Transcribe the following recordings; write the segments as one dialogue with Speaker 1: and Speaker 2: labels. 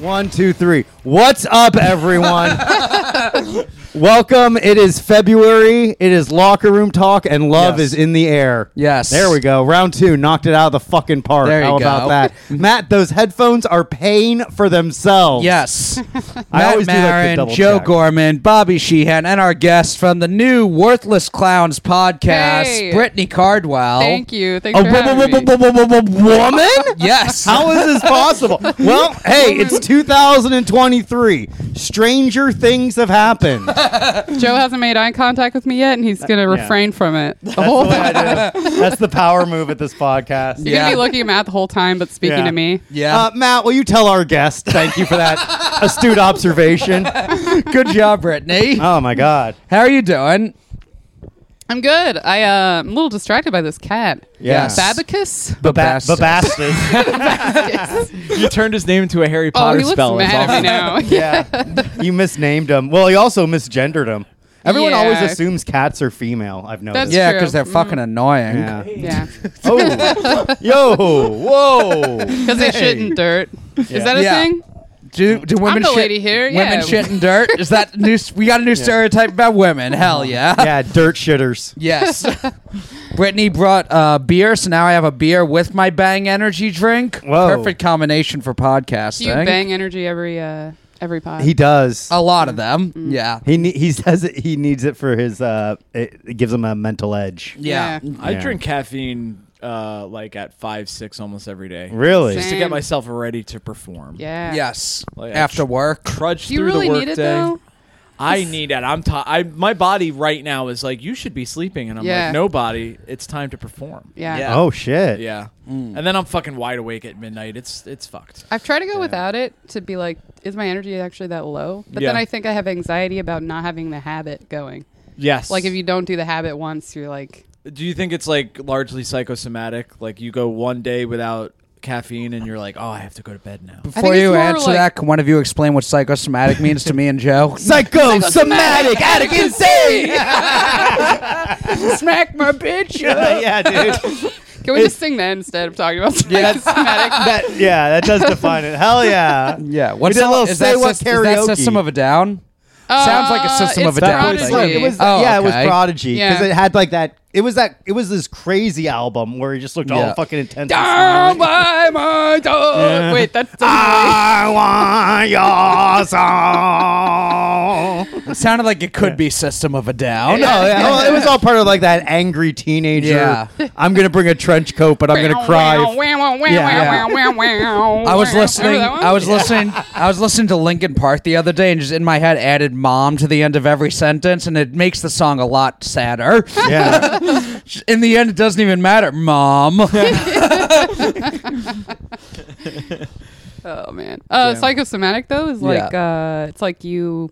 Speaker 1: One, two, three. What's up, everyone? Welcome. It is February. It is locker room talk, and love
Speaker 2: Yes.
Speaker 1: is in the air.
Speaker 2: Yes.
Speaker 1: There we go. Round two. Knocked it out of the fucking park.
Speaker 2: There you
Speaker 1: How about
Speaker 2: go.
Speaker 1: that? Matt, those headphones are paying for themselves.
Speaker 2: Yes.
Speaker 1: I
Speaker 2: Matt
Speaker 1: always do like to
Speaker 2: Marin,
Speaker 1: double
Speaker 2: Joe
Speaker 1: check.
Speaker 2: Gorman, Bobby Sheehan, and our guest from the new Worthless Clowns podcast,
Speaker 3: Hey.
Speaker 2: Brittany
Speaker 4: Oh.
Speaker 2: Cardwell.
Speaker 3: Thank you. Thanks
Speaker 1: A
Speaker 3: for
Speaker 1: wo-
Speaker 3: having
Speaker 1: wo-
Speaker 3: me.
Speaker 1: wo- wo- wo- wo- wo- woman?
Speaker 2: Yes.
Speaker 1: How is this possible? Well, hey, it's 2023. Stranger things have happened.
Speaker 3: Joe hasn't made eye contact with me yet, and he's gonna
Speaker 1: yeah.
Speaker 3: refrain from it the whole time.
Speaker 1: That's the power move at this podcast.
Speaker 3: You're gonna
Speaker 2: Yeah.
Speaker 3: be looking at Matt the whole time, but speaking
Speaker 1: Yeah.
Speaker 3: to me.
Speaker 2: yeah.
Speaker 1: Uh, Matt, will you tell our guest? Thank you for that astute observation.
Speaker 2: Good job, Brittany.
Speaker 1: Oh my God.
Speaker 2: How are you doing?
Speaker 3: I'm good. I uh, I'm a little distracted by this cat.
Speaker 1: Yeah.
Speaker 3: Babacus.
Speaker 1: Ba-
Speaker 2: Babastis.
Speaker 1: Babastis.
Speaker 4: You turned his name into a Harry
Speaker 3: Oh,
Speaker 4: Potter
Speaker 3: he looks
Speaker 4: spell.
Speaker 3: mad at me now.
Speaker 1: yeah. You misnamed him. Well, you also misgendered him. Everyone
Speaker 3: Yeah.
Speaker 1: always assumes cats are female. I've noticed.
Speaker 3: That's
Speaker 2: Yeah,
Speaker 3: true. Mm.
Speaker 2: because they're fucking annoying.
Speaker 1: Yeah.
Speaker 3: yeah,
Speaker 1: Oh. Yo. Whoa.
Speaker 3: because they shit in dirt. Is that a
Speaker 2: Yeah.
Speaker 3: thing?
Speaker 2: Do, do women
Speaker 3: I'm the
Speaker 2: shit,
Speaker 3: lady here,
Speaker 2: Women
Speaker 3: yeah.
Speaker 2: shit in dirt. Is that new? s- We got a new stereotype about women. Hell yeah.
Speaker 1: Uh-huh. Yeah, dirt shitters.
Speaker 2: Yes. Brittany brought uh, beer, so now I have a beer with my Bang energy drink.
Speaker 1: Whoa.
Speaker 2: Perfect combination for podcasting.
Speaker 3: Do you bang energy every uh every pod?
Speaker 1: He does.
Speaker 2: A lot of them. Yeah.
Speaker 1: He ne- he says that he needs it for his uh it, it gives him a mental edge.
Speaker 2: Yeah.
Speaker 3: Yeah.
Speaker 4: I
Speaker 1: Yeah.
Speaker 4: drink caffeine uh, like at five, six, almost every day.
Speaker 1: Really?
Speaker 4: Just to
Speaker 3: Same.
Speaker 4: get myself ready to perform.
Speaker 3: yeah.
Speaker 2: Yes.
Speaker 4: Like,
Speaker 2: After work.
Speaker 4: Trudge
Speaker 3: Do you
Speaker 4: through
Speaker 3: really
Speaker 4: the
Speaker 3: need
Speaker 4: workday.
Speaker 3: it though?
Speaker 4: I need it. I'm. T- I my body right now is like you should be sleeping, and I'm
Speaker 3: Yeah.
Speaker 4: like no body. It's time to perform.
Speaker 3: Yeah.
Speaker 2: Yeah.
Speaker 1: Oh shit.
Speaker 4: Yeah.
Speaker 1: Mm.
Speaker 4: And then I'm fucking wide awake at midnight. It's it's fucked.
Speaker 3: I've tried to go without it to be like, is my energy actually that low? But then
Speaker 4: Yeah.
Speaker 3: I think I have anxiety about not having the habit going.
Speaker 4: Yes.
Speaker 3: Like if you don't do the habit once, you're like,
Speaker 4: do you think it's like largely psychosomatic? Like you go one day without caffeine, and you're like, oh, I have to go to bed now.
Speaker 2: Before
Speaker 3: it's
Speaker 2: you
Speaker 3: more
Speaker 2: answer
Speaker 3: like-
Speaker 2: that, can one of you explain what psychosomatic means to me and Joe?
Speaker 1: Psychosomatic
Speaker 2: Attic insane! Smack my bitch!
Speaker 1: yeah, dude.
Speaker 3: can we just sing that instead of talking about
Speaker 1: Yeah,
Speaker 3: sex? Somatic?
Speaker 1: that yeah, that does define it. Hell yeah.
Speaker 2: Yeah,
Speaker 1: We
Speaker 2: what's
Speaker 1: did a
Speaker 2: that-
Speaker 1: little
Speaker 2: is
Speaker 1: say
Speaker 2: that
Speaker 1: what
Speaker 2: sys- Is that
Speaker 1: karaoke.
Speaker 2: System of a Down? Sounds like a System
Speaker 3: Uh,
Speaker 2: of a
Speaker 3: it's
Speaker 2: Down
Speaker 1: It
Speaker 2: thing.
Speaker 1: was,
Speaker 3: Prodigy.
Speaker 1: like- it was
Speaker 2: Oh,
Speaker 1: yeah, it was
Speaker 2: okay.
Speaker 1: Prodigy because
Speaker 3: Yeah.
Speaker 1: it had like that. It was that. It was this crazy album where he just looked all
Speaker 2: Yeah.
Speaker 1: fucking intense. and
Speaker 3: Down
Speaker 1: smiling.
Speaker 3: by my door.
Speaker 1: Yeah. Ah,
Speaker 3: Wait, that's
Speaker 1: I want your song.
Speaker 2: It sounded like it could be System of a Down.
Speaker 1: No, yeah, well, it was all part of like that angry teenager.
Speaker 2: Yeah.
Speaker 1: I'm gonna bring a trench coat, but I'm gonna cry. if- Yeah.
Speaker 2: I was listening.
Speaker 3: Remember that one?
Speaker 2: I was listening. I was listening to Linkin Park the other day, and just in my head added "mom" to the end of every sentence, and it makes the song a lot sadder.
Speaker 1: yeah.
Speaker 2: in the end, it doesn't even matter, mom.
Speaker 3: Oh man. Uh,
Speaker 4: Yeah.
Speaker 3: Psychosomatic though is like uh, it's like you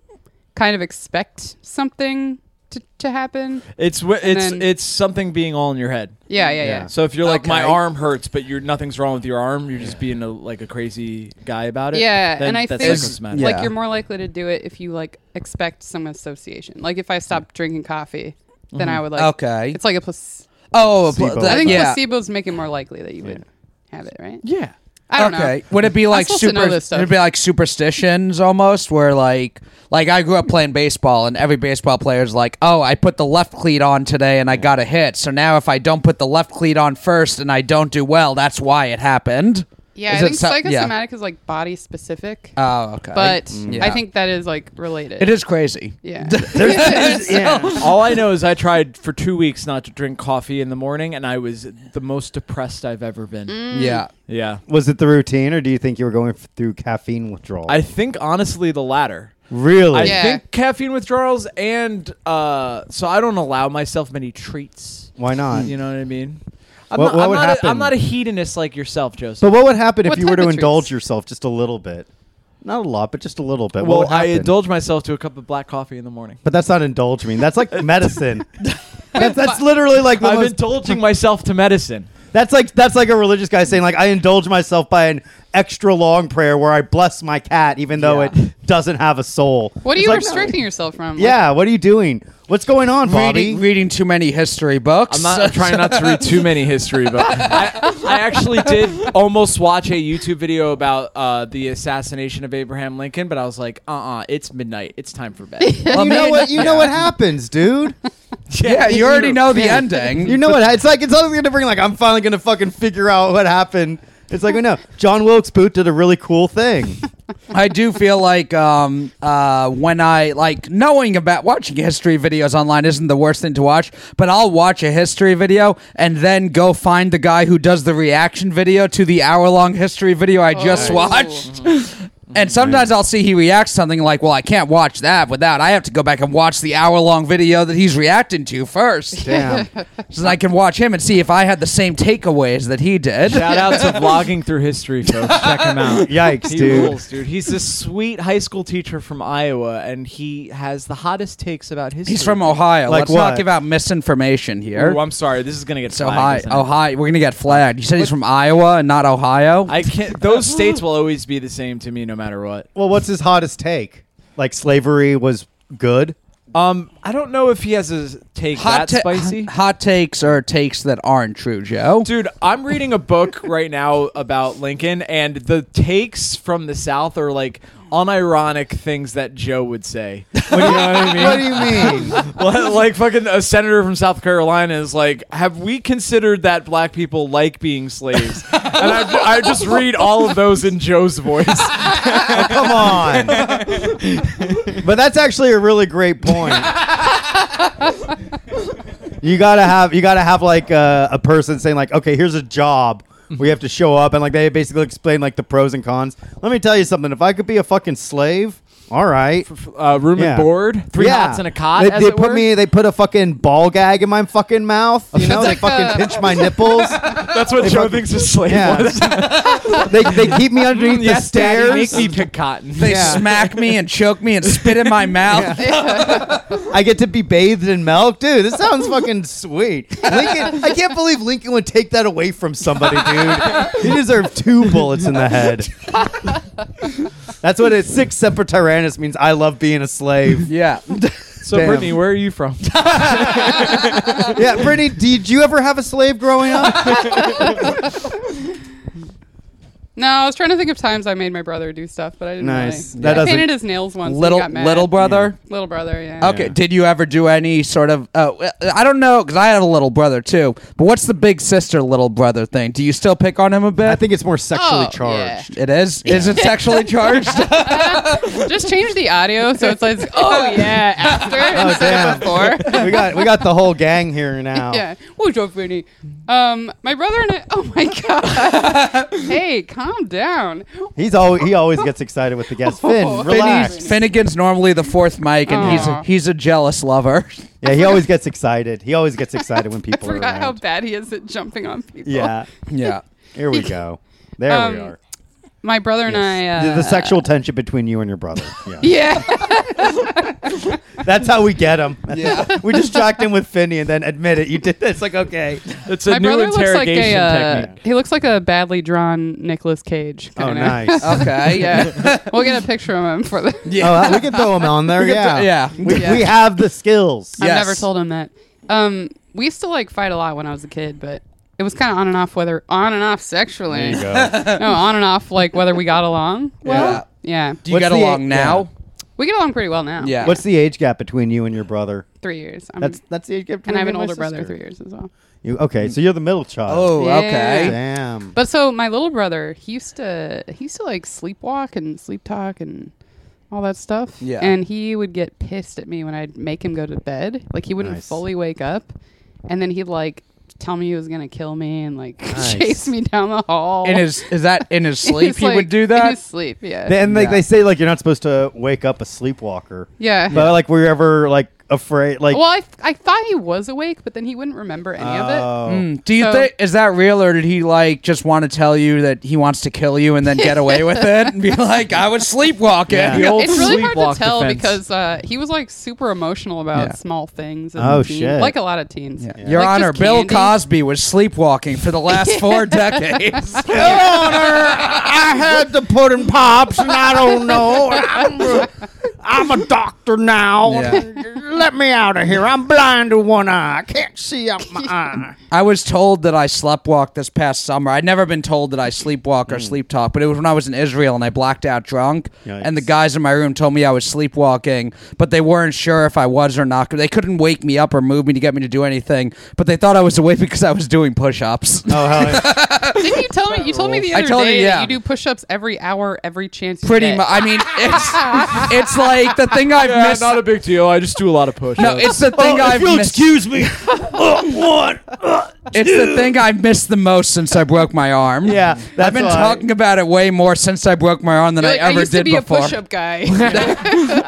Speaker 3: kind of expect something to, to happen.
Speaker 4: It's wh- it's
Speaker 3: then-
Speaker 4: it's something being all in your head.
Speaker 3: Yeah, yeah, yeah.
Speaker 1: Yeah.
Speaker 4: So if you're like my
Speaker 2: Okay.
Speaker 4: arm hurts, but you're nothing's wrong with your arm, you're just being a, like a crazy guy about it.
Speaker 3: Yeah,
Speaker 4: then
Speaker 3: and I
Speaker 4: that's
Speaker 3: think-
Speaker 4: psychosomatic.
Speaker 2: Yeah.
Speaker 3: Like you're more likely to do it if you like expect some association. Like if I stopped drinking coffee, then I would like.
Speaker 2: Mm-hmm. Okay.
Speaker 3: It's like a plus.
Speaker 2: oh, pl-
Speaker 1: Placebo.
Speaker 2: that-
Speaker 3: I think
Speaker 2: yeah.
Speaker 3: placebos make it more likely that you would have it, right?
Speaker 4: yeah.
Speaker 3: I don't
Speaker 2: okay.
Speaker 3: know.
Speaker 2: Would it be like
Speaker 3: supposed to
Speaker 2: super?
Speaker 3: know this stuff.
Speaker 2: Would it be like superstitions almost, where like like I grew up playing baseball, and every baseball player is like, "Oh, I put the left cleat on today, and I got a hit. So now if I don't put the left cleat on first, and I don't do well, that's why it happened."
Speaker 3: Yeah,
Speaker 2: Is
Speaker 3: I
Speaker 2: it
Speaker 3: think
Speaker 2: so- yeah.
Speaker 3: psychosomatic is like body specific,
Speaker 2: Oh, okay.
Speaker 3: but I
Speaker 2: Yeah.
Speaker 3: think that is like related.
Speaker 2: it is crazy.
Speaker 3: Yeah.
Speaker 1: There's- there's- yeah.
Speaker 4: All I know is I tried for two weeks not to drink coffee in the morning, and I was the most depressed I've ever been.
Speaker 3: Mm.
Speaker 2: Yeah.
Speaker 4: Yeah.
Speaker 1: Was it the routine, or do you think you were going f- through caffeine withdrawal?
Speaker 4: I think honestly the latter.
Speaker 1: really.
Speaker 4: I
Speaker 3: Yeah.
Speaker 4: think caffeine withdrawals, and uh, so I don't allow myself many treats.
Speaker 1: Why not?
Speaker 4: You know what I mean? I'm
Speaker 1: What-
Speaker 4: not,
Speaker 1: what
Speaker 4: I'm
Speaker 1: would
Speaker 4: not A,
Speaker 1: happen?
Speaker 4: I'm not a hedonist like yourself, Joseph.
Speaker 1: So what would happen if
Speaker 3: What
Speaker 1: you were
Speaker 3: type
Speaker 1: to
Speaker 3: of
Speaker 1: indulge
Speaker 3: treats?
Speaker 1: yourself just a little bit? Not a lot, but just a little bit. what
Speaker 4: well,
Speaker 1: would
Speaker 4: I
Speaker 1: happen?
Speaker 4: indulge myself to a cup of black coffee in the morning.
Speaker 1: But that's not indulge me. That's like medicine. that's, that's literally like the
Speaker 4: I'm
Speaker 1: most,
Speaker 4: indulging myself to medicine.
Speaker 1: That's like that's like a religious guy saying like I indulge myself by an extra long prayer where I bless my cat even though
Speaker 2: Yeah.
Speaker 1: it doesn't have a soul.
Speaker 3: What are
Speaker 1: It's
Speaker 3: you
Speaker 1: like,
Speaker 3: restricting yourself from? Like,
Speaker 1: Yeah, what are you doing? What's going on, Bobby?
Speaker 2: Reading, reading too many history books.
Speaker 4: I'm not I'm trying not to read too many history books. I, I actually did almost watch a YouTube video about uh, the assassination of Abraham Lincoln, but I was like, uh, uh it's midnight. It's time for bed.
Speaker 2: Well,
Speaker 1: you
Speaker 2: me
Speaker 1: know
Speaker 2: and-
Speaker 1: what you know what happens, dude.
Speaker 2: Yeah, you already know the ending.
Speaker 1: You know what? It's like it's always gonna bring like I'm finally gonna fucking figure out what happened. It's like we know John Wilkes Booth did a really cool thing.
Speaker 2: I do feel like um, uh, when I like knowing about watching history videos online isn't the worst thing to watch, but I'll watch a history video and then go find the guy who does the reaction video to the hour long history video I just
Speaker 3: Oh.
Speaker 2: watched. And sometimes I'll see he reacts to something like, "Well, I can't watch that without. I have to go back and watch the hour-long video that he's reacting to first,
Speaker 1: Damn.
Speaker 2: so that I can watch him and see if I had the same takeaways that he did."
Speaker 4: Shout out to vlogging through history, folks. Check him out.
Speaker 1: Yikes,
Speaker 4: He
Speaker 1: dude.
Speaker 4: rules, dude. He's this sweet high school teacher from Iowa, and he has the hottest takes about history.
Speaker 2: He's from Ohio.
Speaker 1: Like
Speaker 2: Let's
Speaker 1: what?
Speaker 2: not give out misinformation here.
Speaker 4: Oh, I'm sorry. This is gonna get
Speaker 2: So high,
Speaker 4: flagged, isn't it?
Speaker 2: Ohio. We're gonna get flagged. You said he's from Iowa and not Ohio.
Speaker 4: I can't. Those states will always be the same to me, no matter what.
Speaker 1: Well, what's his hottest take? Like slavery was good.
Speaker 4: Um, I don't know if he has a take that
Speaker 2: ta-
Speaker 4: spicy.
Speaker 2: hot takes are takes that aren't true, Joe.
Speaker 4: Dude, I'm reading a book right now about Lincoln, and the takes from the South are like unironic things that Joe would say. You know what I mean?
Speaker 1: What do you mean?
Speaker 4: Like- like fucking a senator from South Carolina is like, have we considered that black people like being slaves? and I, I just read all of those in Joe's voice.
Speaker 1: Oh, Come on. but that's actually a really great point. you gotta have you gotta have like uh, a, a person saying like, okay, here's a job. We have to show up and like they basically explain like the pros and cons. Let me tell you something. If I could be a fucking slave, all right.
Speaker 4: Uh, room
Speaker 1: Yeah.
Speaker 4: and board, three
Speaker 1: Yeah.
Speaker 4: hots and a cot.
Speaker 1: They,
Speaker 4: as
Speaker 1: they
Speaker 4: it
Speaker 1: put
Speaker 4: were.
Speaker 1: me. They put a fucking ball gag in my fucking mouth. You know, they
Speaker 3: like
Speaker 1: fucking
Speaker 3: a-
Speaker 1: pinch my nipples.
Speaker 4: That's what Joe thinks a slave
Speaker 1: Yeah,
Speaker 4: was.
Speaker 1: they, they keep me underneath the
Speaker 4: yes, Daddy,
Speaker 1: stairs.
Speaker 4: make me pick cotton.
Speaker 2: They
Speaker 1: Yeah.
Speaker 2: smack me and choke me and spit in my mouth.
Speaker 1: I get to be bathed in milk, dude. This sounds fucking sweet. Lincoln, I can't believe Lincoln would take that away from somebody, dude. He deserved two bullets in the head. That's what it. Six semper tyrannis means. I love being a slave.
Speaker 2: Yeah.
Speaker 4: So,
Speaker 1: Damn.
Speaker 4: Brittany, where are you from?
Speaker 1: Yeah, Brittany, did you ever have a slave growing up?
Speaker 3: No, I was trying to think of times I made my brother do stuff, but I didn't.
Speaker 1: Nice.
Speaker 3: Really.
Speaker 1: That
Speaker 3: I
Speaker 1: doesn't-
Speaker 3: painted his nails once. and he
Speaker 2: little
Speaker 3: got mad.
Speaker 2: little brother.
Speaker 3: Little brother. Yeah.
Speaker 2: Okay. Did you ever do any sort of? Uh, I don't know because I had a little brother too. But what's the big sister little brother thing? Do you still pick on him a bit?
Speaker 1: I think it's more sexually
Speaker 3: Oh, yeah.
Speaker 1: charged.
Speaker 2: it is. Is it sexually charged?
Speaker 3: Just change the audio so it's like, oh yeah, after
Speaker 1: Oh,
Speaker 3: instead of before.
Speaker 1: We got we got the whole gang here now.
Speaker 3: Yeah. What's up, Vinny? Um, my brother and I. Oh my god. hey, calm down.
Speaker 1: He's always he always gets excited with the guests.
Speaker 3: Oh.
Speaker 1: Finn, relax.
Speaker 2: Finnegan's, Finnegan's normally the fourth mic, and he's a,
Speaker 3: Aw.
Speaker 2: he's a jealous lover.
Speaker 1: Yeah, he always gets excited. He always gets excited when
Speaker 3: I
Speaker 1: people are
Speaker 3: forgot
Speaker 1: around.
Speaker 3: how bad he is at jumping on people.
Speaker 1: yeah,
Speaker 2: Yeah.
Speaker 1: here we go. There we
Speaker 3: Um,
Speaker 1: are.
Speaker 3: My brother and I.
Speaker 1: The-
Speaker 3: Uh,
Speaker 1: the sexual tension between you and your brother. Yeah.
Speaker 3: Yeah.
Speaker 1: That's how we get him.
Speaker 2: Yeah.
Speaker 1: we distract him with Finney and then admit it. You did this. Like, okay.
Speaker 4: It's
Speaker 3: my
Speaker 4: a new
Speaker 3: brother looks like
Speaker 4: interrogation
Speaker 3: a. Uh,
Speaker 4: technique.
Speaker 3: he looks like a badly drawn Nicolas Cage.
Speaker 1: Oh,
Speaker 3: kinda.
Speaker 1: nice. oh,
Speaker 2: Okay.
Speaker 3: yeah. we'll get a picture of him for the.
Speaker 1: uh, we can throw him on there. Yeah.
Speaker 2: th- yeah.
Speaker 1: We,
Speaker 3: Yeah.
Speaker 1: we have the skills.
Speaker 2: Yeah.
Speaker 3: I've never
Speaker 2: Yes.
Speaker 3: told him that. Um, we used to like fight a lot when I was a kid, but it was kind of on and off whether on and off sexually. no, on and off like whether we got along. Well, yeah,
Speaker 2: Do you
Speaker 1: What's
Speaker 2: get
Speaker 1: the-
Speaker 2: along
Speaker 1: yeah.
Speaker 2: now?
Speaker 3: we get along pretty well now.
Speaker 2: Yeah.
Speaker 1: What's the age gap between you and your brother?
Speaker 3: three years. I'm,
Speaker 1: That's that's the age gap. Between
Speaker 3: Um, and I have
Speaker 1: you
Speaker 3: an
Speaker 1: my
Speaker 3: older brother,
Speaker 1: sister.
Speaker 3: three years as well.
Speaker 1: You okay? So you're the middle child.
Speaker 2: Oh,
Speaker 3: Yeah.
Speaker 2: okay.
Speaker 1: damn.
Speaker 3: But so my little brother, he used to he used to like sleepwalk and sleep talk and all that stuff.
Speaker 2: Yeah.
Speaker 3: And he would get pissed at me when I'd make him go to bed. Like he wouldn't
Speaker 1: Nice.
Speaker 3: fully wake up, and then he'd like tell me he was gonna kill me and like
Speaker 1: Nice.
Speaker 3: chase me down the hall.
Speaker 2: In his is that in his
Speaker 3: In
Speaker 2: sleep
Speaker 3: his,
Speaker 2: he
Speaker 3: like-
Speaker 2: would do
Speaker 3: In his
Speaker 2: that?
Speaker 3: sleep, yeah.
Speaker 1: Then like
Speaker 2: Yeah.
Speaker 1: they say like you're not supposed to wake up a sleepwalker.
Speaker 3: yeah.
Speaker 1: But like were you ever like afraid. Like,
Speaker 3: Well, I, I thought he was awake, but then he wouldn't remember any of
Speaker 1: oh.
Speaker 2: Mm, do you
Speaker 3: So-
Speaker 2: think is that real, or did he like just want to tell you that he wants to kill you and then get away with it and be like, "I was sleepwalking"?
Speaker 4: Yeah.
Speaker 3: it.
Speaker 4: The old
Speaker 3: It's really hard
Speaker 4: sleepwalk
Speaker 3: to tell
Speaker 4: defense.
Speaker 3: because uh, he was like super emotional about
Speaker 2: Yeah.
Speaker 3: small things. as
Speaker 1: Oh,
Speaker 3: a teen,
Speaker 1: shit.
Speaker 3: Like a lot of teens.
Speaker 2: Your
Speaker 3: Like, just
Speaker 2: Honor, Bill
Speaker 3: candy.
Speaker 2: Cosby was sleepwalking for the last four decades.
Speaker 1: Your Honor, I had the pudding pops, and I don't know. I'm a, I'm a doctor now.
Speaker 2: Yeah.
Speaker 1: Let me out of here. I'm blind to one eye. I can't see out my eye.
Speaker 2: I was told that I sleptwalked this past summer. I'd never been told that I sleepwalk
Speaker 5: Mm.
Speaker 2: or sleep talk, but it was when I was in Israel and I blacked out drunk. And the
Speaker 1: Yikes.
Speaker 2: guys in my room told me I was sleepwalking, but they weren't sure if I was or not. They couldn't wake me up or move me to get me to do anything, but they thought I was awake because I was doing push ups.
Speaker 1: Oh, hell yeah.
Speaker 3: Didn't you tell me? You told me the
Speaker 2: I
Speaker 3: other
Speaker 2: told
Speaker 3: day
Speaker 2: him, yeah.
Speaker 3: that you do push-ups every hour, every chance. You
Speaker 2: Pretty
Speaker 3: get.
Speaker 2: much. I mean, it's it's like the thing I've
Speaker 5: Yeah,
Speaker 2: missed.
Speaker 5: not a big Oh, deal. I just do a lot of push-ups.
Speaker 2: no, it's the
Speaker 1: Oh,
Speaker 2: thing I've missed.
Speaker 1: me. Uh, one. uh,
Speaker 2: It's the thing I've missed the most since I broke my arm.
Speaker 1: Yeah, that's
Speaker 2: I've been
Speaker 1: why.
Speaker 2: talking about it way more since I broke my arm than
Speaker 3: You're
Speaker 2: I
Speaker 3: like,
Speaker 2: ever
Speaker 3: used
Speaker 2: did
Speaker 3: to be
Speaker 2: before.
Speaker 3: a push-up guy.
Speaker 5: Don't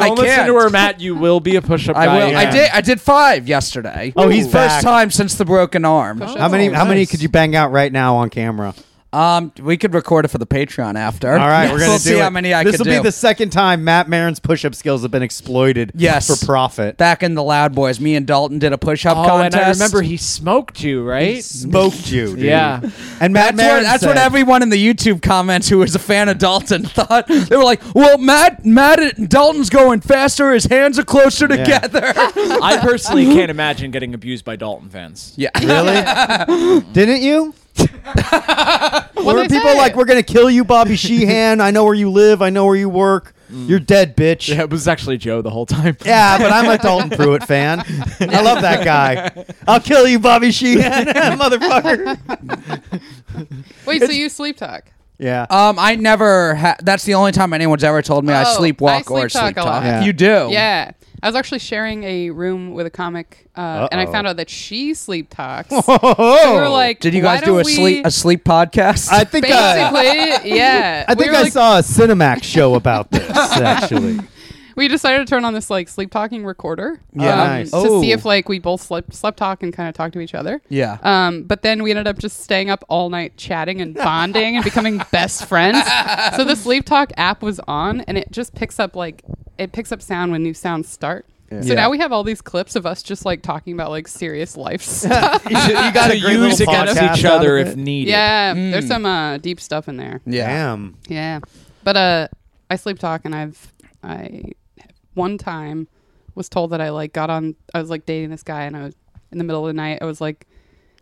Speaker 2: I
Speaker 5: listen
Speaker 2: can't.
Speaker 5: to her, Matt. You will be a push-up
Speaker 2: I
Speaker 5: guy.
Speaker 2: will. I
Speaker 1: Yeah.
Speaker 2: did. I did five yesterday.
Speaker 1: Oh, he's
Speaker 2: first
Speaker 1: back.
Speaker 2: time since the broken arm.
Speaker 3: Push-ups.
Speaker 1: How many?
Speaker 4: Oh,
Speaker 1: How many
Speaker 4: nice.
Speaker 1: could you bang out right now on camera?
Speaker 2: Um, we could record it for the Patreon after.
Speaker 1: All right, we're gonna
Speaker 2: we'll
Speaker 1: do
Speaker 2: see
Speaker 1: it.
Speaker 2: how many I
Speaker 1: This
Speaker 2: could
Speaker 1: will be
Speaker 2: do.
Speaker 1: the second time Matt Marin's push-up skills have been exploited.
Speaker 2: Yes.
Speaker 1: for profit.
Speaker 2: Back in the Loud Boys, me and Dalton did a push-up
Speaker 5: Oh,
Speaker 2: contest.
Speaker 5: and I remember he smoked you, right?
Speaker 1: smoked you. Dude.
Speaker 5: Yeah.
Speaker 1: and Matt
Speaker 2: That's, what,
Speaker 1: Maron.
Speaker 2: that's
Speaker 1: said,
Speaker 2: what everyone in the YouTube comments who was a fan of Dalton thought. They were like, "Well, Matt, Matt, Dalton's going faster. His hands are closer
Speaker 1: Yeah.
Speaker 2: together."
Speaker 5: I personally can't imagine getting abused by Dalton fans.
Speaker 2: yeah.
Speaker 1: Really? Didn't you?
Speaker 3: Well,
Speaker 1: Were
Speaker 3: they
Speaker 1: people
Speaker 3: say-
Speaker 1: like, "We're gonna kill you, Bobby Sheehan. I know where you live. I know where you work.
Speaker 3: Mm.
Speaker 1: You're dead, bitch."
Speaker 5: Yeah,
Speaker 1: Yeah.
Speaker 5: it was actually Joe the whole time.
Speaker 1: but I'm a Dalton Pruitt fan. I love that guy. I'll kill you, Bobby Sheehan, motherfucker.
Speaker 3: Wait, so you sleep talk?
Speaker 1: Yeah.
Speaker 3: Uh,
Speaker 2: Um, I never. Ha- that's the only time anyone's ever told me I
Speaker 3: Oh, I
Speaker 2: sleepwalk or
Speaker 3: sleep talk
Speaker 2: sleep
Speaker 3: a
Speaker 2: talk.
Speaker 3: lot.
Speaker 1: Yeah.
Speaker 2: You do.
Speaker 3: Yeah. I was actually sharing a room with a comic, uh, and I found out that she sleep talks. So we were like,
Speaker 2: Did you
Speaker 3: "Why
Speaker 2: guys do
Speaker 3: don't
Speaker 2: a sleep
Speaker 3: we-
Speaker 2: a sleep podcast?
Speaker 1: I think I,
Speaker 3: Basically, yeah.
Speaker 1: I
Speaker 3: We
Speaker 1: think
Speaker 3: were
Speaker 1: I
Speaker 3: like-
Speaker 1: saw a Cinemax show about this actually.
Speaker 3: We decided to turn on this like sleep talking recorder,
Speaker 1: Yeah.
Speaker 3: um,
Speaker 1: Nice.
Speaker 3: to see if like we both slept slept talk and kind of talk to each other.
Speaker 2: yeah.
Speaker 3: Um, but then we ended up just staying up all night chatting and bonding and becoming best friends. So the Sleep Talk app was on and it just picks up like it picks up sound when new sounds start. So
Speaker 2: Yeah.
Speaker 3: now we have all these clips of us just like talking about like serious life stuff.
Speaker 1: You, should- you got
Speaker 5: to
Speaker 1: a great
Speaker 5: use
Speaker 1: little
Speaker 5: against
Speaker 1: podcast
Speaker 5: each
Speaker 1: out
Speaker 5: other
Speaker 1: of
Speaker 5: if
Speaker 1: it.
Speaker 5: needed.
Speaker 3: yeah, there's some uh, deep stuff in there.
Speaker 2: yeah.
Speaker 1: Damn.
Speaker 3: Yeah, but uh, I sleep talk and I've I one time was told that I like got on. I was like dating this guy and I was in the middle of the night. I was like,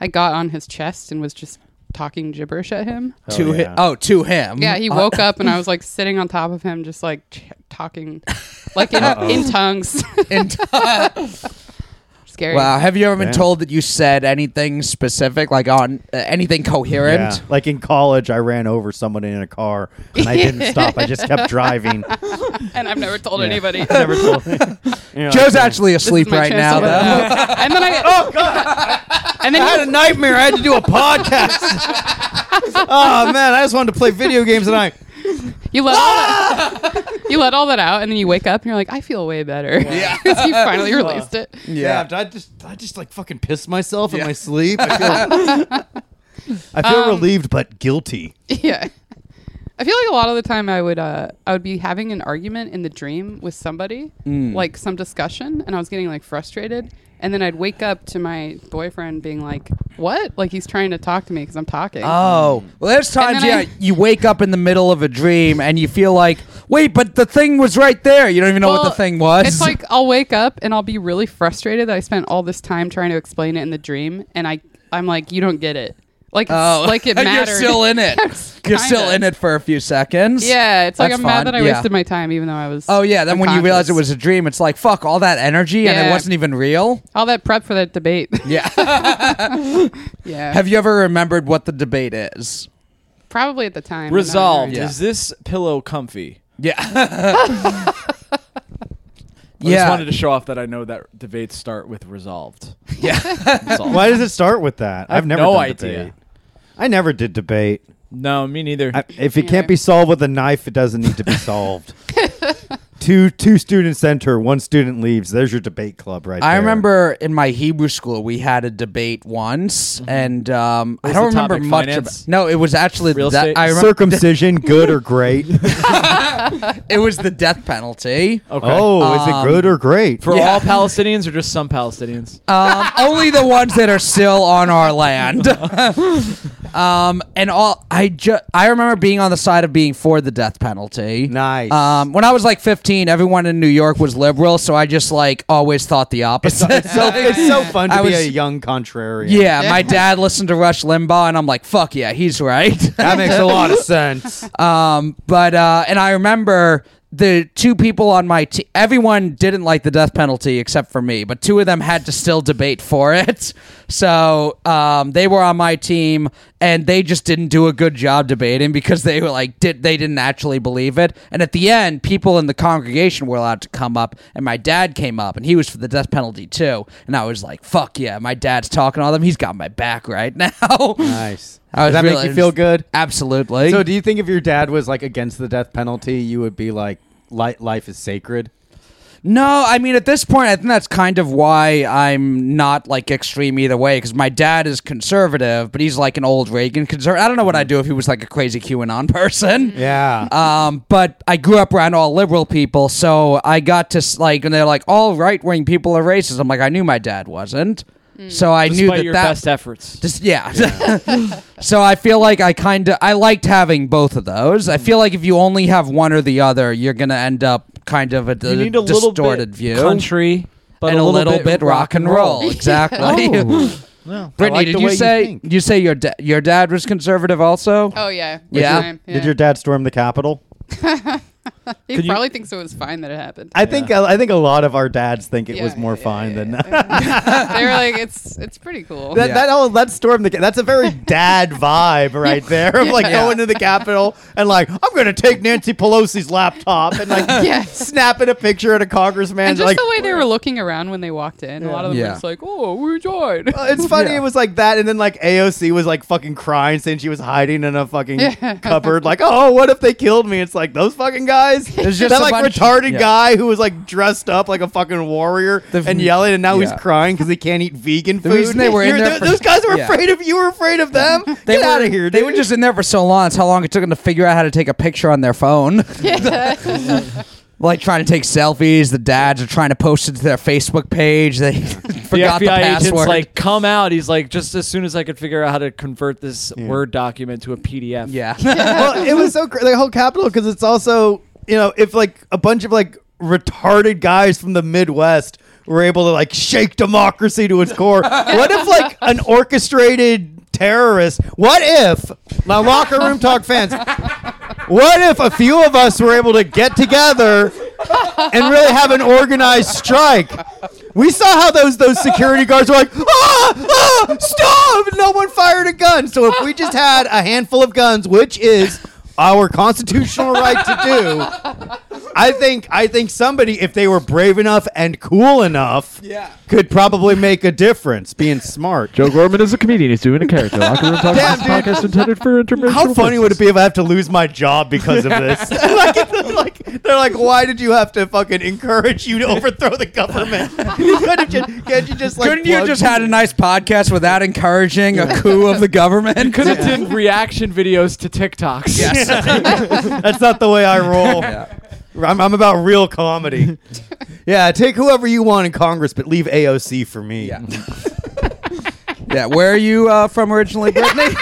Speaker 3: I got on his chest and was just talking gibberish at him.
Speaker 2: To
Speaker 1: Oh,
Speaker 2: him.
Speaker 1: yeah.
Speaker 2: Oh, to him.
Speaker 3: Yeah, he
Speaker 2: Uh,
Speaker 3: woke up and I was like sitting on top of him, just like ch- talking, like in, in tongues.
Speaker 2: and-
Speaker 3: Scary.
Speaker 2: wow. Have you ever been
Speaker 1: Damn.
Speaker 2: told that you said anything specific, like on uh, anything coherent?
Speaker 1: Yeah. Like in college, I ran over someone in a car and I didn't stop. I just kept driving.
Speaker 3: And I've never told
Speaker 1: Yeah.
Speaker 3: anybody.
Speaker 1: Never told
Speaker 2: Joe's actually
Speaker 3: This is
Speaker 2: asleep
Speaker 3: my
Speaker 2: right
Speaker 3: chance
Speaker 2: now,
Speaker 3: to-
Speaker 2: though.
Speaker 3: and then I. Oh god. And then
Speaker 1: I
Speaker 3: he-
Speaker 1: had a nightmare. I had to do a podcast. oh man, I just wanted to play video games and I
Speaker 3: You let all that, you let all that out, and then you wake up and you're like, I feel way better. Yeah, you finally released it.
Speaker 1: yeah. I just I just like fucking pissed myself in my sleep. I feel, I feel
Speaker 5: Um,
Speaker 1: relieved but guilty.
Speaker 3: Yeah, I feel like a lot of the time I would uh, I would be having an argument in the dream with somebody,
Speaker 2: Mm.
Speaker 3: like some discussion, and I was getting like frustrated, and then I'd wake up to my boyfriend being like, "What?" Like he's trying to talk to me because I'm talking.
Speaker 2: Oh, well, there's times, yeah,
Speaker 3: then I-
Speaker 2: you wake up in the middle of a dream and you feel like, wait, but the thing was right there. You don't even know what
Speaker 3: Well,
Speaker 2: the thing was.
Speaker 3: It's like I'll wake up and I'll be really frustrated that I spent all this time trying to explain it in the dream, and I I'm like, you don't get it. Like it's-
Speaker 2: oh,
Speaker 3: like it mattered.
Speaker 2: You're still in it. You're still
Speaker 3: Kinda.
Speaker 2: in it for a few seconds.
Speaker 3: Yeah, it's like
Speaker 2: That's
Speaker 3: I'm mad
Speaker 2: fun,
Speaker 3: that I
Speaker 2: yeah.
Speaker 3: wasted my time, even though I was.
Speaker 2: Oh yeah, then when you realize it was
Speaker 3: unconscious.
Speaker 2: a dream, it's like fuck all that energy and it
Speaker 3: Yeah.
Speaker 2: wasn't even real.
Speaker 3: all that prep for that debate.
Speaker 2: Yeah.
Speaker 3: yeah,
Speaker 2: Have you ever remembered what the debate is?
Speaker 3: probably at the time. but not
Speaker 5: Resolved.
Speaker 3: now.
Speaker 2: Yeah.
Speaker 5: Is this pillow comfy?
Speaker 2: Yeah.
Speaker 5: I just wanted
Speaker 2: yeah.
Speaker 5: to show off that I know that debates start with resolved.
Speaker 2: Yeah.
Speaker 5: Resolved.
Speaker 1: Why does it start with that?
Speaker 5: I have
Speaker 1: I've never
Speaker 5: no
Speaker 1: done
Speaker 5: idea.
Speaker 1: debate. I never did debate.
Speaker 5: No, me neither.
Speaker 1: I, if it
Speaker 3: Yeah.
Speaker 1: can't be solved with a knife, it doesn't need to be solved. two two students enter, one student leaves. There's your debate club right
Speaker 2: I
Speaker 1: there.
Speaker 2: remember in my Hebrew school we had a debate once, and um, I don't
Speaker 5: Mm-hmm. the
Speaker 2: remember
Speaker 5: topic?
Speaker 2: much.
Speaker 5: Finance?
Speaker 2: About, no, it was actually
Speaker 5: Real
Speaker 2: that,
Speaker 5: estate?
Speaker 2: I remember
Speaker 1: circumcision, good or great?
Speaker 2: it was the death penalty.
Speaker 1: Oh, is it good
Speaker 2: Um,
Speaker 1: or great?
Speaker 5: For
Speaker 2: Yeah.
Speaker 5: all Palestinians or just some Palestinians?
Speaker 2: Um, only the ones that are still on our land. um, and all I just I remember being on the side of being for the death penalty.
Speaker 1: Nice.
Speaker 2: Um, when I was like 15, everyone in New York was liberal, so I just like always thought the opposite.
Speaker 1: it's, so, it's so fun to
Speaker 2: I
Speaker 1: be
Speaker 2: was-
Speaker 1: a young contrarian.
Speaker 2: yeah, my dad listened to Rush Limbaugh, and I'm like, fuck yeah, he's right.
Speaker 1: That makes a lot of sense.
Speaker 2: Um, but uh, and I remember the two people on my team. Everyone didn't like the death penalty except for me, but two of them had to still debate for it. So um, they were on my team, and they just didn't do a good job debating because they were like, did they didn't actually believe it. And at the end, people in the congregation were allowed to come up, and my dad came up, and he was for the death penalty too. And I was like, fuck yeah, my dad's talking to all them. He's got my back right now.
Speaker 1: Nice.
Speaker 2: I
Speaker 1: Does
Speaker 2: was
Speaker 1: that make
Speaker 2: really-
Speaker 1: you feel good?
Speaker 2: Absolutely.
Speaker 1: So, do you think if your dad was like against the death penalty, you would be like, "Li- "Life is sacred"?
Speaker 2: No, I mean at this point, I think that's kind of why I'm not like extreme either way because my dad is conservative, but he's like an old Reagan conservative. I don't know what I'd do if he was like a crazy QAnon person.
Speaker 1: Yeah.
Speaker 2: Um, but I grew up around all liberal people, so I got to s- like, and they're like, all right wing people are racist. I'm like, I knew my dad wasn't, so I knew
Speaker 5: Mm. Despite
Speaker 2: that
Speaker 5: your
Speaker 2: that
Speaker 5: best efforts.
Speaker 2: just yeah. so I feel like I kind of I liked having both of those. I feel like if you only have one or the other, you're gonna end up kind of a, d-
Speaker 5: You need a little
Speaker 2: distorted
Speaker 5: bit
Speaker 2: view
Speaker 5: country, but
Speaker 2: and
Speaker 5: a little, bit,
Speaker 2: rock and roll. Exactly.
Speaker 5: Oh.
Speaker 2: Brittany,
Speaker 1: I like
Speaker 2: did
Speaker 1: the
Speaker 2: you
Speaker 1: way you
Speaker 2: say
Speaker 1: think.
Speaker 2: you, say your da- your dad was conservative also?
Speaker 3: Oh yeah.
Speaker 2: Yeah.
Speaker 3: Fine,
Speaker 1: Did your dad storm the Capitol?
Speaker 3: He
Speaker 5: Could you-
Speaker 3: probably thinks it was fine that it happened.
Speaker 1: I think uh, I think a lot of our dads think it
Speaker 3: Yeah,
Speaker 1: was more
Speaker 3: yeah,
Speaker 1: fine
Speaker 3: yeah,
Speaker 1: than
Speaker 3: yeah. they were like, it's it's pretty cool.
Speaker 1: that.
Speaker 2: Yeah.
Speaker 1: That all that storm the Ca- that's a very dad vibe right there of like
Speaker 2: Yeah.
Speaker 1: going to the Capitol and like I'm gonna take Nancy Pelosi's laptop and like
Speaker 3: Yeah.
Speaker 1: snapping a picture at a congressman
Speaker 3: and just
Speaker 1: like
Speaker 3: the way they were looking around when they walked in, a lot of them
Speaker 2: Yeah.
Speaker 3: were just like, "Oh, we joined."
Speaker 1: Uh, it's funny
Speaker 2: Yeah.
Speaker 1: it was like that and then like AOC was like fucking crying saying she was hiding in a fucking
Speaker 3: Yeah.
Speaker 1: cupboard like oh what if they killed me it's like those fucking guys
Speaker 2: There's just
Speaker 1: that
Speaker 2: a
Speaker 1: like
Speaker 2: bunch-
Speaker 1: retarded
Speaker 2: yeah.
Speaker 1: guy who was like dressed up like a fucking warrior
Speaker 2: The-
Speaker 1: and yelling and now
Speaker 2: yeah.
Speaker 1: he's crying because he can't eat vegan
Speaker 2: The
Speaker 1: food
Speaker 2: reason they were in
Speaker 1: You're-
Speaker 2: there
Speaker 1: th-
Speaker 2: for-
Speaker 1: those guys were
Speaker 2: yeah.
Speaker 1: afraid of you were afraid of them
Speaker 2: They
Speaker 1: get
Speaker 2: were-
Speaker 1: out of here
Speaker 2: They
Speaker 1: dude.
Speaker 2: were just in there for so long. It's how long it took them to figure out how to take a picture on their phone. like trying to take selfies. The dads are trying to post it to their Facebook page. They
Speaker 5: The
Speaker 2: forgot
Speaker 5: FBI
Speaker 2: the,
Speaker 5: agent's
Speaker 2: password.
Speaker 5: like, come out. He's like, just as soon as I could figure out how to convert this
Speaker 1: Yeah.
Speaker 5: Word document to a PDF.
Speaker 2: yeah.
Speaker 1: well, it was so cr- the whole capital because it's also you know if like a bunch of like retarded guys from the Midwest were able to like shake democracy to its core. what if like an orchestrated terrorist? What if now locker room talk fans? What if a few of us were able to get together and really have an organized strike? We saw how those those security guards were like, ah, ah, stop! No one fired a gun. So if we just had a handful of guns, which is our constitutional right to do, I think I think somebody, if they were brave enough and cool enough,
Speaker 2: Yeah.
Speaker 1: could probably make a difference. Being smart.
Speaker 6: Joe Gorman is a comedian. He's doing a character. Locker room talk
Speaker 1: Damn,
Speaker 6: is a podcast intended for intermission.
Speaker 1: How funny would it be if I have to lose my job because of this? like, it's like, they're like, why did you have to fucking encourage you to overthrow the government? You could have just, can't you just like?
Speaker 2: Couldn't you
Speaker 1: plug-
Speaker 2: just had a nice podcast without encouraging a coup of the government?
Speaker 5: Could have done reaction videos to TikToks.
Speaker 2: Yes.
Speaker 1: That's not the way I roll. I'm, I'm about real comedy. yeah, take whoever you want in Congress, but leave AOC for me.
Speaker 2: Yeah. yeah. Where are you uh, from originally, Brittany?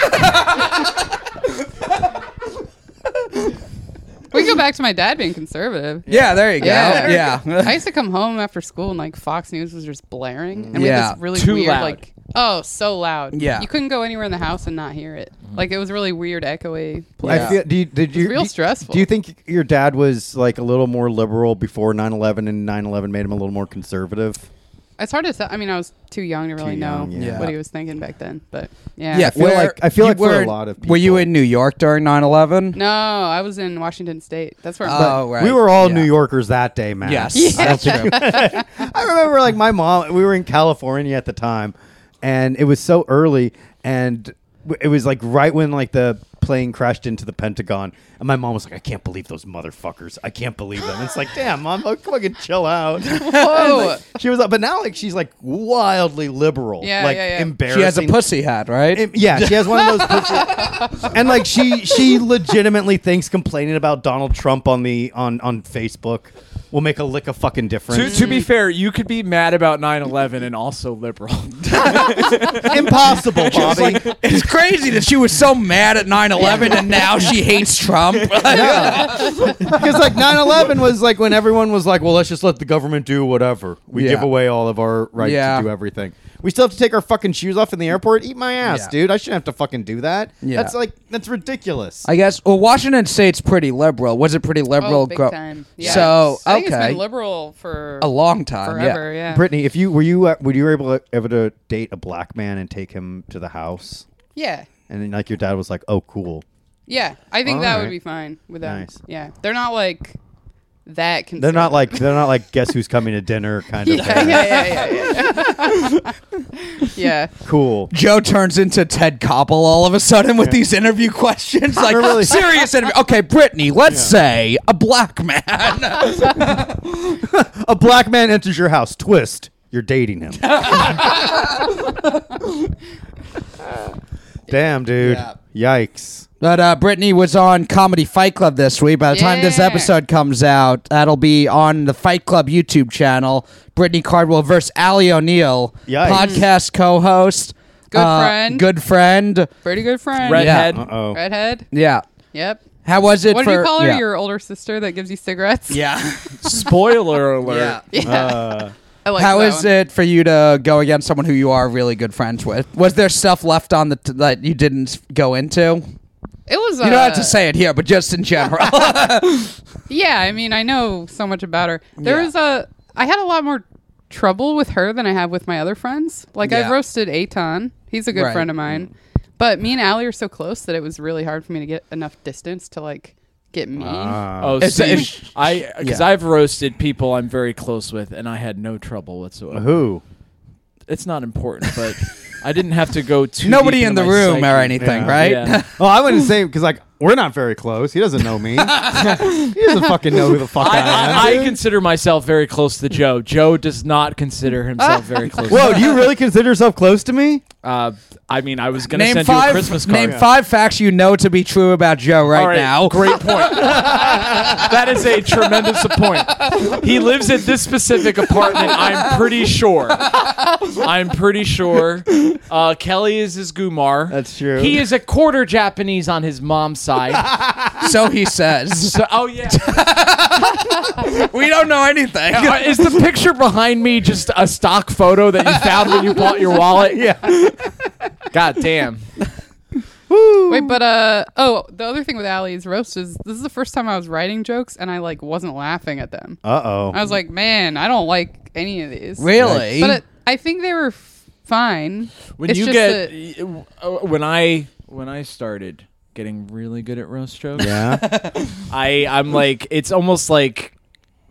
Speaker 3: we go back to my dad being conservative.
Speaker 2: yeah. There you go. Yeah.
Speaker 3: I used to come home after school and like Fox News was just blaring, and we
Speaker 2: Yeah.
Speaker 3: had this really
Speaker 5: Too
Speaker 3: weird
Speaker 5: loud.
Speaker 3: like oh so loud.
Speaker 2: Yeah. Mm-hmm.
Speaker 3: you couldn't go anywhere in the house and not hear it. Like it was really weird, echoey.
Speaker 1: I
Speaker 2: Yeah.
Speaker 1: feel, do you, did you
Speaker 3: real
Speaker 1: do-
Speaker 3: stressful.
Speaker 1: Do you think your dad was like a little more liberal before 9/11, and 9/11 made him a little more conservative?
Speaker 3: It's hard to tell. I mean, I was too young to really
Speaker 1: Too
Speaker 3: know
Speaker 1: young, yeah.
Speaker 3: what he was thinking back then, but yeah.
Speaker 2: Yeah,
Speaker 1: feel
Speaker 2: where-
Speaker 1: like- I feel
Speaker 2: you
Speaker 1: like for a
Speaker 2: were-
Speaker 1: lot of
Speaker 2: Were you
Speaker 1: people-
Speaker 2: in New York during 9/11?
Speaker 3: No, I was in Washington State. That's where. I'm
Speaker 2: Oh,
Speaker 3: from.
Speaker 2: right.
Speaker 1: We were all
Speaker 2: Yeah.
Speaker 1: New Yorkers that day, man.
Speaker 2: Yes.
Speaker 3: Yeah.
Speaker 2: That's true.
Speaker 1: I remember like my mom. We were in California at the time, and it was so early, and w- it was like right when like the plane crashed into the Pentagon, and my mom was like, "I can't believe those motherfuckers! I can't believe them!" it's like, damn, mom, like, fucking chill out.
Speaker 3: Whoa.
Speaker 1: she was, like, but now like she's like wildly liberal,
Speaker 3: Yeah,
Speaker 1: like
Speaker 3: yeah, yeah.
Speaker 1: embarrassing.
Speaker 2: She has a pussy hat, right?
Speaker 1: It- yeah, she has one of those, pussy- and like she she legitimately thinks complaining about Donald Trump on the on on Facebook will make a lick of fucking
Speaker 4: To,
Speaker 1: difference.
Speaker 4: to be fair, you could be mad about 9/11 and also liberal.
Speaker 1: Impossible, Bobby.
Speaker 2: it's crazy that she was so mad at 9/11 and now she hates Trump.
Speaker 1: Because like 9/11 was like when everyone was like, well, let's just let the government do whatever. We
Speaker 2: Yeah.
Speaker 1: give away all of our right
Speaker 2: Yeah.
Speaker 1: to do everything. We still have to take our fucking shoes off in the airport. Eat my ass,
Speaker 2: Yeah.
Speaker 1: dude. I shouldn't have to fucking do that.
Speaker 2: Yeah.
Speaker 1: That's like that's ridiculous.
Speaker 2: I guess. Well, Washington State's pretty liberal. Was it pretty liberal?
Speaker 3: Oh, big
Speaker 2: grow-
Speaker 3: time.
Speaker 2: So
Speaker 3: I think it's
Speaker 2: okay,
Speaker 3: been liberal for
Speaker 2: a long time.
Speaker 3: forever. Yeah.
Speaker 1: Brittany, if you were you uh, were you able to, ever to date a black man and take him to the house,
Speaker 3: Yeah.
Speaker 1: and then like your dad was like, "Oh, cool."
Speaker 3: Yeah. I think
Speaker 1: All
Speaker 3: that
Speaker 1: right.
Speaker 3: would be fine with them.
Speaker 1: Nice.
Speaker 3: Yeah. They're not like that.
Speaker 1: They're not like they're not like guess who's coming to dinner kind of.
Speaker 3: Yeah,
Speaker 1: thing.
Speaker 3: yeah, yeah, yeah, yeah. yeah.
Speaker 1: Cool.
Speaker 2: Joe turns into Ted Koppel all of a sudden with these interview questions, like
Speaker 1: really-
Speaker 2: serious interview. Okay, Brittany, let's say a black man.
Speaker 1: A black man enters your house. Twist. You're dating him. Damn, dude. Yikes.
Speaker 2: but uh, Brittany was on Comedy Fight Club this week. By the time this
Speaker 3: Yeah.
Speaker 2: episode comes out, that'll be on the Fight Club YouTube channel. Brittany Cardwell versus Ali O'Neill,
Speaker 1: Yikes.
Speaker 2: podcast co-host, Uh,
Speaker 3: Good friend.
Speaker 2: good friend.
Speaker 3: Pretty good friend.
Speaker 4: Redhead.
Speaker 2: Yeah.
Speaker 1: Uh oh.
Speaker 3: Redhead.
Speaker 2: Yeah.
Speaker 3: Yep.
Speaker 2: How was it?
Speaker 3: What
Speaker 2: for,
Speaker 3: did you call her?
Speaker 2: yeah.
Speaker 3: Your older sister that gives you cigarettes?
Speaker 2: yeah.
Speaker 4: Spoiler alert.
Speaker 2: yeah.
Speaker 3: Yeah.
Speaker 1: Uh,
Speaker 3: I like
Speaker 2: How
Speaker 3: that
Speaker 2: is
Speaker 3: one.
Speaker 2: it for you to go against someone who you are really good friends with? Was there stuff left on the t- that you didn't go into?
Speaker 3: It was.
Speaker 2: you don't have
Speaker 3: uh,
Speaker 2: to say it here, but just in general.
Speaker 3: Yeah, I mean, I know so much about her. There
Speaker 2: Yeah.
Speaker 3: was a. I had a lot more trouble with her than I have with my other friends. Like
Speaker 2: Yeah.
Speaker 3: I've roasted Aton. He's a good
Speaker 2: Right.
Speaker 3: friend of mine. But me and Allie are so close that it was really hard for me to get enough distance to like get mean.
Speaker 1: uh,
Speaker 4: Oh,
Speaker 2: It's-
Speaker 4: see,
Speaker 2: it's-
Speaker 4: I because
Speaker 2: Yeah.
Speaker 4: I've roasted people I'm very close with, and I had no trouble whatsoever.
Speaker 1: who?
Speaker 4: It's not important, but I didn't have to go too.
Speaker 2: Nobody
Speaker 4: deep
Speaker 2: in the
Speaker 4: into my
Speaker 2: room or
Speaker 4: psyche.
Speaker 2: anything,
Speaker 1: Yeah.
Speaker 2: right?
Speaker 4: Yeah.
Speaker 1: Oh, I wouldn't say because like we're not very close. He doesn't know me. he doesn't fucking know who the fuck I, am.
Speaker 4: I, I, I consider myself very close to Joe. Joe does not consider himself very close.
Speaker 1: Whoa, do you really consider yourself close to me?
Speaker 4: Uh, I mean, I was gonna
Speaker 2: name
Speaker 4: send you a
Speaker 2: five.
Speaker 4: Christmas card.
Speaker 2: name five facts you know to be true about Joe right,
Speaker 4: All right,
Speaker 2: now.
Speaker 4: Great point. that is a tremendous point. He lives at this specific apartment. I'm pretty sure. I'm pretty sure. Uh, Kelly is his gumar.
Speaker 1: That's true.
Speaker 4: He is a quarter Japanese on his mom's side.
Speaker 2: so he says.
Speaker 4: So, oh yeah.
Speaker 2: we don't know anything.
Speaker 4: Uh, is the picture behind me just a stock photo that you found when you bought your wallet?
Speaker 1: Yeah.
Speaker 4: God damn.
Speaker 3: Wait, but uh oh, the other thing with Allie's roast is this is the first time I was writing jokes and I like wasn't laughing at them.
Speaker 1: Uh oh.
Speaker 3: I was like, man, I don't like any of these.
Speaker 2: really?
Speaker 3: But it, I think they were f- fine.
Speaker 4: when
Speaker 3: It's
Speaker 4: you
Speaker 3: just
Speaker 4: get
Speaker 3: that-
Speaker 4: uh, when I when I started getting really good at roast jokes,
Speaker 1: Yeah.
Speaker 4: I I'm like it's almost like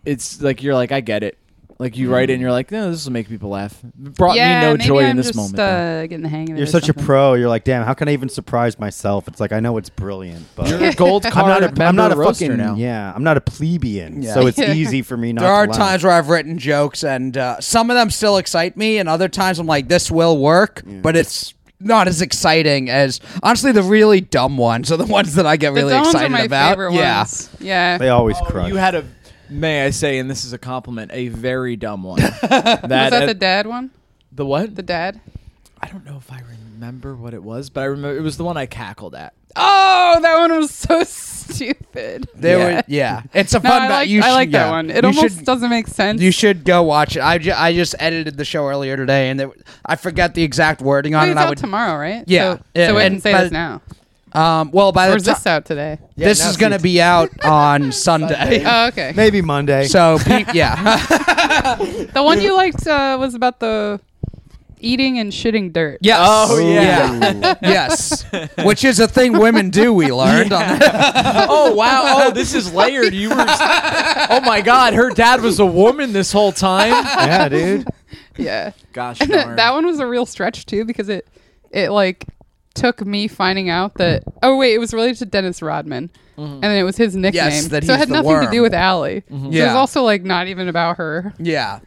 Speaker 4: it's like you're like I get it. Like you write it and you're like, no, this will make people laugh. It brought
Speaker 3: yeah,
Speaker 4: me no
Speaker 3: maybe
Speaker 4: joy
Speaker 3: I'm
Speaker 4: in this
Speaker 3: just,
Speaker 4: moment. though.
Speaker 3: Uh, getting the hang of it.
Speaker 1: You're
Speaker 3: or
Speaker 1: such a
Speaker 3: something.
Speaker 1: pro. You're like, damn, how can I even surprise myself? It's like I know it's brilliant, but
Speaker 4: You're a gold
Speaker 1: I'm
Speaker 4: card
Speaker 1: not a,
Speaker 4: member
Speaker 1: I'm not a
Speaker 4: roaster
Speaker 1: fucking
Speaker 4: now.
Speaker 1: yeah. I'm not a plebeian,
Speaker 2: Yeah.
Speaker 1: so it's
Speaker 3: Yeah.
Speaker 1: easy for me not.
Speaker 2: There
Speaker 1: to
Speaker 2: are
Speaker 1: laugh.
Speaker 2: times where I've written jokes, and uh, some of them still excite me, and other times I'm like, this will work, but it's not as exciting as honestly the really dumb ones are the ones that I get
Speaker 3: The
Speaker 2: really
Speaker 3: Dons
Speaker 2: excited
Speaker 3: are my
Speaker 2: about.
Speaker 3: favorite
Speaker 2: yeah,
Speaker 3: ones. Yeah.
Speaker 1: they always
Speaker 4: Oh,
Speaker 1: crush.
Speaker 4: you had a may I say, and this is a compliment, a very dumb one. that,
Speaker 3: Was that
Speaker 4: uh,
Speaker 3: the dad one?
Speaker 4: the what?
Speaker 3: The dad?
Speaker 4: I don't know if I remember what it was, but I remember it was the one I cackled at.
Speaker 3: Oh, that one was so stupid.
Speaker 2: they
Speaker 4: Yeah.
Speaker 2: were. Yeah, it's a
Speaker 3: No,
Speaker 2: fun.
Speaker 3: I
Speaker 2: ba-
Speaker 3: like,
Speaker 2: you
Speaker 3: I
Speaker 2: should-
Speaker 3: like
Speaker 2: yeah.
Speaker 3: that one. It
Speaker 2: You
Speaker 3: almost
Speaker 2: should-
Speaker 3: doesn't make sense.
Speaker 2: You should go watch it. I, ju- I just edited the show earlier today, and there, I forget the exact wording
Speaker 3: Wait,
Speaker 2: on
Speaker 3: it's
Speaker 2: it. I
Speaker 3: out
Speaker 2: would.
Speaker 3: tomorrow, right?
Speaker 2: Yeah.
Speaker 3: So,
Speaker 2: Yeah.
Speaker 3: so wait
Speaker 2: And-
Speaker 3: and say
Speaker 2: but-
Speaker 3: this now.
Speaker 2: Um, well, by
Speaker 3: Or
Speaker 2: the
Speaker 3: is this
Speaker 2: time
Speaker 3: out today?
Speaker 2: this
Speaker 1: now
Speaker 2: is
Speaker 1: see
Speaker 2: going to
Speaker 1: it.
Speaker 2: be out on Sunday.
Speaker 3: Oh, okay.
Speaker 1: Maybe Monday.
Speaker 2: so, pe- yeah.
Speaker 3: The one you liked uh, was about the eating and shitting dirt.
Speaker 2: Yes.
Speaker 4: Oh, yeah.
Speaker 2: yes. Which is a thing women do, we learned. on
Speaker 4: Oh wow! Oh, this is layered. You were. Oh my God! Her dad was a woman this whole time.
Speaker 1: yeah, dude.
Speaker 3: Yeah.
Speaker 4: Gosh
Speaker 3: that one was a real stretch too because it it like took me finding out that oh wait, it was related to Dennis Rodman, and then it was his nickname.
Speaker 2: Mm-hmm. that
Speaker 3: so
Speaker 2: he's
Speaker 3: it had
Speaker 2: the
Speaker 3: nothing to
Speaker 2: worm. Mm-hmm.
Speaker 3: do with Allie. So it
Speaker 2: Yeah.
Speaker 3: was also like not even about her.
Speaker 2: Yeah.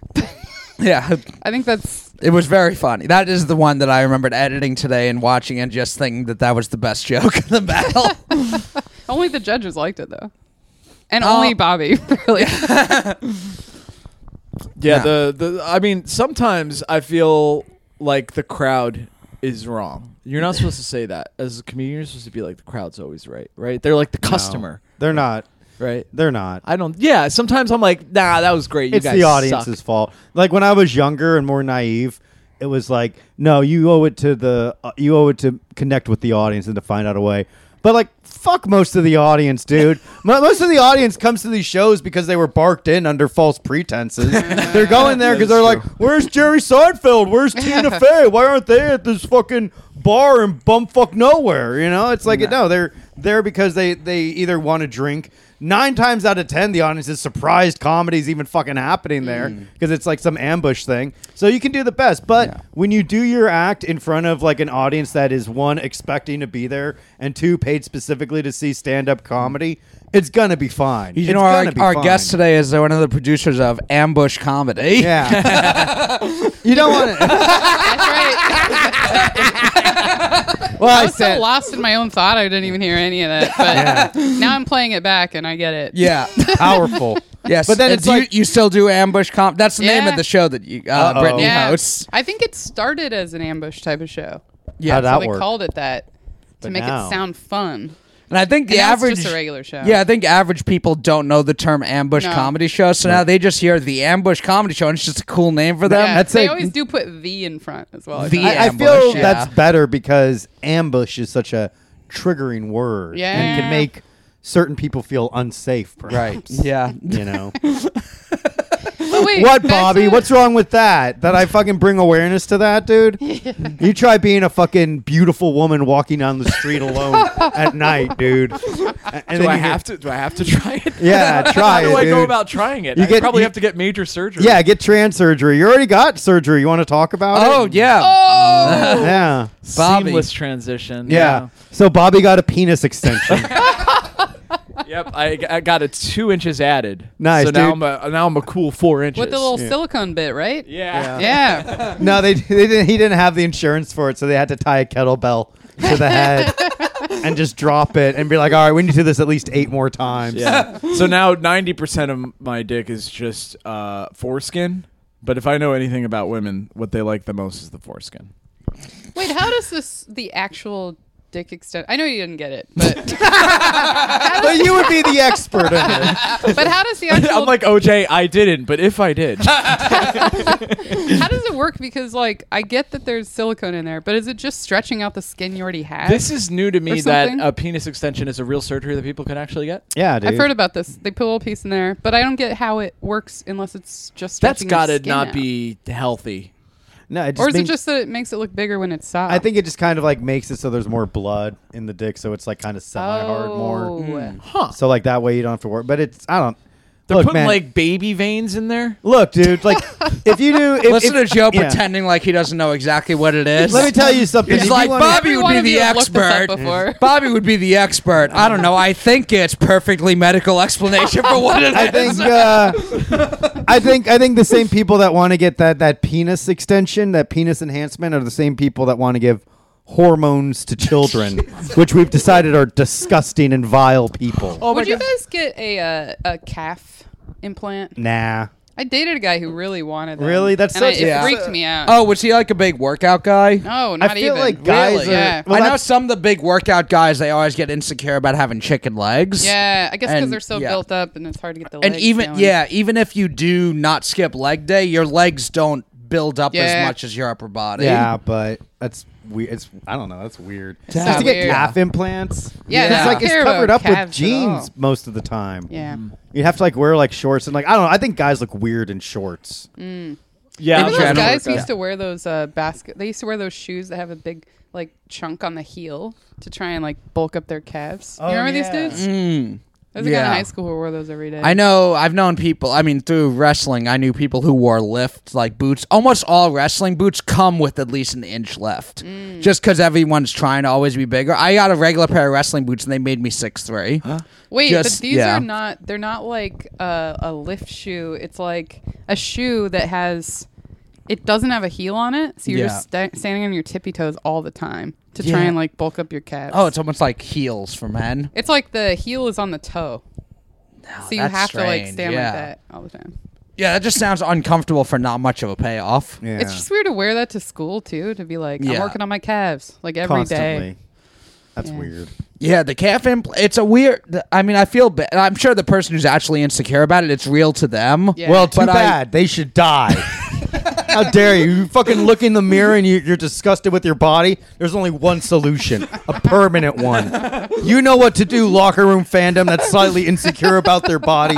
Speaker 2: yeah.
Speaker 3: I think that's
Speaker 2: It was very funny. That is the one that I remembered editing today and watching and just thinking that that was the best joke in the battle.
Speaker 3: only the judges liked it though, and
Speaker 2: Oh.
Speaker 3: only Bobby really.
Speaker 4: Yeah,
Speaker 2: Yeah.
Speaker 4: The, the I mean, sometimes I feel like the crowd is wrong. You're not supposed to say that as a comedian. You're supposed to be like the crowd's always right, right? They're like the customer,
Speaker 1: They're not.
Speaker 4: right?
Speaker 1: They're not.
Speaker 4: I don't. Yeah, sometimes I'm like, nah, that was great. You
Speaker 1: it's
Speaker 4: guys
Speaker 1: the audience's
Speaker 4: suck.
Speaker 1: fault. Like when I was younger and more naive, it was like, no, you owe it to the uh, you owe it to connect with the audience and to find out a way. But like, fuck most of the audience, dude. Mo- most of the audience comes to these shows because they were barked in under false pretenses. they're going there because they're like, where's Jerry Seinfeld? Where's Tina Fey? Why aren't they at this fucking bar in bumfuck nowhere? You know, it's like no, they're there because they they either want to drink. Nine times out of ten, the audience is surprised comedy's even fucking happening there because it's like some ambush thing. So you can do the best, but when you do your act in front of like an audience that is one expecting to be there and two paid specifically to see stand up comedy, it's gonna be fine.
Speaker 2: You
Speaker 1: It's
Speaker 2: know, our,
Speaker 1: gonna be
Speaker 2: our
Speaker 1: fine.
Speaker 2: guest today is one of the producers of Ambush Comedy.
Speaker 1: Yeah, you don't want to.
Speaker 3: that's right.
Speaker 1: Well, I,
Speaker 3: I was
Speaker 1: said.
Speaker 3: so lost in my own thought I didn't even hear any of that. But now I'm playing it back and I get it.
Speaker 2: Yeah.
Speaker 1: powerful.
Speaker 2: yes.
Speaker 1: But then
Speaker 2: And
Speaker 1: it's
Speaker 2: do you-
Speaker 1: like-
Speaker 2: you, still do Ambush Comedy. That's the name
Speaker 3: Yeah.
Speaker 2: of the show that you, uh,
Speaker 1: Uh-oh.
Speaker 2: Brittany
Speaker 3: Yeah.
Speaker 2: hosts.
Speaker 3: I think it started as an ambush type of show.
Speaker 2: Yeah.
Speaker 1: How'd
Speaker 3: So
Speaker 1: that
Speaker 3: they
Speaker 1: work?
Speaker 3: called it that to
Speaker 1: But
Speaker 3: make
Speaker 1: now-
Speaker 3: it sound fun.
Speaker 2: And I think the
Speaker 3: And now it's
Speaker 2: average
Speaker 3: just a regular show.
Speaker 2: Yeah, I think average people don't know the term ambush
Speaker 3: No.
Speaker 2: comedy show, so now they just hear the ambush comedy show, and it's just a cool name for them.
Speaker 3: Yeah,
Speaker 1: That's
Speaker 3: they
Speaker 1: a-
Speaker 3: always do put the in front as well. I
Speaker 2: The-
Speaker 3: thought.
Speaker 1: I, I
Speaker 2: ambush,
Speaker 1: feel
Speaker 2: yeah.
Speaker 1: that's better because ambush is such a triggering word and can
Speaker 3: Yeah.
Speaker 1: make certain people feel unsafe. Perhaps.
Speaker 2: Yeah.
Speaker 1: You know
Speaker 3: But wait,
Speaker 1: what,
Speaker 3: back
Speaker 1: Bobby?
Speaker 3: to-
Speaker 1: What's wrong with that? That I fucking bring awareness to that, dude. You try being a fucking beautiful woman walking down the street alone at night, dude. And
Speaker 5: do I have to? Do I have to try it?
Speaker 1: Yeah,
Speaker 5: How
Speaker 1: try
Speaker 5: do
Speaker 1: it,
Speaker 5: I go
Speaker 1: dude.
Speaker 5: about trying it?
Speaker 1: You
Speaker 5: You
Speaker 1: get-
Speaker 5: probably
Speaker 1: you-
Speaker 5: have to get major surgery.
Speaker 1: Yeah, get trans surgery. You already got surgery. You want to talk about
Speaker 2: Oh
Speaker 1: it?
Speaker 2: yeah.
Speaker 1: Oh yeah.
Speaker 2: Bobby.
Speaker 5: seamless transition.
Speaker 1: Yeah. So Bobby got a penis extension.
Speaker 5: Yeah. Yep. I, I got a two inches added.
Speaker 1: Nice,
Speaker 5: So now I'm
Speaker 1: dude.
Speaker 5: a now I'm a cool four inches.
Speaker 3: With the little
Speaker 1: Yeah.
Speaker 3: silicone bit, right?
Speaker 5: yeah.
Speaker 3: Yeah.
Speaker 1: no, they, they didn't. He didn't have the insurance for it, so they had to tie a kettlebell to the head and just drop it and be like, "All right, we need to do this at least eight more times."
Speaker 5: Yeah. so now ninety percent of my dick is just uh, foreskin. But if I know anything about women, what they like the most is the foreskin.
Speaker 3: Wait, how does this the actual dick extent? I know you didn't get it, but
Speaker 1: but you would be the expert. In it.
Speaker 3: but how does the actual
Speaker 5: I'm like OJ. I didn't, but if I did,
Speaker 3: how does it work? Because like I get that there's silicone in there, but is it just stretching out the skin you already have?
Speaker 5: this is new to me
Speaker 3: Or
Speaker 5: that
Speaker 3: something?
Speaker 5: a penis extension is a real surgery that people can actually get.
Speaker 1: Yeah, dude.
Speaker 3: I've heard about this. They put a little piece in there, but I don't get how it works unless it's just
Speaker 5: That's
Speaker 3: stretching your
Speaker 5: got to
Speaker 3: skin
Speaker 5: not
Speaker 3: out.
Speaker 5: be healthy.
Speaker 1: No, it just
Speaker 3: Or is it
Speaker 1: means-
Speaker 3: just that it makes it look bigger when it's soft?
Speaker 1: I think it just kind of like makes it so there's more blood in the dick, so it's like kind of semi-hard
Speaker 3: Oh.
Speaker 1: more.
Speaker 2: Hmm.
Speaker 1: So like that way you don't have to worry. But it's I don't.
Speaker 5: They're
Speaker 1: look,
Speaker 5: putting
Speaker 1: man.
Speaker 5: like baby veins in there.
Speaker 1: look, dude. Like if you do, if,
Speaker 2: Listen
Speaker 1: if-
Speaker 2: to Joe
Speaker 1: yeah.
Speaker 2: pretending like he doesn't know exactly what it is.
Speaker 1: Let me tell you something.
Speaker 2: It's
Speaker 1: If you
Speaker 2: like
Speaker 1: wanna-
Speaker 2: Bobby would
Speaker 3: Every one
Speaker 2: be
Speaker 3: of
Speaker 2: the
Speaker 3: you have looked this up
Speaker 2: expert. Hmm.
Speaker 3: before.
Speaker 2: Bobby would be the expert. I don't know. I think it's perfectly medical explanation for what it
Speaker 1: I think
Speaker 2: is.
Speaker 1: uh, I think I think the same people that want to get that that penis extension, that penis enhancement, are the same people that want to give hormones to children, which we've decided are disgusting and vile people.
Speaker 3: Would you guys get a uh, a calf implant?
Speaker 1: Nah.
Speaker 3: I dated a guy who really wanted that.
Speaker 1: Really? That's
Speaker 3: and I-
Speaker 1: such-
Speaker 3: it
Speaker 2: Yeah.
Speaker 3: freaked me out.
Speaker 2: Oh, was he like a big workout guy?
Speaker 3: no,
Speaker 1: I
Speaker 3: not
Speaker 1: feel
Speaker 3: even.
Speaker 1: like guys
Speaker 2: Really?
Speaker 1: are-
Speaker 3: Yeah.
Speaker 1: well,
Speaker 2: I know
Speaker 1: that's-
Speaker 2: some of the big workout guys. They always get insecure about having chicken legs.
Speaker 3: yeah, I guess because
Speaker 2: And-
Speaker 3: they're so
Speaker 2: yeah.
Speaker 3: built up and it's hard to get the
Speaker 2: and
Speaker 3: legs
Speaker 2: even
Speaker 3: going.
Speaker 2: yeah, even if you do not skip leg day, your legs don't build up as
Speaker 3: Yeah.
Speaker 2: much as your upper body.
Speaker 1: Yeah, but that's weird. It's I don't know. That's weird.
Speaker 2: not
Speaker 1: Just to get
Speaker 3: weird.
Speaker 1: calf implants.
Speaker 3: Yeah,
Speaker 1: it's
Speaker 2: I
Speaker 1: like
Speaker 3: don't
Speaker 1: it's
Speaker 3: care
Speaker 1: covered
Speaker 3: about
Speaker 1: up with
Speaker 3: calves at all. Mm-hmm.
Speaker 1: jeans most of the time.
Speaker 3: Yeah.
Speaker 1: you have to like wear like shorts and like I don't know. I think guys look weird in shorts.
Speaker 3: Mm.
Speaker 5: Yeah.
Speaker 3: Remember
Speaker 2: I'm trying
Speaker 3: those
Speaker 2: to
Speaker 3: guys
Speaker 2: work
Speaker 3: used to wear those uh, basket? They used to wear those shoes that have a big
Speaker 1: Oh,
Speaker 3: like chunk on the heel to try and like bulk up their calves. you remember these dudes? There's a guy
Speaker 2: Hmm. Yeah.
Speaker 3: in high school who wore those every day.
Speaker 2: I know I've known people. I mean, through wrestling, I knew people who wore lift like boots. Almost all wrestling boots come with at least an inch left, just because everyone's trying to always be bigger. I got a regular pair of wrestling boots, and they made me six three.
Speaker 3: Wait,
Speaker 2: Just-
Speaker 3: but these
Speaker 2: yeah.
Speaker 3: are not. They're not like a, a lift shoe. It's like a shoe that has. It doesn't have a heel on it, so you're just sta- standing on your tippy toes all the time to try
Speaker 2: Yeah.
Speaker 3: and like bulk up your calves.
Speaker 2: Oh, it's almost like heels for men.
Speaker 3: It's like the heel is on the toe, so you
Speaker 2: that's
Speaker 3: have to like
Speaker 2: strange,
Speaker 3: stand
Speaker 2: yeah.
Speaker 3: like that all the time.
Speaker 2: Yeah, that just sounds uncomfortable for not much of a payoff.
Speaker 1: Yeah.
Speaker 3: It's just weird to wear that to school too, to be like, I'm
Speaker 2: Yeah.
Speaker 3: working on my calves like every day.
Speaker 1: constantly. That's
Speaker 3: Yeah.
Speaker 1: weird.
Speaker 2: Yeah, the calf impl- It's a weird. th- I mean, I feel bad. I'm sure the person who's actually insecure about it, it's real to them.
Speaker 3: Yeah.
Speaker 1: Well, too
Speaker 2: But I-
Speaker 1: bad. they should die. How dare you? You fucking look in the mirror and you, you're disgusted with your body. There's only one solution, a permanent one. You know what to do, locker room fandom that's slightly insecure about their body.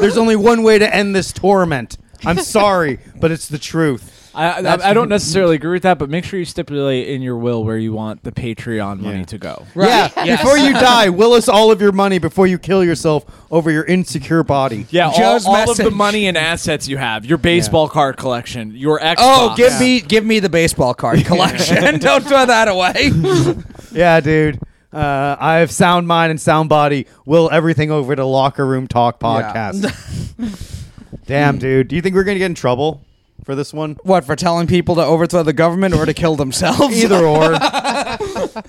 Speaker 1: There's only one way to end this torment. I'm sorry, but it's the truth.
Speaker 4: I, I, I don't necessarily agree with that, but make sure you stipulate in your will where you want the Patreon money
Speaker 1: Yeah.
Speaker 4: to go.
Speaker 2: Right.
Speaker 1: Yeah,
Speaker 2: Yes.
Speaker 1: before you die, will us all of your money before you kill yourself over your insecure body.
Speaker 4: Yeah, all,
Speaker 2: Joe's
Speaker 4: all of the
Speaker 2: message.
Speaker 4: money and assets you have, your baseball card collection, your Xbox.
Speaker 2: Oh, give me give me the baseball card collection. Don't throw that away.
Speaker 1: Yeah, dude. Uh, I have sound mind and sound body. Will everything over to locker room talk podcast. Damn, dude. Do you think we're gonna get in trouble for this one?
Speaker 2: what for telling people to overthrow the government or to kill themselves?
Speaker 1: Either or.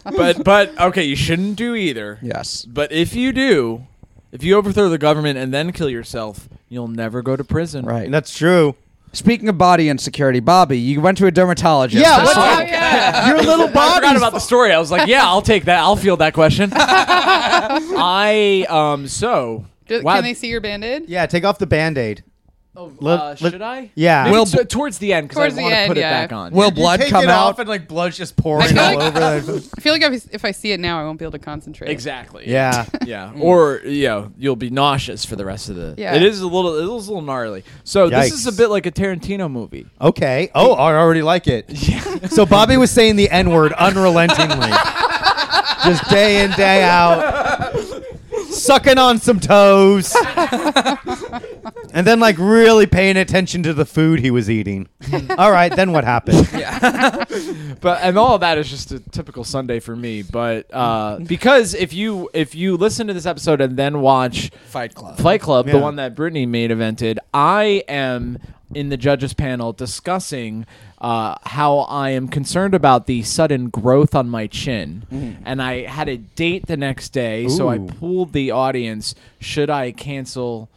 Speaker 4: But but okay, you shouldn't do either.
Speaker 2: Yes.
Speaker 4: But if you do, if you overthrow the government and then kill yourself, you'll never go to prison.
Speaker 2: Right.
Speaker 1: And that's true.
Speaker 2: Speaking of body insecurity, Bobby, you went to a dermatologist.
Speaker 1: Yeah, what's
Speaker 2: That's
Speaker 1: up?
Speaker 2: fine.
Speaker 3: Oh, yeah.
Speaker 1: Your little
Speaker 4: I forgot
Speaker 1: body's
Speaker 4: about the story. I was like, yeah, I'll take that. I'll field that question. I um so
Speaker 3: Do-
Speaker 4: wow.
Speaker 3: Can they see your band-aid?
Speaker 1: Yeah, take off the band aid.
Speaker 4: Oh,
Speaker 1: Let-
Speaker 4: uh,
Speaker 1: let-
Speaker 4: should I?
Speaker 1: Yeah.
Speaker 4: Maybe
Speaker 2: Will-
Speaker 4: t- towards the end
Speaker 3: Towards
Speaker 4: because
Speaker 3: the
Speaker 4: I want to
Speaker 3: end,
Speaker 4: put
Speaker 3: yeah.
Speaker 4: it back on.
Speaker 2: Will blood
Speaker 1: Take
Speaker 2: come
Speaker 1: it
Speaker 2: out?
Speaker 1: off and like blood's just
Speaker 3: I
Speaker 1: pouring
Speaker 3: feel
Speaker 1: all
Speaker 3: like-
Speaker 1: over.
Speaker 3: I feel like if I s- if I see it now, I won't be able to concentrate.
Speaker 4: Exactly.
Speaker 1: yeah.
Speaker 4: Yeah, or you know, you'll be nauseous for the rest of the.
Speaker 3: Yeah.
Speaker 4: it is a little, it is a little gnarly. So this is a
Speaker 1: Yikes.
Speaker 4: bit like a Tarantino movie.
Speaker 1: Okay. Oh, I already like it. So Bobby was saying the N word unrelentingly. Just day in, day out. Sucking on some toes. and then, like, really paying attention to the food he was eating. All right, then what happened?
Speaker 4: But and all of that is just a typical Sunday for me. But uh, because if you if you listen to this episode and then watch
Speaker 2: Fight Club.
Speaker 4: Fight Club,
Speaker 1: Yeah.
Speaker 4: the one that Brittany made evented, I am in the judges panel discussing uh, how I am concerned about the sudden growth on my chin.
Speaker 2: Mm-hmm.
Speaker 4: And I had a date the next day, so I
Speaker 1: Ooh.
Speaker 4: pooled the audience. Should I cancel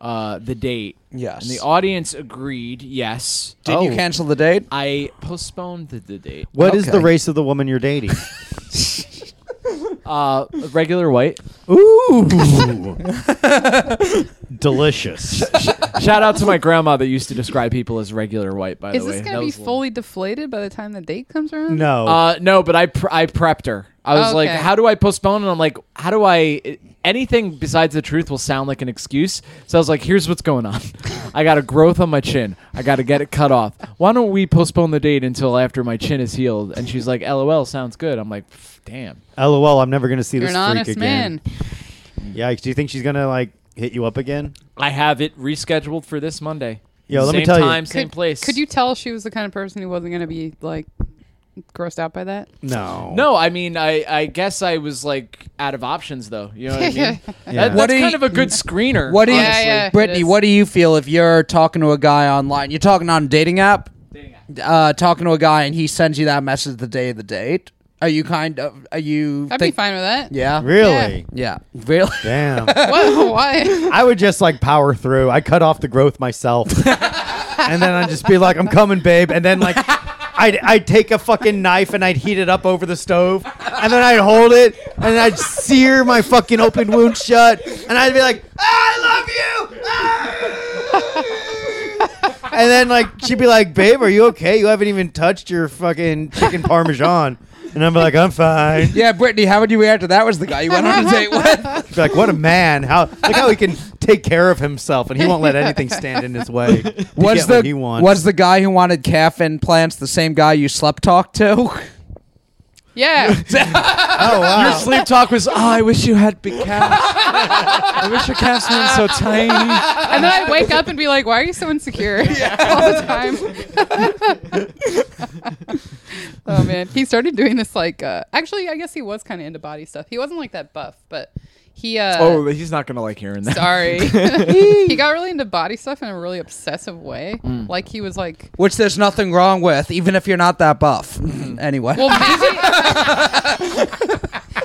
Speaker 4: uh, the date?
Speaker 2: Yes.
Speaker 4: And the audience agreed, yes.
Speaker 2: Did you
Speaker 1: Oh.
Speaker 2: cancel the date?
Speaker 4: I postponed the, the date.
Speaker 1: What is the
Speaker 2: Okay.
Speaker 1: race of the woman you're dating?
Speaker 4: Uh, regular white.
Speaker 1: Ooh. Delicious.
Speaker 4: Shout out to my grandma that used to describe people as regular white. By
Speaker 3: Is
Speaker 4: the way,
Speaker 3: this
Speaker 4: That
Speaker 3: gonna be
Speaker 4: was a little-
Speaker 3: fully deflated by the time the date comes around?
Speaker 1: No.
Speaker 4: Uh, no, but I pre- I prepped her. I was like,
Speaker 3: Okay.
Speaker 4: how do I postpone? And I'm like, how do I? Anything besides the truth will sound like an excuse. So I was like, here's what's going on. I got a growth on my chin. I got to get it cut off. Why don't we postpone the date until after my chin is healed? And she's like, LOL, sounds good. I'm like, "Pff, damn.
Speaker 1: LOL, I'm never going to see
Speaker 3: You're
Speaker 1: this
Speaker 3: an
Speaker 1: freak
Speaker 3: honest
Speaker 1: again.
Speaker 3: man.
Speaker 1: Yikes. Do you think she's going to, like, hit you up again?
Speaker 4: I have it rescheduled for this Monday.
Speaker 1: Yo, let
Speaker 4: same
Speaker 1: me tell you.
Speaker 4: time, same place.
Speaker 3: Could you tell she was the kind of person who wasn't gonna be like grossed out by that?
Speaker 1: No.
Speaker 4: No, I mean, I, I guess I was like out of options though. You know what I mean?
Speaker 1: Yeah.
Speaker 4: That-
Speaker 2: What
Speaker 4: that's
Speaker 2: do
Speaker 4: kind
Speaker 2: you-
Speaker 4: of a good screener.
Speaker 2: What do you,
Speaker 3: Yeah, yeah, it
Speaker 2: Brittany?
Speaker 3: is.
Speaker 2: What do you feel if you're talking to a guy online? You're talking on a dating app, uh, talking to a guy, and he sends you that message the day of the date. Are you kind of? Are you?
Speaker 3: I'd
Speaker 2: think-
Speaker 3: be fine with that.
Speaker 2: Yeah.
Speaker 1: Really?
Speaker 2: Yeah. Really?
Speaker 1: Damn.
Speaker 3: What? Why?
Speaker 1: I would just like power through. I cut off the growth myself. and then I'd just be like, I'm coming, babe. And then like I'd, I'd take a fucking knife and I'd heat it up over the stove. And then I'd hold it and I'd sear my fucking open wound shut. And I'd be like, I love you. Ah! and then like she'd be like, babe, are you okay? You haven't even touched your fucking chicken parmesan. And I'm like, I'm fine.
Speaker 2: Yeah, Brittany. How would you react to that? Was the guy you went on a date with?
Speaker 1: Be like, what a man! How look how he can take care of himself, and he won't let anything stand in his way. to
Speaker 2: Was
Speaker 1: get
Speaker 2: the
Speaker 1: what he wants?
Speaker 2: was the guy who wanted calf implants the same guy you slept talked to?
Speaker 3: Yeah.
Speaker 1: Oh wow.
Speaker 4: Your sleep talk was, oh, I wish you had big calves. I wish your calves weren't so tiny.
Speaker 3: and then I wake up and be like, why are you so insecure all the time? oh man, he started doing this like. Uh, actually, I guess he was kind of into body stuff. He wasn't like that buff, but he. Uh,
Speaker 4: Oh, he's not gonna like hearing that.
Speaker 3: sorry. he got really into body stuff in a really obsessive way.
Speaker 2: Mm.
Speaker 3: Like he was like.
Speaker 2: Which there's nothing wrong with, even if you're not that buff. anyway.
Speaker 3: Mm-hmm. Well, maybe.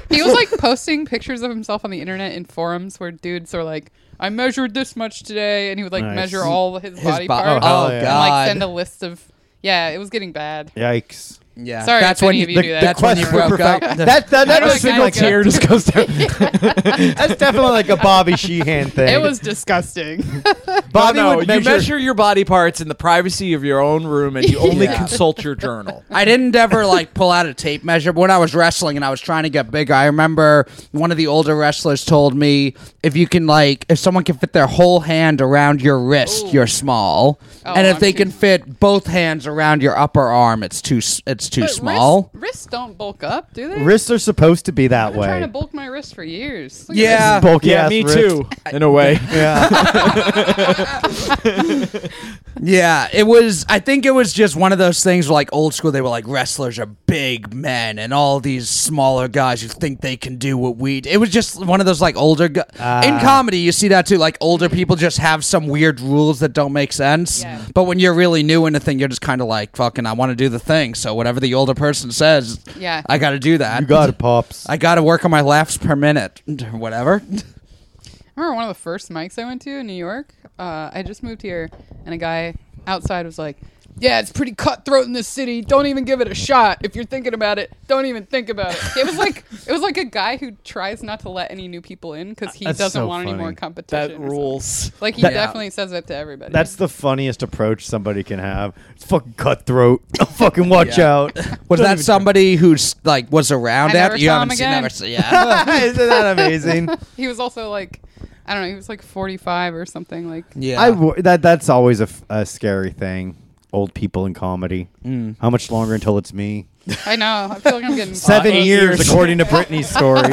Speaker 3: he was like posting pictures of himself on the internet in forums where dudes are like, I measured this much today. And he would like
Speaker 1: Nice.
Speaker 3: measure all his, body
Speaker 2: bo-
Speaker 3: parts.
Speaker 1: Oh, hell
Speaker 2: oh,
Speaker 1: yeah.
Speaker 3: and like
Speaker 2: God.
Speaker 3: send a list of. Yeah, it was getting bad.
Speaker 1: Yikes.
Speaker 2: yeah.
Speaker 3: Sorry
Speaker 2: that's
Speaker 3: if
Speaker 2: when
Speaker 3: any
Speaker 2: you,
Speaker 3: of you do that.
Speaker 2: that's when you
Speaker 3: Quest for
Speaker 2: broke up.
Speaker 1: That, that, that,
Speaker 3: I don't
Speaker 1: was
Speaker 3: think I
Speaker 1: like
Speaker 3: could.
Speaker 1: a,
Speaker 4: just goes down.
Speaker 1: that's definitely like a Bobby Sheehan thing.
Speaker 3: It was disgusting.
Speaker 1: Bobby
Speaker 4: no,
Speaker 1: would
Speaker 4: you measure your body parts in the privacy of your own room, and you only
Speaker 2: Yeah.
Speaker 4: consult your journal.
Speaker 2: I didn't ever like pull out a tape measure, but when I was wrestling and I was trying to get bigger, I remember one of the older wrestlers told me if you can like if someone can fit their whole hand around your wrist, you're small,
Speaker 3: Oh,
Speaker 2: and if
Speaker 3: I'm
Speaker 2: they
Speaker 3: too-
Speaker 2: can fit both hands around your upper arm, it's too s- it's too
Speaker 3: But
Speaker 2: small.
Speaker 3: Wrists, wrists don't bulk up, do they?
Speaker 1: Wrists are supposed to be that
Speaker 3: I've been trying to
Speaker 1: way.
Speaker 3: bulk my wrist for years. Look at
Speaker 2: Yeah.
Speaker 1: Bulky
Speaker 4: yeah,
Speaker 1: ass
Speaker 4: me
Speaker 1: wrist.
Speaker 4: too. In a way,
Speaker 1: Yeah.
Speaker 2: Yeah, it was. I think it was just one of those things where, like, old school, they were like, wrestlers are big men, and all these smaller guys who think they can do what we. d-" It was just one of those, like, older. Gu-
Speaker 1: Ah.
Speaker 2: In comedy, you see that too. Like, older people just have some weird rules that don't make sense.
Speaker 3: Yeah.
Speaker 2: But when you're really new in a thing, you're just kind of like, fucking, I want to do the thing. So whatever the older person says,
Speaker 3: this. Yeah.
Speaker 2: I got to do that.
Speaker 1: you got it, Pops.
Speaker 2: I got to work on my laughs per minute, or whatever.
Speaker 3: I remember one of the first mics I went to in New York. Uh, I just moved here, and a guy outside was like, "Yeah, it's pretty cutthroat in this city. Don't even give it a shot. If you're thinking about it, don't even think about it." It was like it was like a guy who tries not to let any new people in because he
Speaker 1: That's
Speaker 3: doesn't
Speaker 1: so
Speaker 3: want any
Speaker 1: funny.
Speaker 3: more competition. or something. Like he
Speaker 2: That-
Speaker 3: definitely says that to everybody.
Speaker 1: That's the funniest approach somebody can have. It's fucking cutthroat. fucking watch
Speaker 2: Yeah.
Speaker 1: out.
Speaker 2: Was that somebody who's like was around
Speaker 3: I never
Speaker 2: after you
Speaker 3: saw him
Speaker 2: haven't seen?
Speaker 3: again.
Speaker 2: Never seen. Yeah.
Speaker 1: Isn't that amazing?
Speaker 3: he was also like, I don't know, he was like 45 or something. Like
Speaker 2: yeah.
Speaker 1: I w- that that's always a, f- a scary thing. Old people in comedy. How much longer until it's me?
Speaker 3: I know. I feel like I'm getting
Speaker 1: Uh, Seven
Speaker 5: eight
Speaker 1: years,
Speaker 5: years.
Speaker 1: according to Britney's story.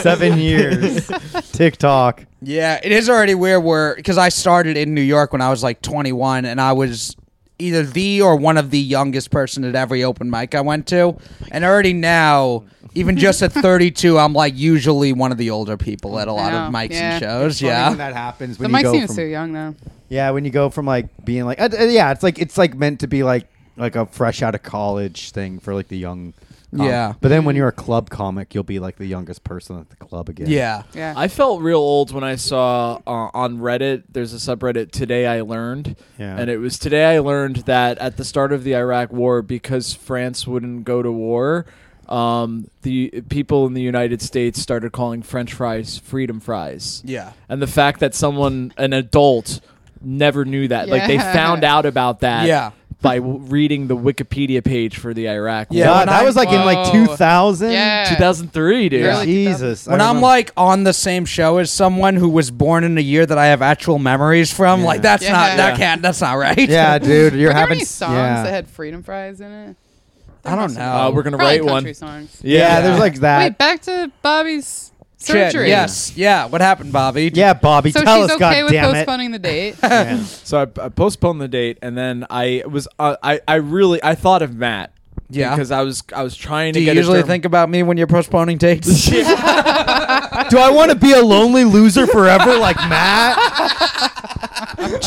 Speaker 1: Seven years. TikTok.
Speaker 2: Yeah, it is already weird where because I started in New York when I was like 21, and I was either the or one of the youngest person at every open mic I went to, and already now, even just at 32, I'm like usually one of the older people at a lot of
Speaker 3: know,
Speaker 2: mics
Speaker 3: yeah.
Speaker 2: and shows.
Speaker 1: When
Speaker 2: Yeah,
Speaker 1: that happens,
Speaker 3: The
Speaker 1: when you
Speaker 3: mic
Speaker 1: go
Speaker 3: seems
Speaker 1: from,
Speaker 3: too young though.
Speaker 1: yeah, when you go from like being like, uh, uh, yeah, it's like it's like meant to be like like a fresh out of college thing for like the young. comic.
Speaker 2: Yeah.
Speaker 1: but then when you're a club comic, you'll be like the youngest person at the club again.
Speaker 2: yeah.
Speaker 3: Yeah.
Speaker 4: I felt real old when I saw uh, on Reddit. There's a subreddit today I learned,
Speaker 1: Yeah.
Speaker 4: and it was today I learned that at the start of the Iraq War, because France wouldn't go to war, um, the people in the United States started calling French fries freedom fries.
Speaker 2: Yeah.
Speaker 4: and the fact that someone, an adult, never knew that, like they
Speaker 3: Yeah.
Speaker 4: found out about that,
Speaker 2: Yeah.
Speaker 4: by w- reading the Wikipedia page for the Iraq
Speaker 2: Yeah,
Speaker 1: God,
Speaker 2: when
Speaker 1: that
Speaker 2: I-
Speaker 1: was like in like
Speaker 3: Whoa.
Speaker 1: 2000.
Speaker 3: Yeah.
Speaker 4: 2003, dude.
Speaker 3: Really?
Speaker 1: Jesus. I
Speaker 2: When I'm
Speaker 1: remember-
Speaker 2: like on the same show as someone who was born in a year that I have actual memories from, like that's
Speaker 3: Yeah.
Speaker 2: not that can't that's not right.
Speaker 1: yeah, dude, you're
Speaker 3: Were there
Speaker 1: having
Speaker 3: any
Speaker 1: s-
Speaker 3: songs
Speaker 1: yeah.
Speaker 3: that had freedom fries in it?
Speaker 2: I don't know.
Speaker 4: Uh, we're gonna
Speaker 3: Probably
Speaker 4: write one.
Speaker 3: country songs.
Speaker 1: yeah, there's like that.
Speaker 3: Wait, back to Bobby's
Speaker 2: Shit,
Speaker 3: surgery.
Speaker 2: Yes, yeah. What happened, Bobby?
Speaker 1: Yeah, Bobby,
Speaker 3: So
Speaker 1: tell
Speaker 3: she's
Speaker 1: us,
Speaker 3: okay with
Speaker 1: goddammit.
Speaker 3: postponing the date.
Speaker 1: Yeah.
Speaker 4: So I, I postponed the date, and then I was uh, I I really I thought of Matt.
Speaker 2: Yeah.
Speaker 4: Because I was I was trying
Speaker 2: Do
Speaker 4: to
Speaker 2: you
Speaker 4: get.
Speaker 2: usually
Speaker 4: a term-
Speaker 2: think about me when you're postponing dates?
Speaker 1: Do I want to be a lonely loser forever like Matt?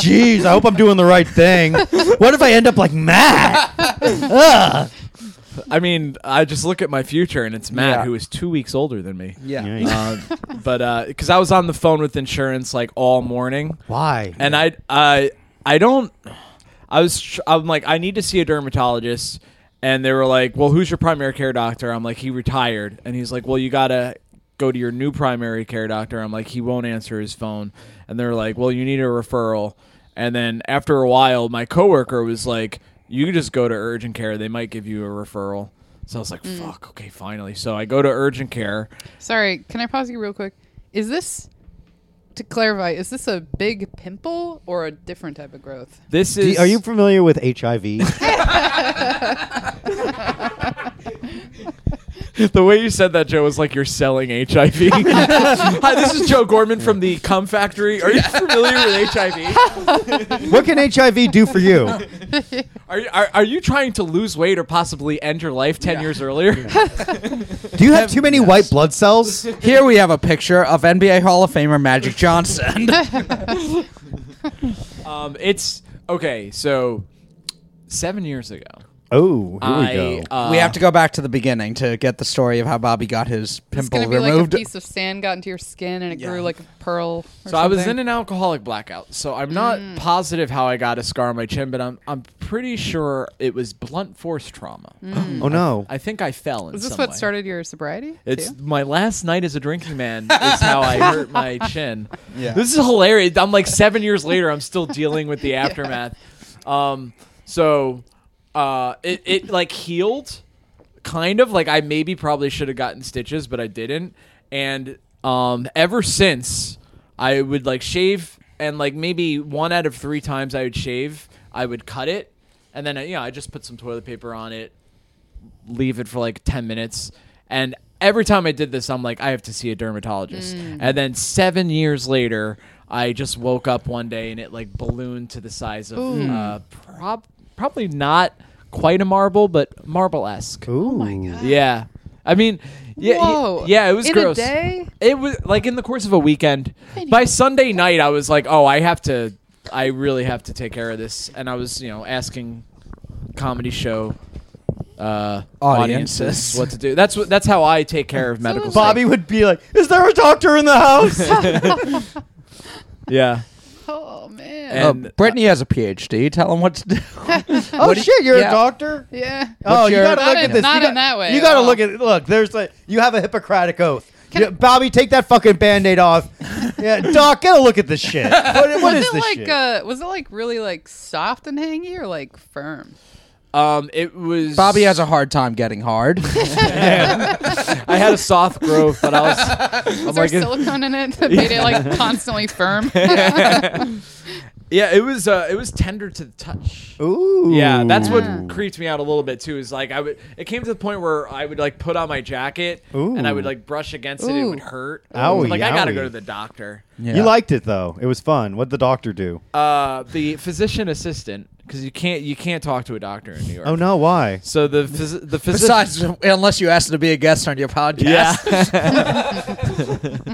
Speaker 1: Jeez, I hope I'm doing the right thing. What if I end up like Matt? Ugh.
Speaker 4: I mean, I just look at my future, and it's Matt,
Speaker 2: Yeah.
Speaker 4: who is two weeks older than me.
Speaker 2: yeah.
Speaker 4: Uh, but because I was on the phone with insurance like all morning,
Speaker 1: Why?
Speaker 4: and I I I don't. I was tr- I'm like I need to see a dermatologist, and they were like, "Well, who's your primary care doctor?" I'm like, "He retired," and he's like, "Well, you gotta go to your new primary care doctor." I'm like, "He won't answer his phone," and they're like, "Well, you need a referral." And then after a while, my coworker was like, "You can just go to urgent care; they might give you a referral." So I was like, "Fuck, okay, finally." So I go to urgent care.
Speaker 3: Sorry, can I pause you real quick? Is this to clarify? Is this a big pimple or a different type of growth?
Speaker 4: This
Speaker 1: Do
Speaker 4: is
Speaker 1: you- are you familiar with HIV?
Speaker 4: The way you said that, Joe, was like you're selling HIV. Hi, this is Joe Gorman from the Cum Factory. Are you familiar with HIV?
Speaker 1: What can HIV do for you?
Speaker 4: Are you, are, are you trying to lose weight or possibly end your life 10 years earlier?
Speaker 1: Do you have too many white blood cells?
Speaker 2: Here we have a picture of NBA Hall of Famer Magic Johnson.
Speaker 3: Uh,
Speaker 4: um, it's okay, so seven years ago.
Speaker 1: Oh, here
Speaker 4: I,
Speaker 1: we go.
Speaker 4: Uh,
Speaker 2: we have to go back to the beginning to get the story of how Bobby got his
Speaker 3: It's
Speaker 2: pimple
Speaker 3: gonna be
Speaker 2: removed.
Speaker 3: like a piece of sand got into your skin and it grew like a pearl.
Speaker 4: So I was in an alcoholic blackout. So I'm not
Speaker 3: Mm.
Speaker 4: positive how I got a scar on my chin, but I'm I'm pretty sure it was blunt force trauma.
Speaker 1: oh no.
Speaker 4: I think I fell in
Speaker 3: Mm. Is this
Speaker 4: some
Speaker 3: what
Speaker 4: way.
Speaker 3: started your sobriety?
Speaker 4: It's
Speaker 3: too?
Speaker 4: my last night as a drinking man is how I hurt my chin.
Speaker 2: Yeah.
Speaker 4: This is hilarious. I'm like seven years later, I'm still dealing with the aftermath. Um, so uh, it, it like healed kind of like I maybe probably should have gotten stitches, but I didn't. And um, ever since I would like shave and like maybe one out of three times I would shave, I would cut it. And then, you know, I just put some toilet paper on it, leave it for like 10 minutes. And every time I did this, I'm like, I have to see a dermatologist.
Speaker 3: Mm.
Speaker 4: And then seven years later, I just woke up one day and it like ballooned to the size of uh, prob- probably not quite a marble, but marble esque.
Speaker 1: Oh my god.
Speaker 4: Yeah. I mean, yeah, y-
Speaker 3: Whoa.
Speaker 4: yeah, it was
Speaker 3: in
Speaker 4: gross.
Speaker 3: A day?
Speaker 4: It was like in the course of a weekend. By Sunday night, I was like, "Oh, I have to, I really have to take care of this." And I was, you know, asking comedy show uh,
Speaker 2: Audiences.
Speaker 4: audiences, what to do. That's what. That's how I take care of
Speaker 3: it
Speaker 4: medical.
Speaker 3: was
Speaker 4: stuff.
Speaker 1: Bobby would be like, "Is there a doctor in the house?" Oh,
Speaker 4: Yeah.
Speaker 3: Oh man.
Speaker 2: Oh,
Speaker 4: And-
Speaker 2: Brittany has a PhD. Tell him what to do.
Speaker 1: oh
Speaker 2: What do you-
Speaker 1: shit, you're
Speaker 2: yeah.
Speaker 1: a doctor.
Speaker 3: yeah.
Speaker 1: Oh, you
Speaker 2: your-
Speaker 1: gotta
Speaker 3: Not
Speaker 1: look
Speaker 3: in-
Speaker 1: at this.
Speaker 3: not
Speaker 1: you got-
Speaker 3: in that way
Speaker 1: You
Speaker 3: at
Speaker 1: gotta
Speaker 3: all.
Speaker 1: look at look. There's like you have a Hippocratic oath.
Speaker 3: Can
Speaker 1: Yeah,
Speaker 3: I-
Speaker 1: Bobby, take that fucking band-aid off. yeah, Doc, get a look at this shit. What, what
Speaker 3: was
Speaker 1: is
Speaker 3: it
Speaker 1: this
Speaker 3: like
Speaker 1: shit?
Speaker 3: uh was it like really like soft and hangy or like firm?
Speaker 4: Um, it was
Speaker 2: Bobby has a hard time getting hard.
Speaker 4: I had a soft growth, but I was. I'm
Speaker 3: Was there
Speaker 4: like,
Speaker 3: silicone in it that made it like constantly firm?
Speaker 4: yeah, it was. Uh, it was tender to the touch.
Speaker 1: Ooh.
Speaker 4: Yeah, that's
Speaker 3: Ooh.
Speaker 4: what creeped me out a little bit too. Is like I would. It came to the point where I would like put on my jacket and I would
Speaker 1: Ooh. Oh,
Speaker 4: like brush against it. It would
Speaker 3: Oow.
Speaker 4: hurt.
Speaker 1: Owie,
Speaker 4: like I gotta
Speaker 1: owie.
Speaker 4: go to the doctor.
Speaker 1: You liked it though. It was fun. What'd the doctor do?
Speaker 4: Uh, the physician assistant, because you can't you can't talk to a doctor in New York.
Speaker 1: Oh no, why?
Speaker 4: So the phys- the physician.
Speaker 2: Besides, unless you ask him to be a guest on your podcast.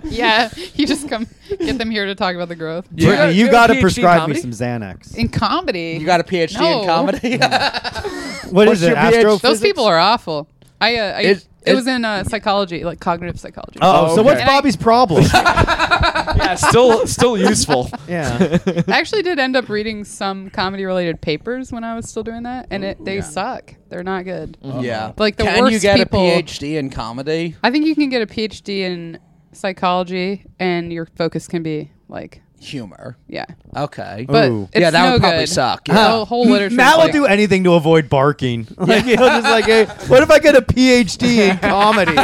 Speaker 4: yeah.
Speaker 3: yeah. You just come get them here to talk about the growth.
Speaker 4: You got-
Speaker 1: Brittany,
Speaker 4: you
Speaker 1: you
Speaker 4: have
Speaker 1: gotta
Speaker 4: PhD in
Speaker 1: prescribe me
Speaker 4: comedy?
Speaker 1: some Xanax.
Speaker 3: In comedy.
Speaker 2: You got a PhD
Speaker 3: No.
Speaker 2: in comedy?
Speaker 1: What
Speaker 2: What's
Speaker 1: is it?
Speaker 2: your PhD?
Speaker 1: Astro?
Speaker 3: Those people are awful. I uh, I
Speaker 2: It-
Speaker 3: it,
Speaker 2: it-
Speaker 3: was in uh, psychology, like cognitive psychology.
Speaker 1: Oh, so what's
Speaker 3: okay.
Speaker 1: Bobby's problem?
Speaker 4: yeah, still still useful.
Speaker 1: yeah.
Speaker 3: I actually did end up reading some comedy related papers when I was still doing that, and it they suck. They're not good.
Speaker 2: yeah.
Speaker 3: Like the
Speaker 2: Can you
Speaker 3: worst
Speaker 2: get
Speaker 3: people-
Speaker 2: a PhD in comedy?
Speaker 3: I think you can get a PhD in psychology, and your focus can be like,
Speaker 2: Humor.
Speaker 3: yeah.
Speaker 2: Okay.
Speaker 3: But
Speaker 1: Ooh.
Speaker 3: it's
Speaker 2: yeah, that
Speaker 3: no
Speaker 2: would probably
Speaker 3: good.
Speaker 2: suck.
Speaker 3: The
Speaker 2: Yeah.
Speaker 3: whole- whole literature.
Speaker 1: Matt
Speaker 3: is
Speaker 1: will
Speaker 3: like-
Speaker 1: do anything to avoid barking. Like he'll just like, hey, what if I get a PhD in comedy?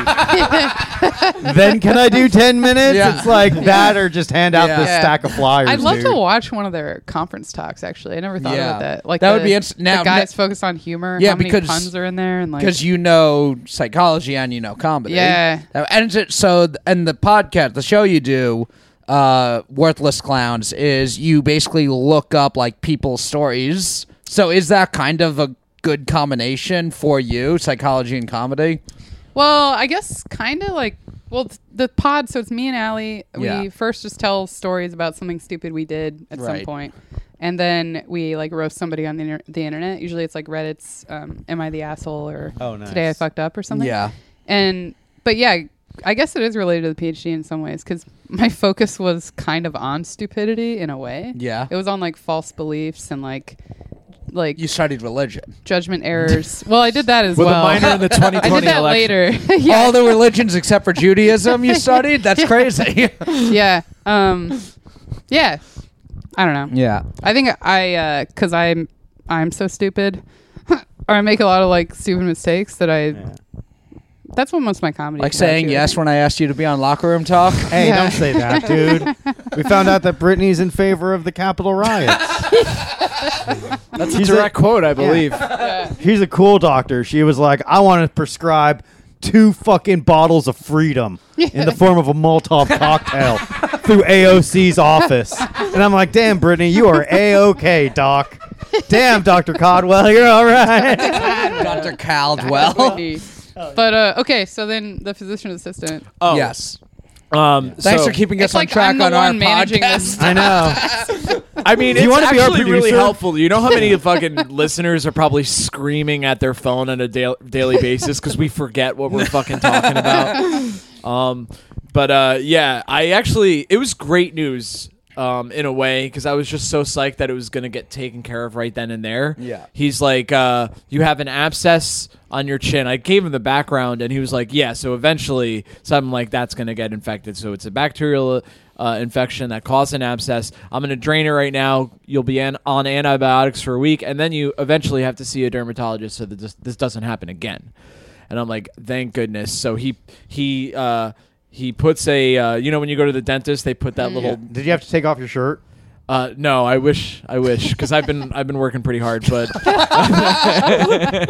Speaker 1: then can I do ten minutes?
Speaker 2: Yeah.
Speaker 1: It's like that, or just hand out
Speaker 2: Yeah.
Speaker 1: this
Speaker 3: Yeah.
Speaker 1: stack of flyers.
Speaker 3: I'd love
Speaker 1: dude.
Speaker 3: to watch one of their conference talks. Actually, I never thought
Speaker 2: Yeah.
Speaker 3: about that. Like
Speaker 2: That
Speaker 3: the,
Speaker 2: would be ins-
Speaker 3: the
Speaker 2: now-
Speaker 3: guys focused on humor.
Speaker 2: Yeah,
Speaker 3: how many
Speaker 2: because-
Speaker 3: puns are in there and like
Speaker 2: because you know psychology and you know comedy.
Speaker 3: Yeah.
Speaker 2: Uh, and so- so th- and the podcast, the show you do, uh, worthless clowns, is you basically look up like people's stories. So is that kind of a good combination for you, psychology and comedy?
Speaker 3: Well, I guess kind of like well th- the pod. So it's me and Allie. We
Speaker 2: Yeah.
Speaker 3: first just tell stories about something stupid we did at some
Speaker 2: Right.
Speaker 3: point, and then we like roast somebody on the, inter- the internet. Usually it's like Reddit's um, "Am I the asshole?" or
Speaker 1: Oh, nice.
Speaker 3: "Today I fucked up" or something.
Speaker 2: Yeah.
Speaker 3: And but yeah, I guess it is related to the PhD in some ways because my focus was kind of on stupidity in a way.
Speaker 2: Yeah.
Speaker 3: It was on like false beliefs and like like
Speaker 2: You studied religion.
Speaker 3: judgment errors. well, I did that as
Speaker 4: With
Speaker 3: well.
Speaker 4: a minor in the 2020
Speaker 3: I did that
Speaker 4: election.
Speaker 3: later. yeah.
Speaker 2: All the religions except for Judaism you studied? That's crazy.
Speaker 3: yeah. Um, yeah. I don't know.
Speaker 2: yeah.
Speaker 3: I think I, uh cause I'm, I'm so stupid or I make a lot of like stupid mistakes that I, that's what most of my comedy
Speaker 2: Like
Speaker 3: is about,
Speaker 2: saying
Speaker 3: too, I
Speaker 2: yes
Speaker 3: think.
Speaker 2: when I asked you to be on locker room talk.
Speaker 1: Hey,
Speaker 3: Yeah.
Speaker 1: don't say that, dude. we found out that Britney's in favor of the Capitol riots.
Speaker 4: That's a
Speaker 1: He's
Speaker 4: direct
Speaker 1: a-
Speaker 4: quote, I believe.
Speaker 1: She's a cool doctor. She was like, I want to prescribe two fucking bottles of freedom in the form of a Molotov cocktail through AOC's office. And I'm like, damn, Brittany, you are A OK, doc. Damn, Dr. Codwell, you're all right.
Speaker 2: Dr.
Speaker 3: Well,
Speaker 2: Caldwell.
Speaker 3: but uh, okay, so then the physician assistant.
Speaker 4: Oh,
Speaker 2: Yes.
Speaker 4: Um,
Speaker 2: Thanks
Speaker 4: so-
Speaker 2: for keeping us
Speaker 3: It's
Speaker 2: on
Speaker 3: like
Speaker 2: track
Speaker 3: I'm the
Speaker 2: on our
Speaker 3: one managing
Speaker 2: podcast.
Speaker 1: I know.
Speaker 4: I mean,
Speaker 1: Do you
Speaker 4: it's
Speaker 1: wanna be our
Speaker 4: actually really
Speaker 1: producer?
Speaker 4: helpful. You know how many fucking listeners are probably screaming at their phone on a da- daily basis because we forget what we're fucking talking about. Um, but uh, yeah, I actually it was great news. Um, in a way, because I was just so psyched that it was gonna get taken care of right then and there.
Speaker 2: Yeah.
Speaker 4: he's like, uh, "You have an abscess on your chin." I gave him the background, and he was like, "Yeah." So eventually, something like that's gonna get infected. So it's a bacterial uh, infection that caused an abscess. I'm going to drain it right now. You'll be an- on antibiotics for a week, and then you eventually have to see a dermatologist so that this, this doesn't happen again. And I'm like, thank goodness. So he he uh, he puts a uh, you know when you go to the dentist they put
Speaker 3: Mm.
Speaker 4: that little
Speaker 1: Did you have to take off your shirt?
Speaker 4: uh, no I wish I wish because I've been I've been working pretty hard but.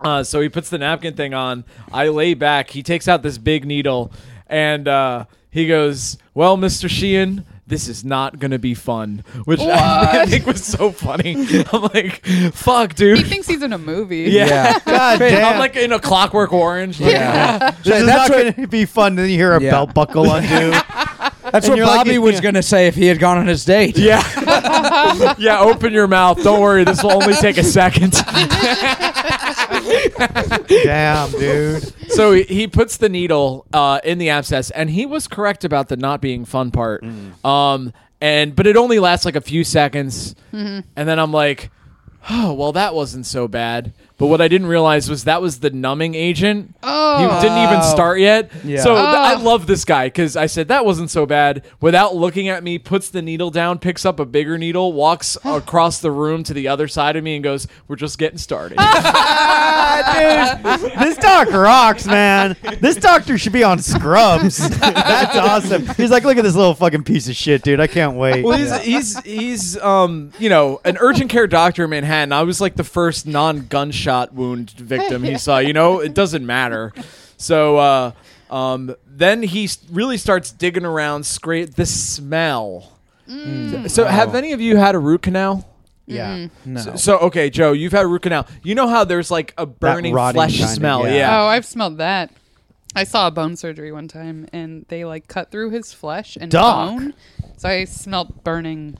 Speaker 4: Uh, so he puts the napkin thing on. I lay back. He takes out this big needle and uh, he goes, Well, Mr. Sheehan, this is not going to be fun. Which I,
Speaker 3: What?
Speaker 4: think was so funny. I'm like, Fuck,
Speaker 3: He
Speaker 4: dude.
Speaker 3: thinks he's in a movie.
Speaker 4: Yeah.
Speaker 1: God damn.
Speaker 4: I'm like in a clockwork orange. like-
Speaker 2: Yeah.
Speaker 1: this is
Speaker 2: That's
Speaker 1: not
Speaker 2: what-
Speaker 1: going to be fun. Then you hear a
Speaker 2: Yeah.
Speaker 1: belt buckle undo.
Speaker 2: That's
Speaker 1: And
Speaker 2: what
Speaker 1: you're like-
Speaker 2: Bobby was going to say if he had gone on his date.
Speaker 4: Yeah. yeah, open your mouth. Don't worry. This will only take a second.
Speaker 1: damn, dude.
Speaker 4: so he- he puts the needle uh, in the abscess, and he was correct about the not being fun part. Um, and but it only lasts like a few seconds,
Speaker 3: Mm-hmm.
Speaker 4: and then I'm like, oh well, that wasn't so bad. But what I didn't realize was that was the numbing agent.
Speaker 3: Oh.
Speaker 4: He didn't even
Speaker 2: Oh.
Speaker 4: start yet.
Speaker 2: Yeah.
Speaker 4: So th- I
Speaker 3: Oh.
Speaker 4: love this guy because I said that wasn't so bad. Without looking at me, puts the needle down, picks up a bigger needle, walks across the room to the other side of me, and goes, "We're just getting started."
Speaker 1: Ah, dude, this doc rocks, man. This doctor should be on Scrubs. That's awesome. He's like, look at this little fucking piece of shit, dude. I can't wait.
Speaker 4: Well, he's, he's he's um you know an urgent care doctor in Manhattan. I was like the first non gunshot wound victim he saw. You know, it doesn't matter. So uh, um, then he s- really starts digging around. Scrape the smell. So
Speaker 1: Oh.
Speaker 4: have any of you had a root canal?
Speaker 1: yeah.
Speaker 2: No.
Speaker 4: So okay, Joe, you've had root canal. You know how there's like a burning
Speaker 1: rotting
Speaker 4: flesh
Speaker 1: kind of-
Speaker 4: smell.
Speaker 1: yeah.
Speaker 4: yeah.
Speaker 3: Oh, I've smelled that. I saw a bone surgery one time, and they like cut through his flesh and
Speaker 1: Doc.
Speaker 3: bone. So I smelled burning,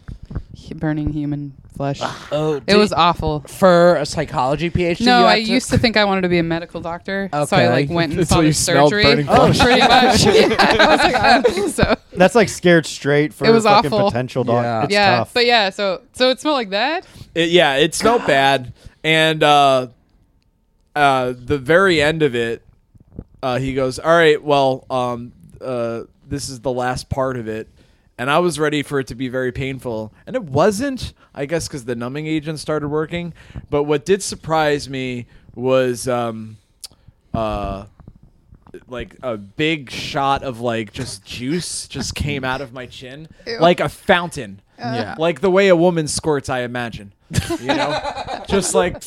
Speaker 3: hu- burning human flesh.
Speaker 2: Oh,
Speaker 3: it
Speaker 2: did-
Speaker 3: was awful.
Speaker 2: for a psychology PhD.
Speaker 3: No,
Speaker 2: you
Speaker 3: I
Speaker 2: had to-
Speaker 3: used to think I wanted to be a medical doctor, so I like
Speaker 2: Okay.
Speaker 3: went and
Speaker 4: Until
Speaker 3: saw
Speaker 4: you
Speaker 3: the
Speaker 4: smelled
Speaker 3: surgery.
Speaker 4: burning
Speaker 3: Oh,
Speaker 4: flesh.
Speaker 3: pretty much. Yeah, I was like, I don't think so.
Speaker 1: That's like scared straight for
Speaker 3: It was
Speaker 1: fucking
Speaker 3: awful.
Speaker 1: potential doc.
Speaker 2: Yeah.
Speaker 1: It's
Speaker 3: yeah,
Speaker 1: tough.
Speaker 3: but yeah, so so it smelled like that.
Speaker 4: It, yeah, it smelled bad. And uh, uh, the very end of it, uh, he goes, "All right, well, um, uh, this is the last part of it." And I was ready for it to be very painful, and it wasn't. I guess because the numbing agent started working. But what did surprise me was, um, uh, like a big shot of like just juice just came out of my chin, like a fountain.
Speaker 5: Yeah.
Speaker 4: Like the way a woman squirts, I imagine. You know? just like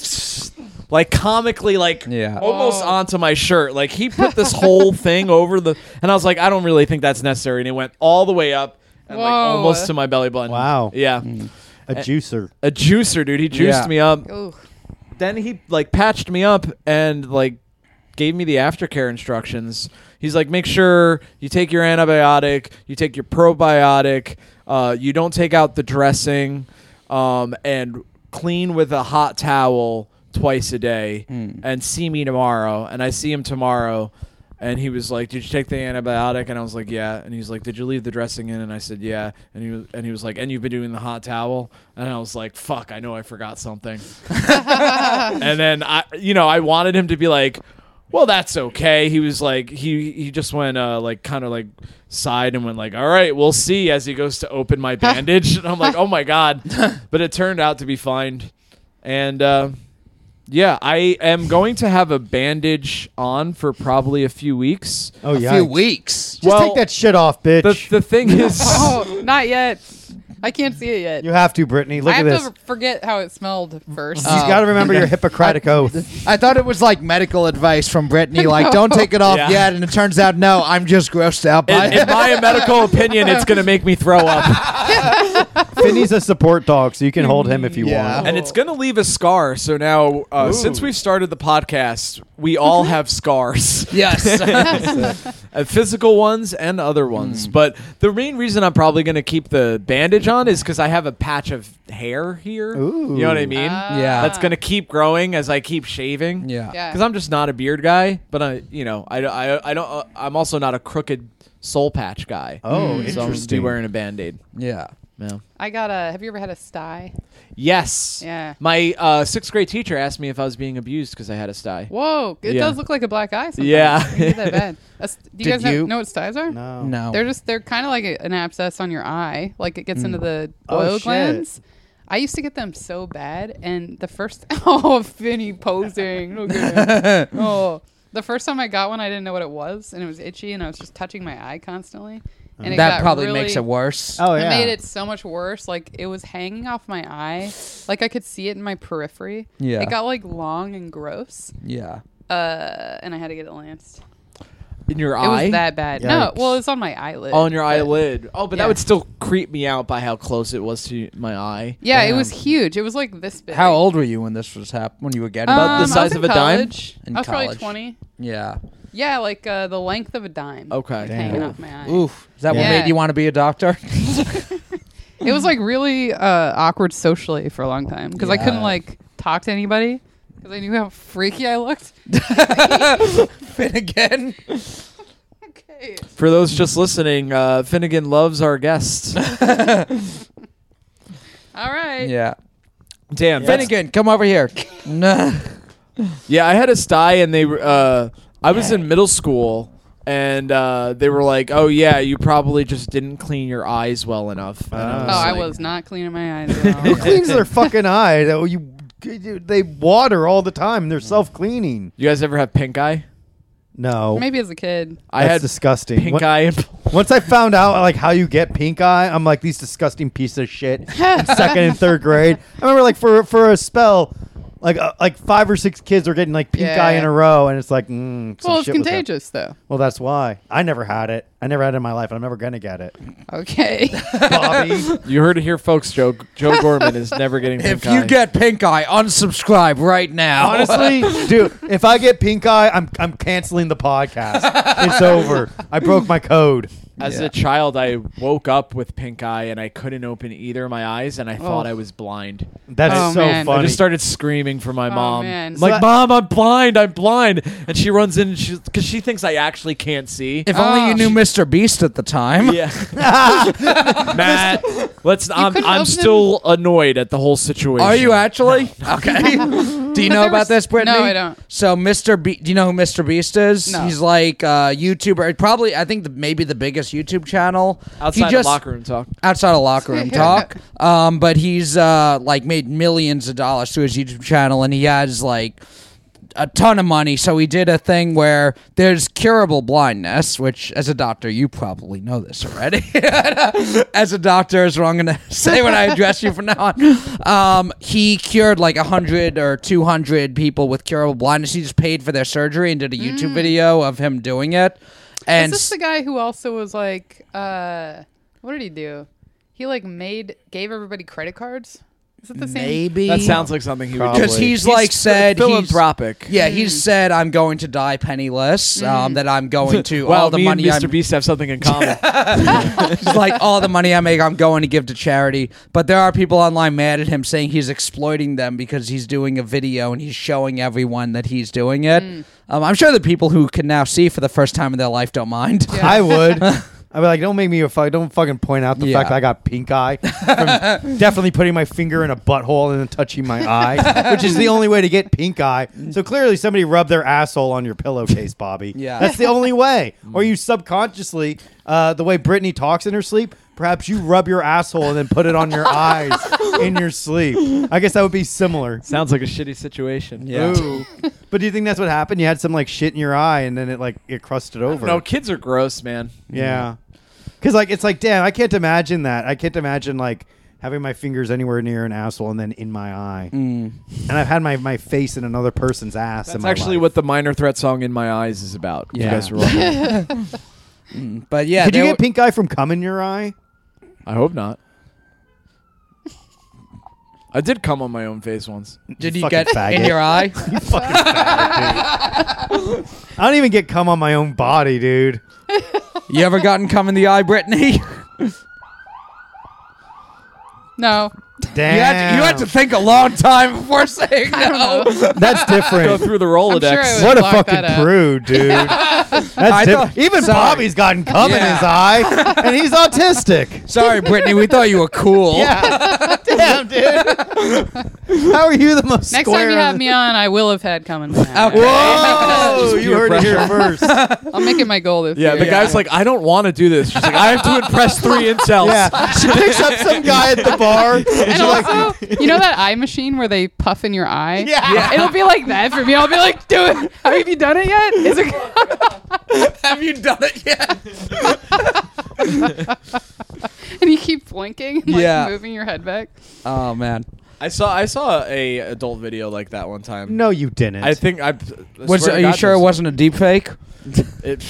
Speaker 4: like comically like
Speaker 2: Yeah.
Speaker 4: almost
Speaker 3: Oh.
Speaker 4: onto my shirt. Like he put this whole thing over the and I was like, I don't really think that's necessary. And it went all the way up and like
Speaker 3: Whoa.
Speaker 4: almost to my belly button.
Speaker 1: Wow.
Speaker 4: Yeah.
Speaker 1: a juicer.
Speaker 4: A juicer, dude. He juiced
Speaker 2: Yeah.
Speaker 4: me up.
Speaker 3: Ooh.
Speaker 4: Then he like patched me up and like gave me the aftercare instructions. He's like, make sure you take your antibiotic, you take your probiotic, uh, you don't take out the dressing, um, and clean with a hot towel twice a day, and see me tomorrow. And I see him tomorrow. And he was like, "Did you take the antibiotic?" And I was like, "Yeah." And he's like, "Did you leave the dressing in?" And I said, "Yeah." And he was, and he was like, "And you've been doing the hot towel?" And I was like, "Fuck, I know I forgot something." and then I, you know, I wanted him to be like, well, that's okay. He was like, he he just went uh, like kind of like sighed and went like, all right, we'll see as he goes to open my bandage, and I'm like, oh my god, but it turned out to be fine, and uh, yeah, I am going to have a bandage on for probably a few weeks.
Speaker 1: Oh
Speaker 2: a
Speaker 1: yeah.
Speaker 2: few weeks.
Speaker 1: Just
Speaker 4: Well,
Speaker 1: take that shit off, bitch.
Speaker 4: The the thing is.
Speaker 3: Oh, not yet. I can't see it yet.
Speaker 1: You have to, Brittany. Look
Speaker 3: I
Speaker 1: at
Speaker 3: have
Speaker 1: this.
Speaker 3: to forget how it smelled first. Uh,
Speaker 1: You've got to remember your Hippocratic oath.
Speaker 2: I thought it was like medical advice from Brittany, like don't take it off
Speaker 4: Yeah.
Speaker 2: yet, and it turns out no, I'm just grossed out by
Speaker 4: In,
Speaker 2: it.
Speaker 4: in my medical opinion, it's going to make me throw up,
Speaker 1: Finney's a support dog, so you can hold him if you
Speaker 2: Yeah.
Speaker 1: want.
Speaker 4: and it's going to leave a scar. So now, uh, since we've started the podcast, we
Speaker 1: Mm-hmm.
Speaker 4: all have scars.
Speaker 2: yes.
Speaker 4: uh, physical ones and other
Speaker 1: Mm.
Speaker 4: ones. But the main reason I'm probably going to keep the bandage on is because I have a patch of hair here.
Speaker 1: Ooh. Ah.
Speaker 4: You know what I mean?
Speaker 2: Yeah.
Speaker 4: That's going to keep growing as I keep shaving.
Speaker 2: Yeah.
Speaker 3: Yeah.
Speaker 4: Because I'm just not a beard guy, but I, you know, I, I, I don't. Uh, I'm also not a crooked soul patch guy.
Speaker 1: Oh,
Speaker 4: so I'm just be
Speaker 1: interesting.
Speaker 4: wearing a band aid.
Speaker 2: Yeah.
Speaker 4: Yeah.
Speaker 3: I got a. Have you ever had a sty?
Speaker 4: Yes.
Speaker 3: Yeah.
Speaker 4: My uh, sixth grade teacher asked me if I was being abused because I had a sty.
Speaker 3: Whoa, it
Speaker 4: Yeah.
Speaker 3: does look like a black eye. Sometimes.
Speaker 4: Yeah.
Speaker 3: It can get that bad. A s- do you
Speaker 2: Did
Speaker 3: guys know-
Speaker 2: you-
Speaker 3: know what styes are?
Speaker 1: No.
Speaker 2: No.
Speaker 3: They're just they're kind of like a, an abscess on your eye, like it gets
Speaker 2: Mm.
Speaker 3: into the
Speaker 1: Oh,
Speaker 3: oil
Speaker 1: shit.
Speaker 3: glands. I used to get them so bad, and the first oh Finny posing, Look at him. oh the first time I got one, I didn't know what it was, and it was itchy, and I was just touching my eye constantly, and it
Speaker 2: that
Speaker 3: got
Speaker 2: probably
Speaker 3: really-
Speaker 2: makes it worse.
Speaker 1: Oh
Speaker 3: it
Speaker 1: yeah.
Speaker 3: made it so much worse. Like it was hanging off my eye, like I could see it in my periphery.
Speaker 2: Yeah.
Speaker 3: it got like long and gross,
Speaker 2: Yeah.
Speaker 3: uh, and I had to get it lanced.
Speaker 4: In your
Speaker 3: It
Speaker 4: eye.
Speaker 3: was that bad. No,
Speaker 1: Yikes.
Speaker 3: well, it's on my eyelid.
Speaker 4: on your eyelid. Oh, but
Speaker 3: Yeah.
Speaker 4: that would still creep me out by how close it was to my eye.
Speaker 3: Yeah, it
Speaker 2: Damn.
Speaker 3: was huge. It was like this big.
Speaker 2: How old were you when this was hap- when you were getting
Speaker 4: About the
Speaker 3: Um, I
Speaker 2: this?
Speaker 4: size
Speaker 3: was in
Speaker 4: of a dime?
Speaker 3: college.
Speaker 2: In
Speaker 3: I was probably
Speaker 2: college.
Speaker 3: 20.
Speaker 2: Yeah.
Speaker 3: Yeah, like uh, the length of a dime.
Speaker 4: Okay.
Speaker 1: Damn.
Speaker 3: Hanging off my eye.
Speaker 2: Oof. Is that what
Speaker 3: Yeah.
Speaker 2: made you want to be a doctor?
Speaker 3: It was like really uh, awkward socially for a long time because I couldn't
Speaker 2: Yeah.
Speaker 3: like talk to anybody because I knew how freaky I looked.
Speaker 2: Finnegan.
Speaker 3: Okay.
Speaker 4: For those just listening, uh, Finnegan loves our guests.
Speaker 3: All right.
Speaker 2: Yeah.
Speaker 4: Damn, that's-
Speaker 2: Finnegan, come over here. No.
Speaker 4: Yeah, I had a sty, and they. were, Uh, I was in middle school, and uh, they were like, "Oh yeah, you probably just didn't clean your eyes well enough." And
Speaker 1: Oh.
Speaker 3: Oh,
Speaker 4: like,
Speaker 3: I was not cleaning my eyes.
Speaker 1: Who
Speaker 3: At all.
Speaker 1: cleans their fucking eye? That you, they water all the time. They're self-cleaning.
Speaker 4: You guys ever have pink eye?
Speaker 1: No,
Speaker 3: Maybe as a kid.
Speaker 4: I
Speaker 1: that's
Speaker 4: had
Speaker 1: disgusting.
Speaker 4: pink
Speaker 1: What-
Speaker 4: eye.
Speaker 1: Once I found out like how you get pink eye, I'm like these disgusting pieces of shit. in second and third grade, I remember like for for a spell, like uh, like five or six kids were getting like pink
Speaker 3: Yeah.
Speaker 1: eye in a row, and it's like, mm, some
Speaker 3: well, it's
Speaker 1: shit was up.
Speaker 3: contagious though.
Speaker 1: Well, that's why I never had it. I never had it in my life. and I'm never gonna get it.
Speaker 3: Okay.
Speaker 1: Bobby,
Speaker 4: you heard it here, folks. Joe Joe Gorman is never getting pink
Speaker 2: if
Speaker 4: eye.
Speaker 2: you get pink eye, unsubscribe right now.
Speaker 1: honestly, dude, if I get pink eye, I'm I'm canceling the podcast. it's over. I broke my code.
Speaker 4: As
Speaker 2: Yeah.
Speaker 4: a child, I woke up with pink eye, and I couldn't open either of my eyes, and I thought
Speaker 3: Oh.
Speaker 4: I was blind.
Speaker 1: That's
Speaker 3: Oh,
Speaker 1: so
Speaker 3: man.
Speaker 1: funny.
Speaker 4: I just started screaming for my
Speaker 3: Oh,
Speaker 4: mom.
Speaker 3: man.
Speaker 4: I'm
Speaker 3: So
Speaker 1: that-
Speaker 4: like, Mom, I'm blind. I'm blind. And she runs in because she, 'cause she thinks I actually can't see.
Speaker 2: if only you
Speaker 3: Ah.
Speaker 2: knew Mr. Beast at the time.
Speaker 4: yeah. Matt, let's. I'm,
Speaker 3: couldn't
Speaker 4: I'm
Speaker 3: open
Speaker 4: still annoyed at the whole situation.
Speaker 2: Are you actually? Okay. do you know
Speaker 3: there
Speaker 2: about
Speaker 3: was-
Speaker 2: this, Brittany?
Speaker 3: No, I don't.
Speaker 2: So, Mr. Be- do you know who Mr. Beast is?
Speaker 3: No.
Speaker 2: He's like a YouTuber, probably, I think, the, maybe the biggest YouTube channel.
Speaker 4: outside
Speaker 2: he
Speaker 4: the
Speaker 2: just,
Speaker 4: locker room talk?
Speaker 2: Outside of locker room talk. Um, but he's uh, like made millions of dollars through his YouTube channel, and he has like a ton of money. So he did a thing where there's curable blindness, which as a doctor, you probably know this already. as a doctor is what I'm going to say when I address you from now on. Um, he cured like 100 or 200 people with curable blindness. He just paid for their surgery and did a YouTube video of him doing it.
Speaker 3: Mm. Is
Speaker 2: And
Speaker 3: this the guy who also was like, uh, what did he do? He like made gave everybody credit cards. Is it the same?
Speaker 2: maybe
Speaker 4: That sounds like something he would do.
Speaker 2: because
Speaker 1: Probably.
Speaker 2: he's, like said he's-
Speaker 4: philanthropic.
Speaker 2: yeah, he's
Speaker 1: Mm.
Speaker 2: said I'm going to die penniless. Um, that I'm going to
Speaker 4: Wow,
Speaker 2: all the
Speaker 4: me
Speaker 2: money.
Speaker 4: and
Speaker 2: I'm,
Speaker 4: Mr. Beast have something in common.
Speaker 2: he's like all the money I make, I'm going to give to charity. But there are people online mad at him saying he's exploiting them because he's doing a video and he's showing everyone that he's doing it.
Speaker 1: Mm.
Speaker 2: Um, I'm sure the people who can now see for the first time in their life don't mind.
Speaker 1: I would. I'd be like, don't make me a fuck. Don't fucking point out the
Speaker 2: Yeah.
Speaker 1: fact I got pink eye from definitely putting my finger in a butthole and then touching my eye, which is the only way to get pink eye. So clearly, somebody rubbed their asshole on your pillowcase, Bobby.
Speaker 2: Yeah. Mm.
Speaker 1: that's the only way. Or you subconsciously, uh, the way Brittany talks in her sleep, perhaps you rub your asshole and then put it on your eyes in your sleep. I guess that would be similar.
Speaker 4: Sounds like a shitty situation.
Speaker 2: Yeah.
Speaker 1: Ooh. but do you think that's what happened? You had some like shit in your eye, and then it like it crusted over.
Speaker 4: No, kids are gross, man.
Speaker 1: Yeah. Because like it's like, damn, I can't imagine that. I can't imagine like having my fingers anywhere near an asshole and then in my eye.
Speaker 2: Mm.
Speaker 1: And I've had my, my face in another person's ass. in
Speaker 4: That's
Speaker 1: my
Speaker 4: actually
Speaker 1: life.
Speaker 4: what the Minor Threat song "In My Eyes" is about. if
Speaker 2: Yeah.
Speaker 4: You guys were wondering.
Speaker 2: But yeah,
Speaker 1: Could you
Speaker 2: they
Speaker 1: get
Speaker 2: were-
Speaker 1: pink eye from cum in your eye?
Speaker 4: I hope not. I did come on my own face once.
Speaker 2: did you
Speaker 1: fucking
Speaker 2: get in
Speaker 1: faggot.
Speaker 2: your eye?
Speaker 1: You fucking faggot, dude. I don't even get cum on my own body, dude.
Speaker 2: You ever gotten cum in the eye, Brittany?
Speaker 3: No.
Speaker 1: Damn.
Speaker 2: You had, to, you had to think a long time before saying no.
Speaker 1: That's
Speaker 4: Go
Speaker 1: different.
Speaker 4: through the
Speaker 3: I'm sure
Speaker 4: Rolodex.
Speaker 3: it
Speaker 1: What a
Speaker 3: Lock that
Speaker 1: fucking
Speaker 3: up.
Speaker 1: prude, dude. That's
Speaker 2: I
Speaker 1: diff-
Speaker 2: thought-
Speaker 1: Even
Speaker 2: sorry.
Speaker 1: Bobby's gotten cum in
Speaker 2: Yeah.
Speaker 1: his eye, and he's autistic.
Speaker 2: Sorry, Brittany, we thought you were cool.
Speaker 1: Yeah. Damn, dude. How are you the most
Speaker 3: Next
Speaker 1: square?
Speaker 3: time you
Speaker 1: in
Speaker 3: have
Speaker 1: the-
Speaker 3: me on, I will have had coming.
Speaker 2: Okay.
Speaker 1: Whoa! you heard it here first.
Speaker 3: I'll make it my goal this
Speaker 4: Yeah,
Speaker 3: year.
Speaker 4: the guy's like, I don't want to do this. She's like, I have to impress three incels.
Speaker 1: yeah. She picks up some guy at the bar, and she's
Speaker 3: And
Speaker 1: like,
Speaker 3: also, you know that eye machine where they puff in your eye?
Speaker 1: Yeah. Yeah.
Speaker 3: It'll be like that for me. I'll be like, do it. Have you done it yet? Is it?
Speaker 2: Have you done it yet?
Speaker 3: and you keep blinking and like
Speaker 2: Yeah.
Speaker 3: moving your head back.
Speaker 2: Oh man,
Speaker 4: I saw I saw a adult video like that one time.
Speaker 1: "No, you didn't."
Speaker 4: I think I. I
Speaker 2: was
Speaker 4: swear
Speaker 2: are
Speaker 4: to
Speaker 2: you
Speaker 4: God,
Speaker 2: sure it
Speaker 4: this-
Speaker 2: wasn't a deep fake?
Speaker 4: It,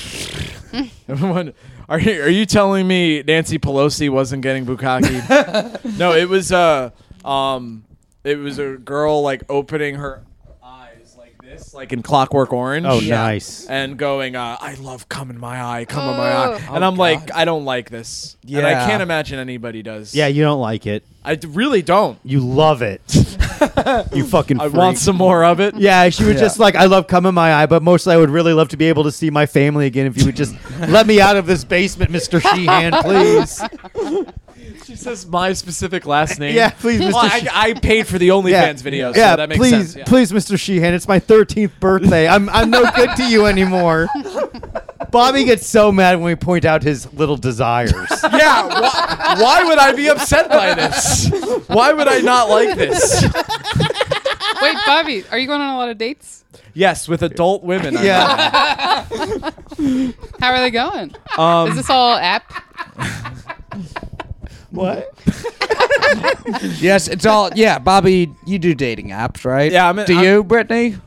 Speaker 4: everyone, are you are you telling me Nancy Pelosi wasn't getting bukkake? no, it was uh um it was a girl like opening her eyes like this, like in Clockwork Orange.
Speaker 1: Oh,
Speaker 2: Yeah.
Speaker 1: nice.
Speaker 4: And going, uh, I love come in my eye, come in my
Speaker 3: Oh.
Speaker 4: eye, and
Speaker 2: Oh,
Speaker 4: I'm like,
Speaker 2: God.
Speaker 4: I don't like this, and I
Speaker 2: Yeah.
Speaker 4: can't imagine anybody does.
Speaker 1: Yeah, you don't like it.
Speaker 4: I d- really don't.
Speaker 1: You love it. you fucking.
Speaker 4: I
Speaker 1: freak.
Speaker 4: want some more of it.
Speaker 1: Yeah, she was
Speaker 2: Yeah.
Speaker 1: just like, I love cum in my eye, but mostly I would really love to be able to see my family again if you would just let me out of this basement, Mr. Sheehan, please.
Speaker 4: She says my specific last name.
Speaker 1: Yeah, please, Mr.
Speaker 4: Well, I, I paid for the OnlyFans
Speaker 1: Yeah.
Speaker 4: video, so
Speaker 1: yeah,
Speaker 4: that makes
Speaker 1: please,
Speaker 4: sense. yeah.
Speaker 1: please, Mr. Sheehan, it's my 13th birthday. I'm, I'm no good to you anymore. Bobby gets so mad when we point out his little desires.
Speaker 4: Yeah, why, why would I be upset by this? Why would I not like this?
Speaker 3: Wait, Bobby, are you going on a lot of dates?
Speaker 4: Yes, with adult women. I
Speaker 1: yeah,
Speaker 3: How are they going?
Speaker 4: know.
Speaker 3: Is
Speaker 4: Um,
Speaker 3: this all app?
Speaker 1: what?
Speaker 2: Yes, it's all. Yeah, Bobby, you do dating apps, right?
Speaker 4: Yeah, I'm-
Speaker 2: do
Speaker 4: I'm-
Speaker 2: you, Brittany?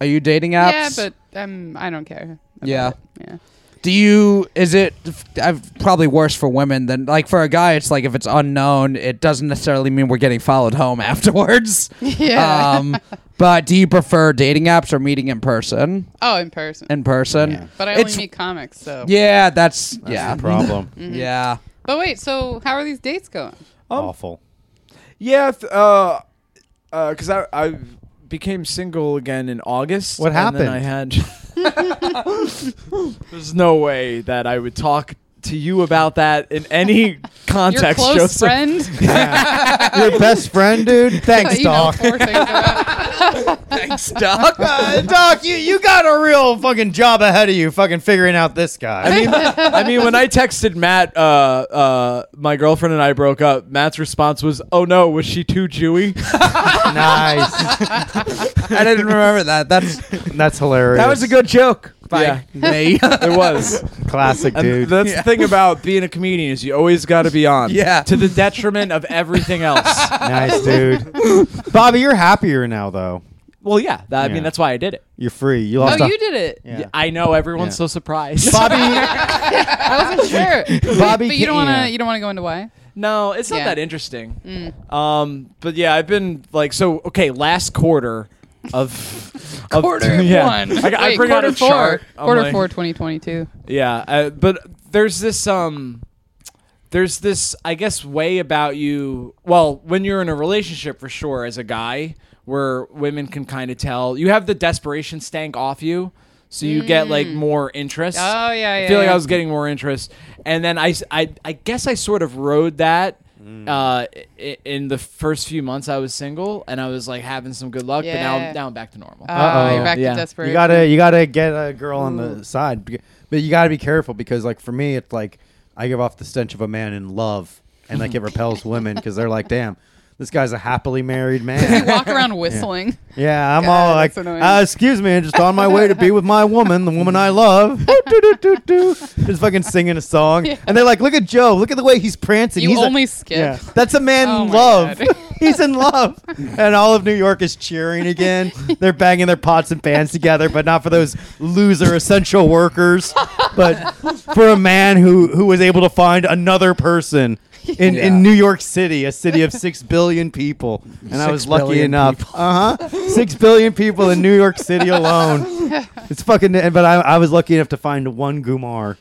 Speaker 2: Are you dating apps?
Speaker 3: Yeah, but um, I don't care. about
Speaker 2: Yeah.
Speaker 3: it. Yeah.
Speaker 2: Do you? Is it? I've probably worse for women than like for a guy. It's like if it's unknown, it doesn't necessarily mean we're getting followed home afterwards.
Speaker 4: Uh,
Speaker 3: Yeah.
Speaker 2: Um, but do you prefer dating apps or meeting in person?
Speaker 3: oh, in person.
Speaker 2: In person.
Speaker 1: Yeah.
Speaker 3: but I only
Speaker 2: it's-
Speaker 3: meet comics, so.
Speaker 2: Yeah, that's, yeah.
Speaker 1: Problem.
Speaker 2: Yeah.
Speaker 3: But wait, so how are these dates going?
Speaker 1: Awful.
Speaker 4: yeah, th- uh, because I, I became single again in August.
Speaker 1: What
Speaker 4: and then
Speaker 1: happened?
Speaker 4: I had. There's no way that I would talk to you about that in any
Speaker 3: Your
Speaker 4: context,
Speaker 3: close
Speaker 4: Joseph.
Speaker 3: friend.
Speaker 1: Yeah. Your best friend, dude? Thanks,
Speaker 3: you know
Speaker 1: Doc.
Speaker 3: four things about.
Speaker 2: Thanks, Doc.
Speaker 1: Uh, Doc, you, you got a real fucking job ahead of you fucking figuring out this guy.
Speaker 4: I mean, I mean, when I texted Matt, uh, uh, my girlfriend and I broke up. Matt's response was, "Oh no, was she too Jewy?"
Speaker 1: nice.
Speaker 2: I didn't remember that. That's
Speaker 1: That's hilarious.
Speaker 2: that was a good joke by
Speaker 4: Yeah.
Speaker 2: me.
Speaker 4: it was.
Speaker 1: classic,
Speaker 4: And
Speaker 1: dude.
Speaker 4: Um, that's
Speaker 2: Yeah.
Speaker 4: the thing about being a comedian is you always got to be on.
Speaker 2: Yeah.
Speaker 4: To the detriment of everything else.
Speaker 1: nice, dude. Bobby, you're happier now, though.
Speaker 4: well, yeah. that- I
Speaker 1: Yeah.
Speaker 4: mean, that's why I did it.
Speaker 1: You're free. You lost.
Speaker 3: Oh,
Speaker 1: a-
Speaker 3: you did it.
Speaker 1: Yeah.
Speaker 4: I know everyone's
Speaker 1: Yeah.
Speaker 4: so surprised.
Speaker 1: Bobby,
Speaker 3: I wasn't sure.
Speaker 1: Bobby
Speaker 3: but you don't want to.
Speaker 1: Keaton.
Speaker 3: You don't want to go into why.
Speaker 4: no, it's not
Speaker 3: Yeah. Mm.
Speaker 4: that interesting. Um, but yeah, I've been like so. Okay, last quarter of, of
Speaker 3: Quarter
Speaker 4: yeah.
Speaker 3: one.
Speaker 4: I, I
Speaker 3: Wait,
Speaker 4: bring out
Speaker 3: quarter
Speaker 4: a
Speaker 3: four.
Speaker 4: chart. I'm
Speaker 3: Quarter
Speaker 4: like-
Speaker 3: four, 2022.
Speaker 4: Yeah, uh, but there's this um there's this I guess way about you, well, when you're in a relationship for sure as a guy where women can kind of tell. You have the desperation stank off you, so you get like more interest.
Speaker 3: Mm. Oh, yeah,
Speaker 4: I
Speaker 3: yeah,
Speaker 4: feel like
Speaker 3: yeah.
Speaker 4: I was getting more interest. And then I s- I, I guess I sort of rode that uh i- in the first few months I was single and I was like having some good luck, but now
Speaker 3: Yeah.
Speaker 4: I'm, now I'm back to normal.
Speaker 3: Uh,
Speaker 1: Uh-oh.
Speaker 3: you're back to
Speaker 4: Yeah. You
Speaker 3: desperation.
Speaker 1: you gotta you gotta get a girl on the side, Be- but you gotta be careful because, like, for me, it's like I give off the stench of a man in love, and like it repels women because they're like, damn. this guy's a happily married
Speaker 3: You
Speaker 1: man.
Speaker 3: walk around whistling.
Speaker 1: yeah, I'm
Speaker 3: God,
Speaker 1: all like,
Speaker 3: that's annoying.
Speaker 1: uh, excuse me, I'm just on my way to be with my woman, the woman I love. Oh, do, do, do, do. Just fucking singing a song.
Speaker 3: Yeah.
Speaker 1: And they're like, look at Joe. Look at the way he's prancing.
Speaker 3: You
Speaker 1: he's a-
Speaker 3: only skip.
Speaker 1: Yeah. That's a man
Speaker 3: Oh
Speaker 1: in
Speaker 3: my
Speaker 1: love.
Speaker 3: God.
Speaker 1: He's in love. And all of New York is cheering again. They're banging their pots and pans together, but not for those loser essential workers, but for a man who, who was able to find another person in,
Speaker 2: Yeah.
Speaker 1: in New York City, a city of six billion people. And I
Speaker 2: Six
Speaker 1: was lucky
Speaker 2: billion
Speaker 1: enough.
Speaker 2: people.
Speaker 1: Uh huh. Six billion people in New York City alone. It's fucking, but I, I was lucky enough to find one Gumar.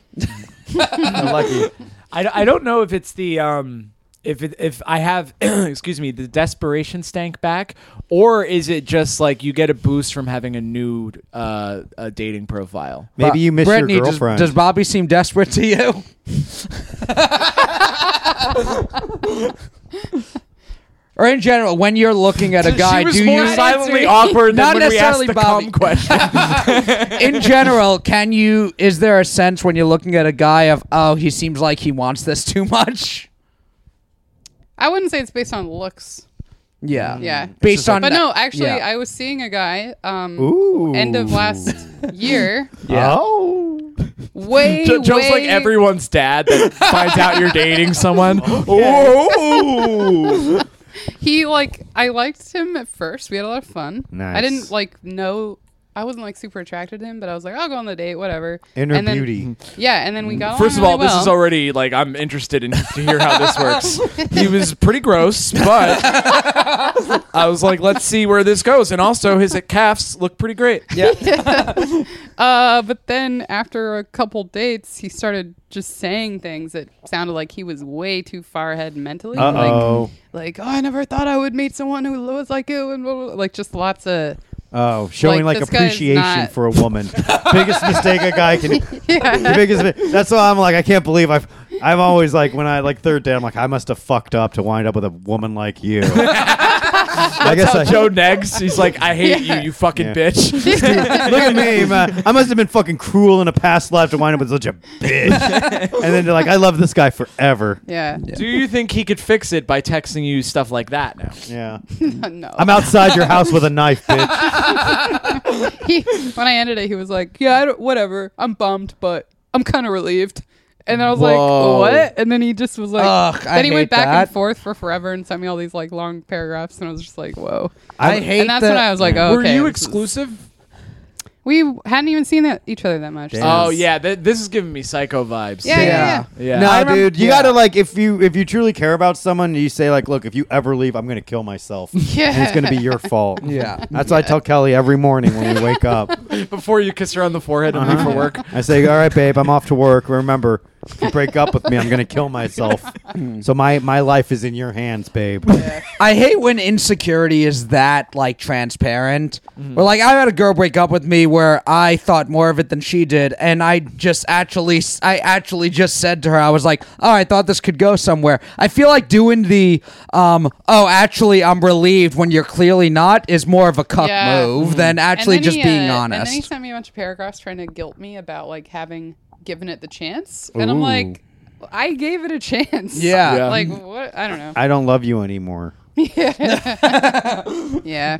Speaker 1: I'm lucky.
Speaker 4: I, I don't know if it's the um if it, if I have excuse me the desperation stank back or is it just like you get a boost from having a nude uh a dating profile.
Speaker 1: Maybe you miss
Speaker 2: Brittany,
Speaker 1: your
Speaker 2: does-
Speaker 1: girlfriend.
Speaker 2: Does, Bobby seem desperate to you? or in general, when you're looking at a guy,
Speaker 4: she was
Speaker 2: do
Speaker 4: more
Speaker 2: you
Speaker 4: silently
Speaker 3: answering.
Speaker 4: awkward
Speaker 2: Not
Speaker 4: than when we asked
Speaker 2: necessarily Bobby.
Speaker 4: the cum question.
Speaker 2: in general, can you? Is there a sense when you're looking at a guy of oh, he seems like he wants this too much?
Speaker 3: I wouldn't say it's based on looks.
Speaker 2: Yeah,
Speaker 3: Yeah.
Speaker 2: Mm. Based on
Speaker 3: But no, actually,
Speaker 2: yeah.
Speaker 3: I was seeing a guy um,
Speaker 1: Ooh.
Speaker 3: end of last year.
Speaker 2: Yeah.
Speaker 1: Oh.
Speaker 3: Way,
Speaker 4: Jo- Joe's
Speaker 3: way
Speaker 4: like everyone's dad that finds out you're dating someone.
Speaker 1: Whoa.
Speaker 3: he like I liked him at first. We had a lot of fun.
Speaker 1: Nice.
Speaker 3: I didn't like know I wasn't like super attracted to him, but I was like, I'll go on the date, whatever.
Speaker 1: Inner
Speaker 3: And then-
Speaker 1: beauty.
Speaker 3: Yeah, and then we got
Speaker 4: First of
Speaker 3: along
Speaker 4: all,
Speaker 3: really
Speaker 4: this is
Speaker 3: well.
Speaker 4: already like I'm interested in to hear how this works. he was pretty gross, but I was like, let's see where this goes. And also, his calves look pretty great. Yeah,
Speaker 3: Uh, but then after a couple dates, he started just saying things that sounded like he was way too far ahead mentally.
Speaker 1: Uh-oh.
Speaker 3: Like, like, oh, I never thought I would meet someone who was like you, and blah, blah, blah. like just lots of
Speaker 1: Oh, showing
Speaker 3: Like,
Speaker 1: like,
Speaker 3: this guy's
Speaker 1: appreciation
Speaker 3: not-
Speaker 1: for a woman. biggest mistake a guy can. The biggest. mi- That's why I'm like, I can't believe I've. I'm always like, when I like third day, I'm like, I must have fucked up to wind up with a woman like you. I guess I,
Speaker 4: Joe negs. He's like, I hate
Speaker 3: Yeah.
Speaker 4: you, you fucking
Speaker 1: Yeah.
Speaker 4: bitch.
Speaker 1: Look at me, man. I must have been fucking cruel in a past life to wind up with such a bitch. and then they're like, I love this guy forever.
Speaker 3: yeah.
Speaker 4: Do you think he could fix it by texting you stuff like that now?
Speaker 1: Yeah.
Speaker 3: no.
Speaker 1: I'm outside your house with a knife, bitch.
Speaker 3: he, when I ended it, he was like, "Yeah, I don't, whatever. I'm bummed, but I'm kind of relieved." And then I was
Speaker 2: Whoa.
Speaker 3: like, "What?" And then he just was like,
Speaker 2: Ugh, I
Speaker 3: then he
Speaker 2: hate
Speaker 3: went back
Speaker 2: that.
Speaker 3: and forth for forever and sent me all these like long paragraphs, and I was just like, "Whoa."
Speaker 2: I
Speaker 1: I'm-
Speaker 2: hate
Speaker 3: and that's
Speaker 2: that.
Speaker 3: when I was like, "Oh,
Speaker 4: Were
Speaker 3: okay,
Speaker 4: you
Speaker 3: this is-
Speaker 4: exclusive?
Speaker 3: We hadn't even seen that, each other that much. so-
Speaker 4: Oh yeah, th- this is giving me psycho vibes.
Speaker 3: Yeah, yeah, yeah.
Speaker 4: Yeah.
Speaker 1: No,
Speaker 4: I
Speaker 1: dude, you
Speaker 4: yeah.
Speaker 1: gotta like if you if you truly care about someone, you say like, look, if you ever leave, I'm gonna kill myself.
Speaker 3: Yeah.
Speaker 1: and it's gonna be your fault.
Speaker 2: Yeah.
Speaker 1: that's what I tell Kelly every morning when we wake up.
Speaker 4: Before you kiss her on the forehead and leave
Speaker 1: Uh-huh.
Speaker 4: for work.
Speaker 1: I say, all right, babe, I'm off to work. Remember, if you break up with me, I'm gonna kill myself. so my my life is in your hands, babe.
Speaker 2: I hate when insecurity is that like transparent.
Speaker 3: Mm-hmm.
Speaker 2: Where like I had a girl break up with me where I thought more of it than she did, and I just actually I actually just said to her I was like, oh, I thought this could go somewhere. I feel like doing the um oh actually I'm relieved when you're clearly not is more of a cuck
Speaker 3: Yeah. Mm-hmm.
Speaker 2: move than
Speaker 3: And
Speaker 2: actually
Speaker 3: then
Speaker 2: just
Speaker 3: he,
Speaker 2: being
Speaker 3: uh,
Speaker 2: honest.
Speaker 3: And then he sent me a bunch of paragraphs trying to guilt me about like having given it the chance, and I'm like, "I gave it a chance."
Speaker 2: Yeah. Yeah.
Speaker 3: like what? I don't know.
Speaker 1: I don't love you anymore.
Speaker 3: yeah.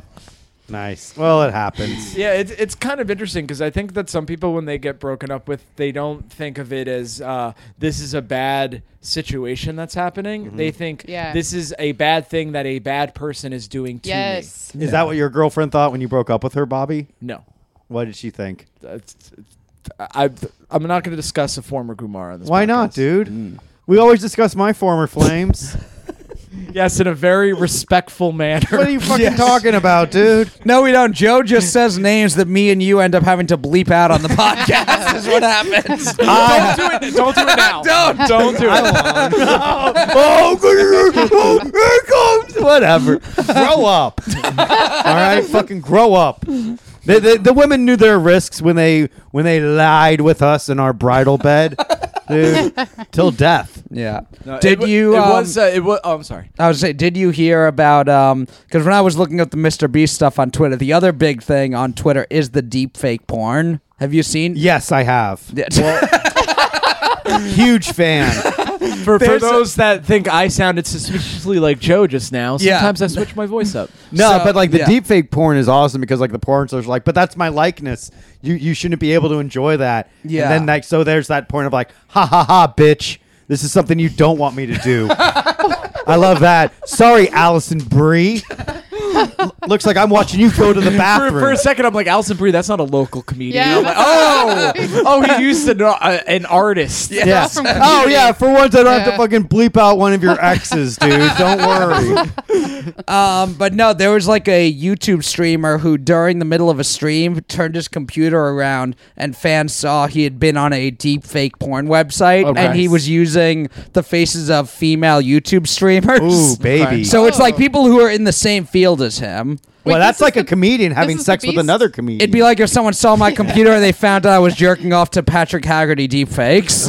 Speaker 1: Nice. Well, it happens.
Speaker 4: Yeah, it's it's kind of interesting because I think that some people, when they get broken up with, they don't think of it as uh, this is a bad situation that's happening. They think
Speaker 3: Yeah.
Speaker 4: this is a bad thing that a bad person is doing to
Speaker 3: Yes.
Speaker 1: Is that what your girlfriend thought when you broke up with her, Bobby?
Speaker 4: me. No,
Speaker 1: What did she think?
Speaker 4: That's- I I'm not going to discuss a former Gumar on this.
Speaker 1: Why not,
Speaker 4: podcast. Mm.
Speaker 1: dude? We always discuss my former flames.
Speaker 4: Yes, in a very respectful manner.
Speaker 1: What are you fucking talking about, dude?
Speaker 2: no, we don't. Joe just says names that me and you end up having to bleep out on the podcast. is what happens.
Speaker 4: don't do it! Don't do it now!
Speaker 2: Don't.
Speaker 4: Don't do it!
Speaker 1: oh, here comes. Whatever. grow up. All right, fucking grow up. The, the, the women knew their risks when they when they lied with us in our bridal bed, dude, till death.
Speaker 2: Yeah.
Speaker 4: No,
Speaker 2: Did
Speaker 4: it, wa-
Speaker 2: you?
Speaker 4: It
Speaker 2: um,
Speaker 4: was. Uh, it was. Oh, I'm sorry.
Speaker 2: I was say, did you hear about um? Because when I was looking up the Mr. Beast stuff on Twitter, the other big thing on Twitter is the deep fake porn. Have you seen?
Speaker 1: Yes, I have.
Speaker 2: Yeah.
Speaker 1: Huge fan.
Speaker 4: For, for
Speaker 2: There's a-
Speaker 4: those that think I sounded suspiciously like Joe just now,
Speaker 2: Yeah.
Speaker 4: sometimes I switch my voice up.
Speaker 1: No,
Speaker 2: So,
Speaker 1: but like the
Speaker 2: yeah.
Speaker 1: deepfake porn is awesome because like the porn stars are like, but that's my likeness. You you shouldn't be able to enjoy that.
Speaker 2: Yeah.
Speaker 1: And then like so there's that point of like, ha ha ha, bitch. This is something you don't want me to do. I love that. Sorry, Allison Brie. L- looks like I'm watching you go to the
Speaker 4: For,
Speaker 1: bathroom.
Speaker 4: for a second, I'm like Alison Brie. That's not a local comedian.
Speaker 3: Yeah.
Speaker 4: I'm like, oh, oh, he used to know, uh, an artist.
Speaker 2: Yeah.
Speaker 1: yeah.
Speaker 3: from
Speaker 1: Oh yeah. For once, I don't have to
Speaker 3: Yeah.
Speaker 1: fucking bleep out one of your exes, dude. Don't worry.
Speaker 2: Um, but no, there was like a YouTube streamer who, during the middle of a stream, turned his computer around and fans saw he had been on a deep fake porn website
Speaker 1: Oh,
Speaker 2: and he
Speaker 4: nice.
Speaker 2: was using the faces of female YouTube streamers.
Speaker 1: Ooh, baby.
Speaker 2: So it's like
Speaker 3: Oh.
Speaker 2: people who are in the same field as him.
Speaker 1: well,
Speaker 3: Wait,
Speaker 1: that's
Speaker 3: this is
Speaker 1: like a
Speaker 3: the-
Speaker 1: comedian having
Speaker 3: is the
Speaker 1: sex with
Speaker 3: beast?
Speaker 1: another comedian.
Speaker 2: It'd be like if someone saw my computer and they found out I was jerking off to Patrick Haggerty deepfakes.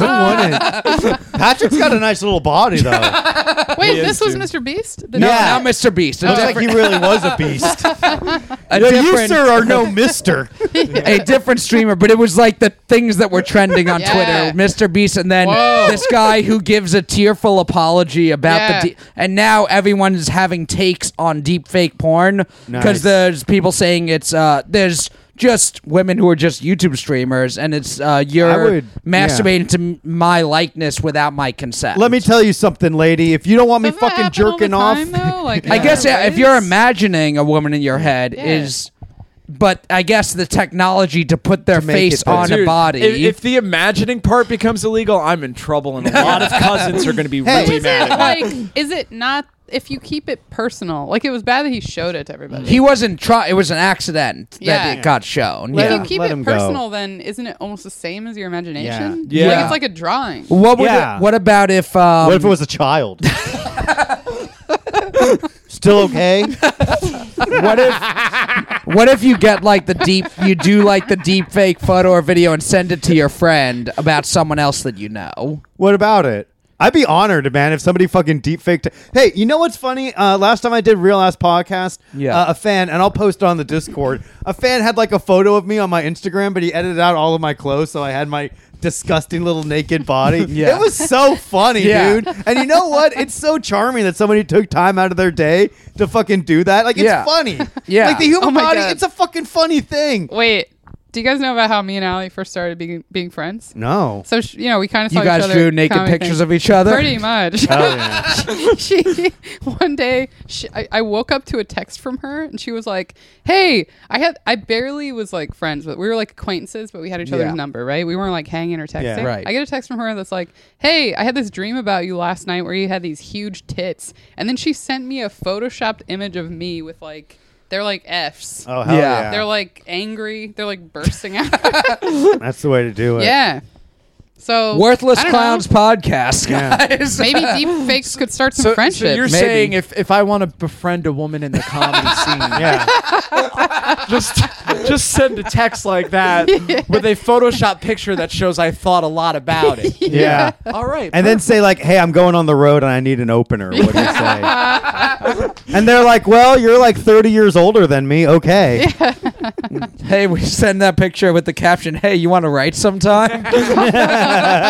Speaker 1: Who wouldn't? Patrick's got a nice little body though.
Speaker 3: Wait,
Speaker 4: He
Speaker 3: this
Speaker 4: is,
Speaker 3: was
Speaker 4: dude.
Speaker 3: Mr. Beast? The-
Speaker 2: No,
Speaker 1: Yeah.
Speaker 2: not Mr. Beast. A
Speaker 1: Looks like
Speaker 2: different,
Speaker 1: he really was a beast.
Speaker 2: a
Speaker 1: no, you
Speaker 2: different-
Speaker 1: sir are no mister.
Speaker 2: a different streamer, but it was like the things that were trending on
Speaker 3: Yeah.
Speaker 2: Twitter. Mr. Beast, and then
Speaker 3: Whoa.
Speaker 2: this guy who gives a tearful apology about
Speaker 3: Yeah.
Speaker 2: the, de- and now everyone is having takes on deep fake porn
Speaker 1: Nice.
Speaker 2: because there's people saying it's uh there's just women who are just YouTube streamers, and it's uh you're
Speaker 1: would-
Speaker 2: masturbating to m- my likeness without my consent.
Speaker 1: Let me tell you something, lady. If you don't want me
Speaker 3: Doesn't that
Speaker 1: fucking
Speaker 3: happen all the
Speaker 1: jerking
Speaker 3: time,
Speaker 1: off,
Speaker 3: though? Like,
Speaker 2: I guess yeah, if
Speaker 3: ways?
Speaker 2: you're imagining a woman in your head
Speaker 3: Yeah.
Speaker 2: is. But I guess the technology to put their
Speaker 1: make it
Speaker 2: face
Speaker 1: there.
Speaker 2: on a
Speaker 4: Dude,
Speaker 2: body.
Speaker 4: If, if the imagining part becomes illegal, I'm in trouble, and a lot of cousins are going to be
Speaker 1: Hey.
Speaker 4: really
Speaker 3: is it
Speaker 4: mad. At me.
Speaker 3: like is it not if you keep it personal like it was bad that he showed it to everybody
Speaker 2: He wasn't try. It was an accident
Speaker 3: Yeah.
Speaker 2: that it got shown.
Speaker 1: Let
Speaker 3: if
Speaker 2: yeah.
Speaker 1: him-
Speaker 3: you keep
Speaker 1: let
Speaker 3: it
Speaker 1: go.
Speaker 3: personal then isn't it almost the same as your imagination
Speaker 4: Yeah.
Speaker 3: like
Speaker 4: Yeah.
Speaker 3: it's like a drawing
Speaker 2: What would?
Speaker 1: Yeah.
Speaker 2: It, what about if? Um,
Speaker 1: what if it was a child? Still okay?
Speaker 2: What if? what if you get like the deep? You do like the deep fake photo or video and send it to your friend about someone else that you know.
Speaker 1: What about it? I'd be honored, man, if somebody fucking deepfaked. Hey, you know what's funny? Uh, last time I did Real Ass Podcast,
Speaker 2: Yeah.
Speaker 1: uh, a fan, and I'll post it on the Discord. A fan had like a photo of me on my Instagram, but he edited out all of my clothes, so I had my disgusting little naked body.
Speaker 2: Yeah.
Speaker 1: It was so funny,
Speaker 2: Yeah.
Speaker 1: dude. And you know what? It's so charming that somebody took time out of their day to fucking do that. Like, it's
Speaker 2: Yeah.
Speaker 1: funny.
Speaker 2: Yeah.
Speaker 1: Like, the human
Speaker 3: Oh my
Speaker 1: body,
Speaker 3: God.
Speaker 1: it's a fucking funny thing.
Speaker 3: wait do you guys know about how me and Allie first started being being friends
Speaker 1: No.
Speaker 3: so sh- you know we kind of
Speaker 2: You guys drew naked pictures of each other.
Speaker 3: pretty much
Speaker 1: Oh, yeah.
Speaker 3: she one day she, I, I woke up to a text from her and she was like hey i had i barely was like friends but we were like acquaintances but we had each other's
Speaker 2: Yeah.
Speaker 3: number right we weren't like hanging or texting
Speaker 1: Yeah.
Speaker 2: Right.
Speaker 3: i get a text from her that's like hey i had this dream about you last night where you had these huge tits and then she sent me a photoshopped image of me with like they're like f's
Speaker 1: Oh, hell
Speaker 2: Yeah.
Speaker 1: yeah.
Speaker 3: they're like angry they're like bursting out
Speaker 1: That's the way to do it.
Speaker 3: yeah so
Speaker 2: Worthless
Speaker 3: I don't know.
Speaker 2: clowns podcast, guys.
Speaker 3: maybe deep fakes could start some
Speaker 4: So,
Speaker 3: friendship
Speaker 4: so you're
Speaker 2: maybe.
Speaker 4: saying if, if I want to befriend a woman in the comedy scene,
Speaker 1: Yeah.
Speaker 4: just just send a text like that with a Photoshop picture that shows I thought a lot about it.
Speaker 1: Yeah.
Speaker 4: All right,
Speaker 1: And then say like, "Hey, I'm going on the road and I need an opener." What do you say? and they're like, "Well, you're like 30 years older than me. Okay."
Speaker 2: hey, we send that picture with the caption, "Hey, you want to write sometime?"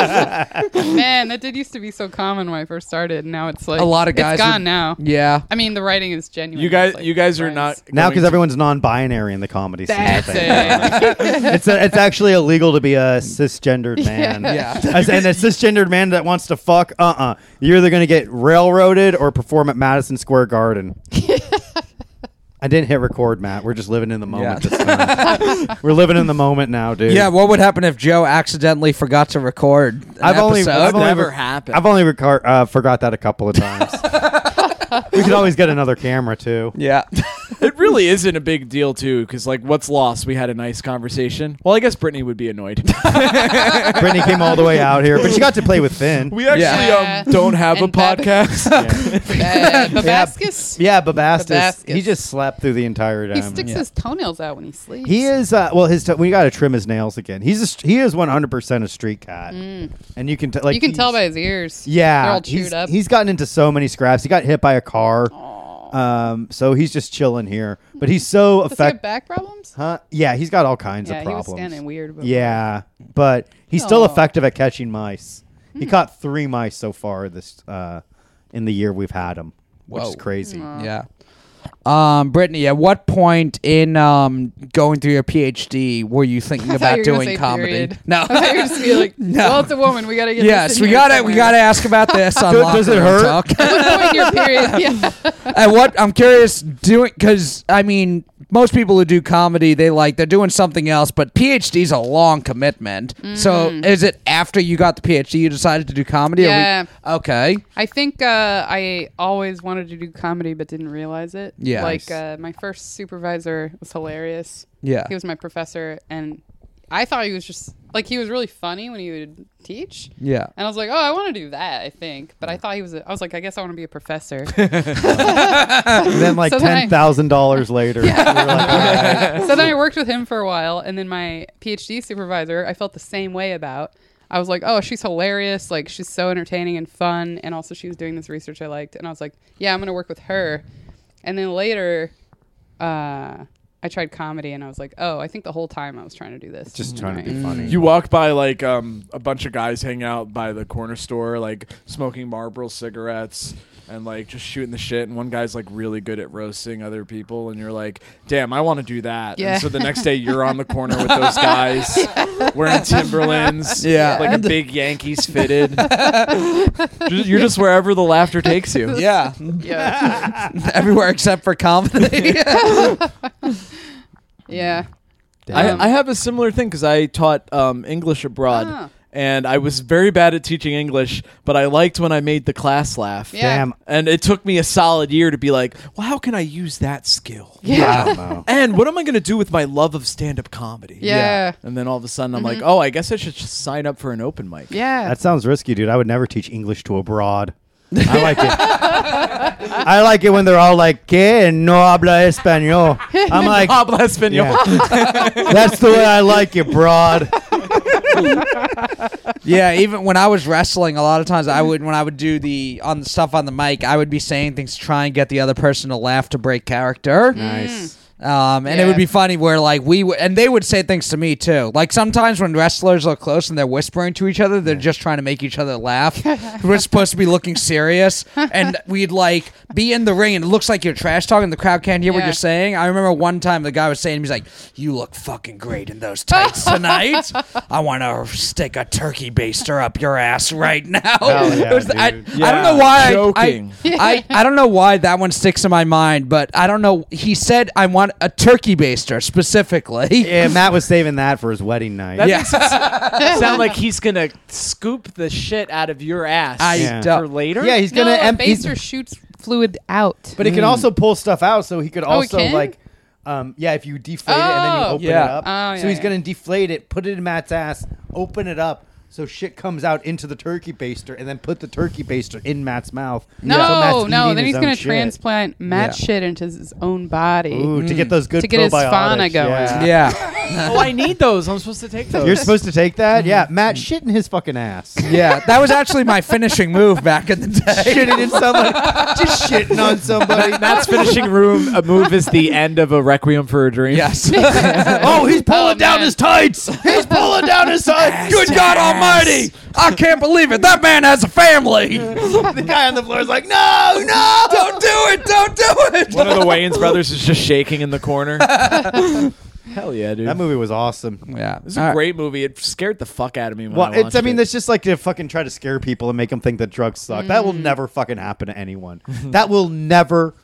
Speaker 3: Man, that did used to be so common when I first started. and Now it's like
Speaker 2: A lot of guys
Speaker 3: It's gone
Speaker 2: would-
Speaker 3: now.
Speaker 2: yeah.
Speaker 3: I mean, the writing is genuine.
Speaker 4: you guys
Speaker 3: It's like
Speaker 4: you guys are
Speaker 3: rhymes.
Speaker 4: not
Speaker 1: Now,
Speaker 4: going
Speaker 1: because
Speaker 4: to-
Speaker 1: everyone's non-binary in the comedy scene, I
Speaker 3: That's
Speaker 1: think.
Speaker 3: it.
Speaker 1: it's a, it's actually illegal to be a cisgendered man.
Speaker 2: Yeah.
Speaker 1: As- and a cisgendered man that wants to fuck, uh, uh-uh. uh, you are either gonna get railroaded or perform at Madison Square Garden. I didn't hit record, Matt. We're just living in the moment.
Speaker 2: Yeah.
Speaker 1: This time. We're living in the moment now, dude.
Speaker 2: Yeah, what would happen if Joe accidentally forgot to record? An
Speaker 1: I've only-
Speaker 2: episode?
Speaker 1: I've only
Speaker 4: never
Speaker 1: rec-
Speaker 4: happened.
Speaker 1: I've only recar- uh, forgot that a couple of times. we could always get another camera too.
Speaker 2: yeah.
Speaker 4: it really isn't a big deal too, because like what's lost? We had a nice conversation. Well, I guess Brittany would be annoyed.
Speaker 1: Brittany came all the way out here, but she got to play with Finn.
Speaker 4: we actually
Speaker 3: Yeah.
Speaker 4: um, don't have a
Speaker 3: And Bab-
Speaker 4: podcast.
Speaker 3: Bad. Babascus.
Speaker 1: yeah, Babastis.
Speaker 3: Babastis.
Speaker 1: He just slept through the entire
Speaker 3: He
Speaker 1: damn.
Speaker 3: sticks his toenails out when he sleeps.
Speaker 1: He is uh, well. His t- we got to trim his nails again. He's a st- he is one hundred percent a street cat, and you can t- like
Speaker 3: Mm. you can tell
Speaker 1: he's-
Speaker 3: by his ears.
Speaker 1: yeah.
Speaker 3: they're all chewed
Speaker 1: he's,
Speaker 3: up.
Speaker 1: He's gotten into so many scraps. He got hit by a car, um, so he's just chilling here. But he's so
Speaker 3: Does he have
Speaker 1: effective.
Speaker 3: back problems?
Speaker 1: Huh? Yeah, he's got all kinds
Speaker 3: yeah,
Speaker 1: of
Speaker 3: he was
Speaker 1: problems.
Speaker 3: standing weird. Before.
Speaker 1: Yeah, but he's still
Speaker 3: Aw.
Speaker 1: effective at catching mice. He
Speaker 3: Hmm.
Speaker 1: caught three mice so far this uh, in the year we've had him, which
Speaker 2: Whoa.
Speaker 1: is crazy.
Speaker 2: Yeah. Um, Brittany, at what point in um, going through your PhD were you thinking
Speaker 3: I thought
Speaker 2: about
Speaker 3: you were gonna
Speaker 2: doing
Speaker 3: say
Speaker 2: comedy?
Speaker 3: period.
Speaker 2: No.
Speaker 3: I thought you were just be like,
Speaker 2: No.
Speaker 3: well, it's a woman. We gotta get.
Speaker 2: yes,
Speaker 3: this in
Speaker 2: we
Speaker 3: here
Speaker 2: got to we
Speaker 3: somewhere."
Speaker 2: got to ask about this. on
Speaker 1: Do-
Speaker 2: Locker
Speaker 1: does it
Speaker 2: Room
Speaker 1: hurt?
Speaker 2: Talk.
Speaker 3: Put your period. Yeah.
Speaker 2: At what I'm curious doing because I mean most people who do comedy they like they're doing something else, but PhD's a long commitment. So
Speaker 3: Mm-hmm.
Speaker 2: is it after you got the PhD you decided to do comedy? Are we-
Speaker 3: Yeah.
Speaker 2: okay.
Speaker 3: I think uh, I always wanted to do comedy but didn't realize it.
Speaker 2: Yeah.
Speaker 3: Like uh, my first supervisor was hilarious.
Speaker 2: Yeah.
Speaker 3: He was my professor, and I thought he was just like he was really funny when he would teach.
Speaker 2: Yeah.
Speaker 3: And I was like, oh, I want to do that. I think, but I thought he was. A, I was like, I guess I want to be a professor.
Speaker 1: And then like
Speaker 3: So then I-
Speaker 1: ten thousand dollars later, we were like,
Speaker 3: so then I worked with him for a while, and then my PhD supervisor, I felt the same way about. I was like, oh, she's hilarious. Like, she's so entertaining and fun. And also, she was doing this research I liked. And I was like, yeah, I'm going to work with her. And then later, uh, I tried comedy, and I was like, oh, I think the whole time I was trying to do this.
Speaker 1: just trying to
Speaker 3: Right.
Speaker 1: be funny.
Speaker 4: You walk by like um, a bunch of guys hanging out by the corner store, like smoking Marlboro cigarettes and like just shooting the shit. And one guy's like really good at roasting other people, and you're like, "Damn, I want to do that."
Speaker 3: Yeah.
Speaker 4: And so the next day, you're on the corner with those guys wearing Timberlands,
Speaker 2: Yeah.
Speaker 4: like a big Yankees fitted. You're just- you're just wherever the laughter takes you.
Speaker 2: Yeah.
Speaker 3: Yeah.
Speaker 2: Everywhere except for comedy.
Speaker 3: yeah. Um,
Speaker 4: I, I have a similar thing because I taught um, English abroad.
Speaker 3: Ah.
Speaker 4: And I was very bad at teaching English, but I liked when I made the class laugh.
Speaker 3: Yeah.
Speaker 1: Damn,
Speaker 4: And it took me a solid year to be like, well, how can I use that skill?
Speaker 1: I
Speaker 3: Yeah.
Speaker 1: don't know.
Speaker 4: And what am I going to do with my love of stand up comedy?
Speaker 3: Yeah. Mm-hmm.
Speaker 4: And then all of a sudden I'm like, oh, I guess I should just sign up for an open mic.
Speaker 3: Yeah.
Speaker 1: That sounds risky, dude. I would never teach English to abroad. I like it. I like it when they're all like, "Que no habla español." I'm like,
Speaker 4: Ah, bless Spaniel.
Speaker 1: yeah. that's the way I like it, broad.
Speaker 2: yeah, even when I was wrestling, a lot of times I would when I would do the on the stuff on the mic, I would be saying things to try and get the other person to laugh to break character.
Speaker 4: Mm.
Speaker 3: Mm.
Speaker 1: Nice.
Speaker 2: Um, and it
Speaker 3: Yeah.
Speaker 2: would be funny where like we would, and they would say things to me too. Like sometimes when wrestlers are close and they're whispering to each other, they're just trying to make each other laugh. We're supposed to be looking serious, and we'd like be in the ring, and it looks like you're trash talking. The crowd can't hear what
Speaker 3: Yeah.
Speaker 2: you're saying. I remember one time the guy was saying, he's like, "You look fucking great in those tights tonight. I want to stick a turkey baster up your ass right now."
Speaker 1: Hell yeah,
Speaker 2: It was- I,
Speaker 1: dude.
Speaker 2: I don't
Speaker 4: Yeah,
Speaker 2: know why. I- I-
Speaker 4: joking.
Speaker 2: I, I don't know why that one sticks in my mind, but I don't know. He said I want a turkey baster specifically.
Speaker 1: Yeah, Matt was saving that for his wedding night.
Speaker 4: That
Speaker 2: Yeah.
Speaker 4: makes it sound like he's going to scoop the shit out of your ass
Speaker 2: I
Speaker 1: Yeah.
Speaker 2: don't-
Speaker 4: for later.
Speaker 1: yeah, he's
Speaker 3: no,
Speaker 1: gonna
Speaker 3: a
Speaker 1: em- he's-
Speaker 3: baser shoots fluid out.
Speaker 1: but he can also pull stuff out, so he could
Speaker 3: Oh, he
Speaker 1: also
Speaker 3: can?
Speaker 1: like, um, yeah, if you deflate it and then you
Speaker 3: Oh.
Speaker 1: open
Speaker 2: Yeah.
Speaker 1: it up,
Speaker 3: Oh,
Speaker 1: so
Speaker 3: yeah,
Speaker 1: he's
Speaker 3: yeah.
Speaker 1: gonna deflate it, put it in Matt's ass, open it up. So shit comes out into the turkey baster, and then put the turkey baster in Matt's mouth.
Speaker 3: No,
Speaker 1: So Matt's
Speaker 3: no.
Speaker 1: eating
Speaker 3: Then
Speaker 1: his
Speaker 3: he's
Speaker 1: own
Speaker 3: gonna
Speaker 1: shit.
Speaker 3: transplant Matt's
Speaker 2: Yeah.
Speaker 3: shit into his own body.
Speaker 1: Ooh, to get those good
Speaker 3: To get his fauna
Speaker 1: probiotics,
Speaker 3: going.
Speaker 1: yeah.
Speaker 2: Yeah,
Speaker 4: oh, I need those. I'm supposed to take those.
Speaker 1: You're supposed to take that? Yeah.
Speaker 3: Mm-hmm.
Speaker 1: Matt, shit in his fucking ass.
Speaker 2: yeah. That was actually my finishing move back in the day.
Speaker 1: shitting in somebody. Just shitting on somebody.
Speaker 4: Matt's finishing room a move is the end of a Requiem for a Dream.
Speaker 2: Yes.
Speaker 1: oh, he's pulling
Speaker 3: Oh,
Speaker 1: down
Speaker 3: man.
Speaker 1: his tights. He's pulling down his tights.
Speaker 2: Good God Almighty! I can't believe it. That man has a family.
Speaker 1: the guy on the floor is like, no, no.
Speaker 2: Don't do it. Don't do it.
Speaker 4: One of the Wayans brothers is just shaking in the corner. Hell yeah, dude.
Speaker 1: That movie was awesome.
Speaker 2: Yeah.
Speaker 4: It's a great movie. It scared the fuck out of me. When
Speaker 1: Well,
Speaker 4: I
Speaker 1: it's, I
Speaker 4: watched
Speaker 1: mean,
Speaker 4: it.
Speaker 1: that's just like to fucking try to scare people and make them think that drugs suck. That will never fucking happen to anyone. that will never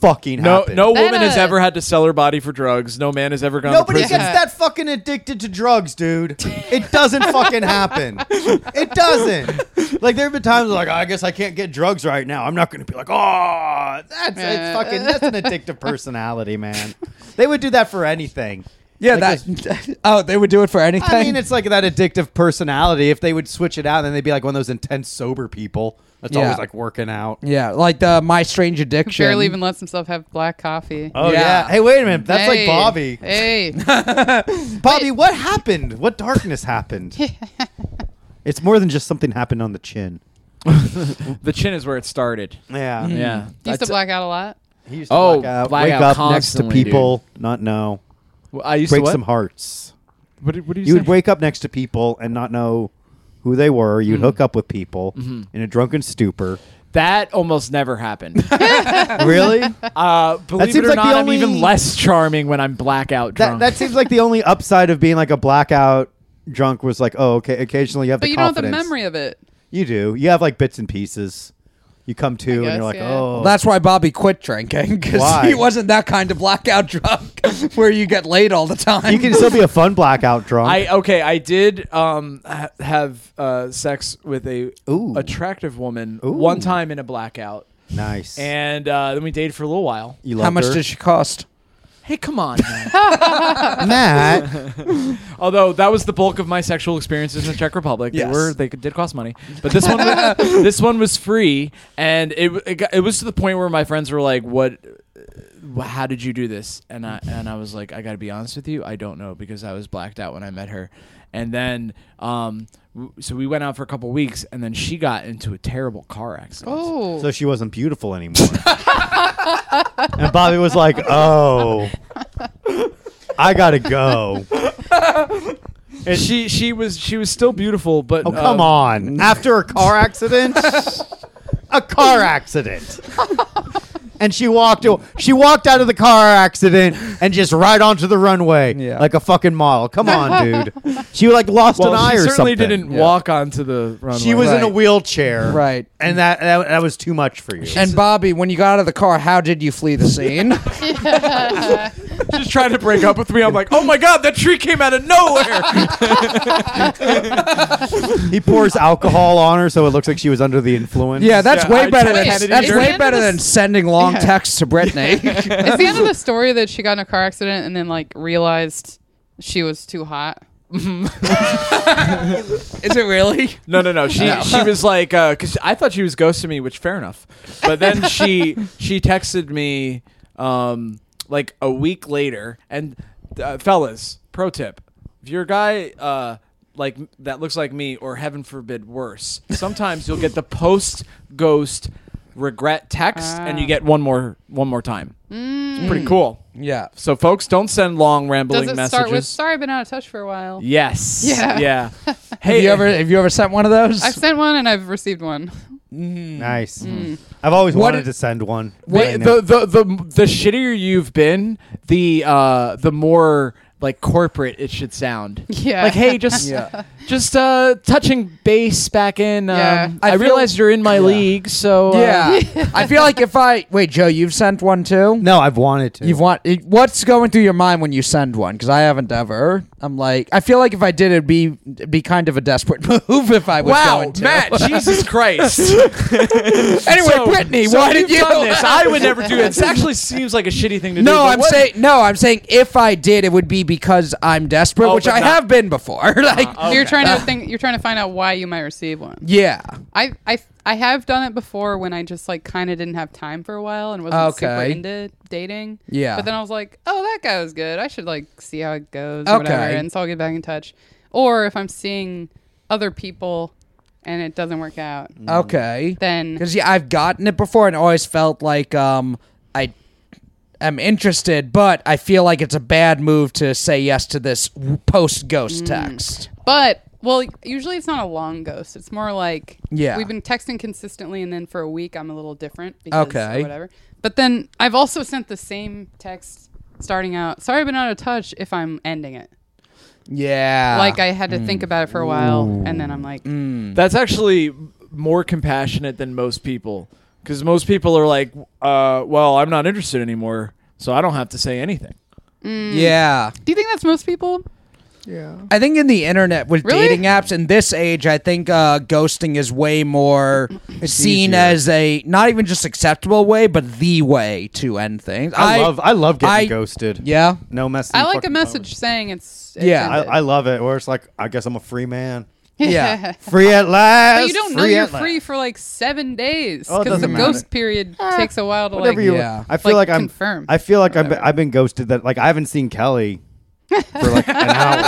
Speaker 1: fucking
Speaker 4: no
Speaker 1: happen.
Speaker 4: no
Speaker 3: That,
Speaker 4: woman has
Speaker 3: uh,
Speaker 4: ever had to sell her body for drugs. No man has ever gone
Speaker 1: Nobody
Speaker 4: to
Speaker 1: gets
Speaker 3: Yeah.
Speaker 4: prison.
Speaker 1: that fucking addicted to drugs, dude. It doesn't fucking happen. It doesn't. Like there have been times where, like "Oh, I guess I can't get drugs right now. I'm not going to be like, oh, that's it's
Speaker 3: Yeah.
Speaker 1: fucking that's an addictive personality, man. They would do that for anything.
Speaker 2: Yeah.
Speaker 1: Like
Speaker 2: That.
Speaker 1: those-
Speaker 2: oh, they would do it for anything.
Speaker 1: I mean, it's like that addictive personality. If they would switch it out, then they'd be like one of those intense sober people that's
Speaker 2: Yeah.
Speaker 1: always like working out.
Speaker 2: yeah, like the My Strange Addiction.
Speaker 3: barely even lets himself have black coffee.
Speaker 1: Oh yeah.
Speaker 2: Yeah.
Speaker 1: Hey, wait a minute. That's like
Speaker 3: Hey,
Speaker 1: Bobby.
Speaker 3: Hey,
Speaker 1: Bobby, what happened? What darkness happened? it's more than just something happened on the chin.
Speaker 4: The chin is where it started.
Speaker 1: Yeah.
Speaker 4: Yeah.
Speaker 3: he used to black out a lot.
Speaker 1: He used to
Speaker 4: Oh,
Speaker 1: black out,
Speaker 4: black
Speaker 1: wake
Speaker 4: out
Speaker 1: up next to
Speaker 4: constantly,
Speaker 1: people, not know,
Speaker 4: I used
Speaker 1: break
Speaker 4: to what?
Speaker 1: some hearts.
Speaker 4: What, did- what do you,
Speaker 1: You
Speaker 4: say?
Speaker 1: would wake up next to people and not know who they were. You'd hook up with people in a drunken stupor.
Speaker 4: That almost never happened.
Speaker 1: really?
Speaker 4: Uh, believe
Speaker 1: seems
Speaker 4: it or
Speaker 1: like the
Speaker 4: not,
Speaker 1: only-
Speaker 4: I'm even less charming when I'm blackout
Speaker 1: That,
Speaker 4: drunk.
Speaker 1: that seems like the only upside of being like a blackout drunk was like, oh, okay. Occasionally you have
Speaker 3: But
Speaker 1: the
Speaker 3: you don't have the
Speaker 1: confidence.
Speaker 3: memory of it.
Speaker 1: You do. You have like bits and pieces. You come to and
Speaker 3: guess,
Speaker 1: you're like,
Speaker 3: yeah.
Speaker 1: oh,
Speaker 2: That's why Bobby quit drinking because
Speaker 1: Why?
Speaker 2: he wasn't that kind of blackout drunk where you get laid all the time.
Speaker 1: you can still be a fun blackout drunk.
Speaker 4: I okay. I did um ha- have uh, sex with a
Speaker 1: Ooh.
Speaker 4: attractive woman
Speaker 1: Ooh.
Speaker 4: one time in a blackout,
Speaker 1: nice.
Speaker 4: and uh, then we dated for a little while.
Speaker 1: you
Speaker 2: How
Speaker 1: loved
Speaker 2: much
Speaker 1: her?
Speaker 2: did she cost?
Speaker 4: Hey, come on. man.
Speaker 1: Matt?
Speaker 4: Although that was the bulk of my sexual experiences in the Czech Republic,
Speaker 2: Yes.
Speaker 4: they were they did cost money, but this one this one was free, and it w- it, got, it was to the point where my friends were like, "What? wh- How did you do this?" And I and I was like, "I got to be honest with you, I don't know because I was blacked out when I met her." And then, um, w- so we went out for a couple weeks, and then she got into a terrible car accident.
Speaker 3: Oh,
Speaker 1: so she wasn't beautiful anymore. and Bobby was like, oh, I gotta go.
Speaker 4: And she she was she was still beautiful, but
Speaker 1: Oh, come
Speaker 4: uh,
Speaker 1: on. After a car accident? a car accident. And she walked. She walked out of the car accident and just right onto the runway
Speaker 2: Yeah.
Speaker 1: like a fucking model. Come on, dude. She like lost
Speaker 4: Well,
Speaker 1: an eye
Speaker 4: she
Speaker 1: or
Speaker 4: certainly
Speaker 1: something.
Speaker 4: didn't
Speaker 2: Yeah.
Speaker 4: walk onto the runway.
Speaker 1: She was in a
Speaker 2: Right.
Speaker 1: wheelchair,
Speaker 2: Right.
Speaker 1: And that, that that was too much for you.
Speaker 2: And Bobby, when you got out of the car, how did you flee the scene?
Speaker 4: just trying to break up with me. I'm like, oh my god, that tree came out of nowhere.
Speaker 1: he pours alcohol on her, so it looks like she was under the influence.
Speaker 2: yeah, that's
Speaker 4: Yeah,
Speaker 2: way
Speaker 4: I
Speaker 2: better.
Speaker 4: tried
Speaker 2: Than,
Speaker 3: to edit
Speaker 2: that's
Speaker 3: it.
Speaker 2: way
Speaker 3: Yeah.
Speaker 2: better than sending long
Speaker 3: Yeah.
Speaker 2: texts to Brittany.
Speaker 3: is the end of the story that she got in a car accident and then like realized she was too hot?
Speaker 2: Is it really?
Speaker 4: No, no, no. She she was like, because I thought she was ghosting me, which fair enough. But then she she texted me um, like a week later, and uh, fellas, pro tip: if you're a guy uh, like that looks like me, or heaven forbid, worse, sometimes you'll get the post ghost regret text,
Speaker 3: Ah.
Speaker 4: and you get one more one more time. It's pretty cool.
Speaker 2: Yeah.
Speaker 4: So, folks, don't send long
Speaker 3: Mm. Does
Speaker 4: rambling
Speaker 3: it
Speaker 4: messages.
Speaker 3: start with "Sorry, I've been out of touch for a while"?
Speaker 4: Yes.
Speaker 3: Yeah.
Speaker 4: Yeah. hey,
Speaker 2: Have you ever have you ever sent one of those?
Speaker 3: I've sent one and I've received one.
Speaker 1: Mm. nice. I've always
Speaker 2: Mm. What
Speaker 1: wanted
Speaker 2: i-
Speaker 1: to send one.
Speaker 4: Wait,
Speaker 1: And
Speaker 4: the, the the the shittier you've been, the uh the more like corporate it should sound.
Speaker 3: Yeah.
Speaker 4: Like hey, just
Speaker 2: Yeah.
Speaker 4: just uh touching base back in um,
Speaker 3: Yeah.
Speaker 4: I,
Speaker 2: I feel-
Speaker 4: realize you're in my league, so uh,
Speaker 2: yeah. I feel like if I wait, Joe, you've sent one too.
Speaker 1: no, I've wanted to.
Speaker 2: You've want it- what's going through your mind when you send one? Because I haven't ever. I'm like, I feel like if I did, it'd be it'd be kind of a desperate move if I was
Speaker 4: Wow,
Speaker 2: going to.
Speaker 4: Matt, Jesus Christ.
Speaker 2: anyway,
Speaker 4: So-
Speaker 2: Brittany,
Speaker 4: so
Speaker 2: why did
Speaker 4: you've
Speaker 2: you?
Speaker 4: done this? I would never do it. It actually seems like a shitty thing to do.
Speaker 2: No,
Speaker 4: but
Speaker 2: I'm
Speaker 4: what-
Speaker 2: saying no. I'm saying if I did, it would be because I'm desperate,
Speaker 4: Oh,
Speaker 2: which
Speaker 4: but
Speaker 2: I
Speaker 4: not- Uh-huh. Oh.
Speaker 2: have been before. like,
Speaker 3: You're trying to think. You're trying to find out why you might receive one.
Speaker 2: yeah,
Speaker 3: I I I have done it before when I just like kind of didn't have time for a while and wasn't super
Speaker 2: Okay.
Speaker 3: into dating.
Speaker 2: Yeah.
Speaker 3: But then I was like, oh, that guy was good. I should like see how it goes.
Speaker 2: Okay.
Speaker 3: Or whatever, and so I'll get back in touch. Or if I'm seeing other people and it doesn't work out,
Speaker 4: Mm.
Speaker 2: okay.
Speaker 3: then
Speaker 2: Because yeah, I've gotten it before and always felt like um I am interested, but I feel like it's a bad move to say yes to this post
Speaker 3: Mm.
Speaker 2: ghost text.
Speaker 3: but. Well, usually it's not a long ghost. It's more like
Speaker 2: Yeah.
Speaker 3: we've been texting consistently, and then for a week I'm a little different because
Speaker 2: Okay.
Speaker 3: or whatever. But then I've also sent the same text starting out. Sorry, I've been out of touch. If I'm ending it,
Speaker 2: Yeah,
Speaker 3: like I had to
Speaker 2: Mm.
Speaker 3: think about it for a while, and then I'm like,
Speaker 4: That's actually more compassionate than most people because most people are like, uh, well, I'm not interested anymore, so I don't have to say anything.
Speaker 2: yeah.
Speaker 3: do you think that's most people?
Speaker 2: I think in the internet with
Speaker 3: Really?
Speaker 2: dating apps in this age, I think uh, ghosting is way more seen
Speaker 1: easier.
Speaker 2: as a not even just acceptable way, but the way to end things.
Speaker 1: I, love. I love getting
Speaker 2: I-
Speaker 1: ghosted.
Speaker 2: Yeah.
Speaker 1: No message.
Speaker 3: I like a message saying it's, it's
Speaker 2: Yeah.
Speaker 1: I,
Speaker 3: ended.
Speaker 1: I love it. Where it's like, I guess I'm a free man.
Speaker 2: Yeah.
Speaker 1: Free at last.
Speaker 3: but you don't know
Speaker 1: free
Speaker 3: you're
Speaker 1: at last.
Speaker 3: free for like seven days
Speaker 1: Oh, it
Speaker 3: because the
Speaker 1: doesn't matter.
Speaker 3: ghost period
Speaker 2: Ah,
Speaker 3: takes a while to
Speaker 1: Whatever
Speaker 3: like.
Speaker 1: you.
Speaker 2: Yeah.
Speaker 1: I feel like,
Speaker 3: Like,
Speaker 1: I'm.
Speaker 3: confirm.
Speaker 1: I feel like I've been, I've been ghosted. That like I haven't seen Kelly for like an hour.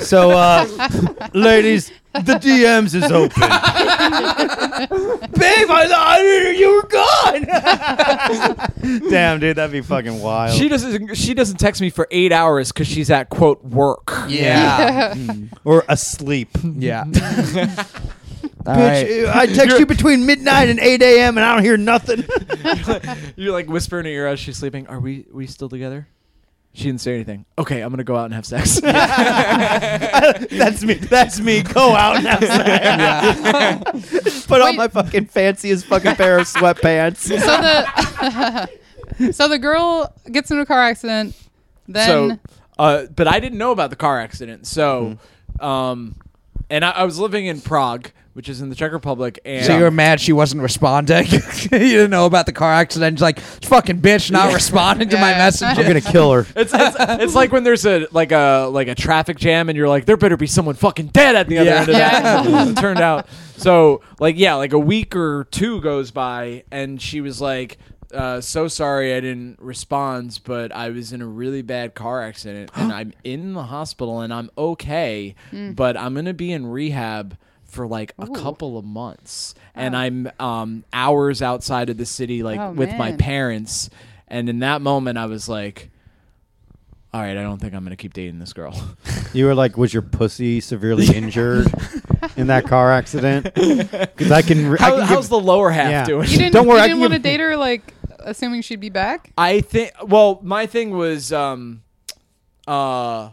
Speaker 1: so, uh, ladies, the DMs is open. babe, I, I didn't- you were gone. Damn, dude, that'd be fucking wild.
Speaker 4: She doesn't. She doesn't text me for eight hours because she's at quote work.
Speaker 2: Yeah. Mm.
Speaker 1: or asleep.
Speaker 2: Yeah. All right.
Speaker 1: Bitch, I text you between midnight and 8 a.m. and I don't hear nothing.
Speaker 4: You like whisper in her ear as she's sleeping. Are we? We still together? She didn't say anything. Okay, I'm gonna go out and have sex.
Speaker 1: that's me. That's me. Go out and have sex. Just put on
Speaker 3: Wait.
Speaker 1: my fucking fanciest fucking pair of sweatpants.
Speaker 3: So the so the girl gets into a car accident. Then
Speaker 4: so, uh, but I didn't know about the car accident. So,
Speaker 2: Mm-hmm.
Speaker 4: um, and I, I was living in Prague, which is in the Czech Republic, and
Speaker 2: So you were mad she wasn't responding. you didn't know about the car accident. She's like, fucking bitch, not responding to my
Speaker 3: Yeah.
Speaker 2: messages.
Speaker 3: I'm
Speaker 1: gonna kill her.
Speaker 4: It's, it's, it's like when there's a like a like a traffic jam and you're like there better be someone fucking dead at the other
Speaker 2: Yeah.
Speaker 4: end of that.
Speaker 3: Yeah.
Speaker 4: It turned out so like yeah like a week or two goes by and she was like uh, so sorry I didn't respond but I was in a really bad car accident and I'm in the hospital and I'm okay
Speaker 3: Hmm.
Speaker 4: but I'm gonna be in rehab for like a couple of months and I'm um, hours outside of the city like
Speaker 3: Oh,
Speaker 4: with my
Speaker 3: man.
Speaker 4: parents and in that moment I was like all right, I don't think I'm gonna keep dating this girl.
Speaker 1: You were like, was your pussy severely injured in that car accident? Because I can. Re- I
Speaker 4: How,
Speaker 1: can
Speaker 4: how's
Speaker 1: give-
Speaker 4: the lower half
Speaker 1: Yeah.
Speaker 4: doing?
Speaker 3: you didn't
Speaker 1: Don't worry,
Speaker 3: you
Speaker 1: I
Speaker 3: didn't
Speaker 1: can
Speaker 3: want to
Speaker 1: give-
Speaker 3: date her like assuming she'd be back.
Speaker 4: I think. Well, my thing was, um, uh,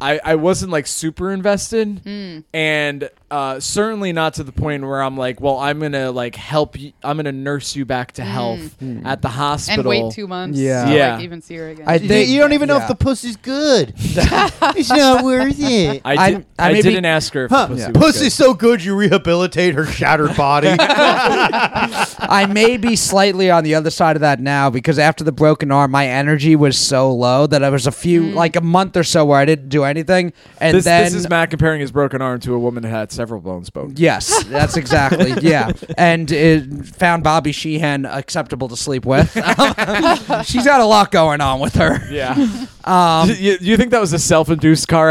Speaker 4: I I wasn't like super invested,
Speaker 3: Hmm.
Speaker 4: and uh, certainly not to the point where I'm like, well, I'm gonna like help you. I'm gonna nurse you back to health at the
Speaker 3: Hmm. And
Speaker 4: hospital.
Speaker 3: wait two months
Speaker 2: Yeah.
Speaker 3: to
Speaker 4: Yeah.
Speaker 3: like even see her again.
Speaker 2: I
Speaker 1: You-
Speaker 2: think
Speaker 1: you don't even know
Speaker 2: yeah.
Speaker 1: if the pussy's good. it's not worth it.
Speaker 4: I,
Speaker 2: I-
Speaker 4: did,
Speaker 2: I
Speaker 4: I,
Speaker 2: maybe-
Speaker 4: didn't ask her. If the
Speaker 1: Huh.
Speaker 4: pussy was
Speaker 1: Pussy's so good, you rehabilitate her shattered body.
Speaker 2: I may be slightly on the other side of that now because after the broken arm, my energy was so low that I was a few,
Speaker 3: Mm.
Speaker 2: like a month or so where I didn't do anything. And
Speaker 4: good. This,
Speaker 2: then.
Speaker 4: this is Matt comparing his broken arm to a woman that had several bones broken.
Speaker 2: Yes, that's exactly. yeah, and it found Bobby Sheehan acceptable to sleep with. She's got a lot going on with her.
Speaker 4: Yeah.
Speaker 2: Um,
Speaker 4: you, you think that was a self-induced car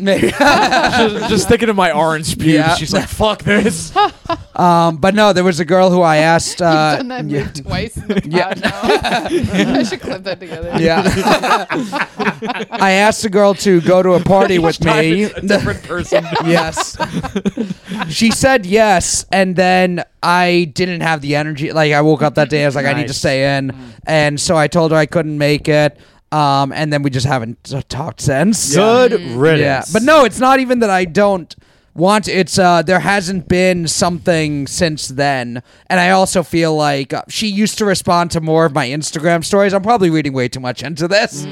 Speaker 2: maybe.
Speaker 4: just, just thinking of my orange pubes.
Speaker 2: Yeah.
Speaker 4: She's like, fuck this.
Speaker 2: Um, but no, there was a girl who I asked. Uh,
Speaker 3: I've done that move
Speaker 2: yeah,
Speaker 3: twice. In the pod
Speaker 2: Yeah.
Speaker 3: now. I should clip that together.
Speaker 2: yeah. I asked a girl to go to a party with
Speaker 4: Time
Speaker 2: me.
Speaker 4: it's a different person.
Speaker 2: yes. she said yes, and then I didn't have the energy. Like I woke up that day, I was like, I need to
Speaker 1: Nice.
Speaker 2: stay in, and so I told her I couldn't make it. Um, and then we just haven't uh, talked since.
Speaker 1: Good
Speaker 2: Yeah,
Speaker 1: riddance.
Speaker 2: but no, it's not even that I don't want. It's uh, there hasn't been something since then, and I also feel like uh, she used to respond to more of my Instagram stories. I'm probably reading way too much into this,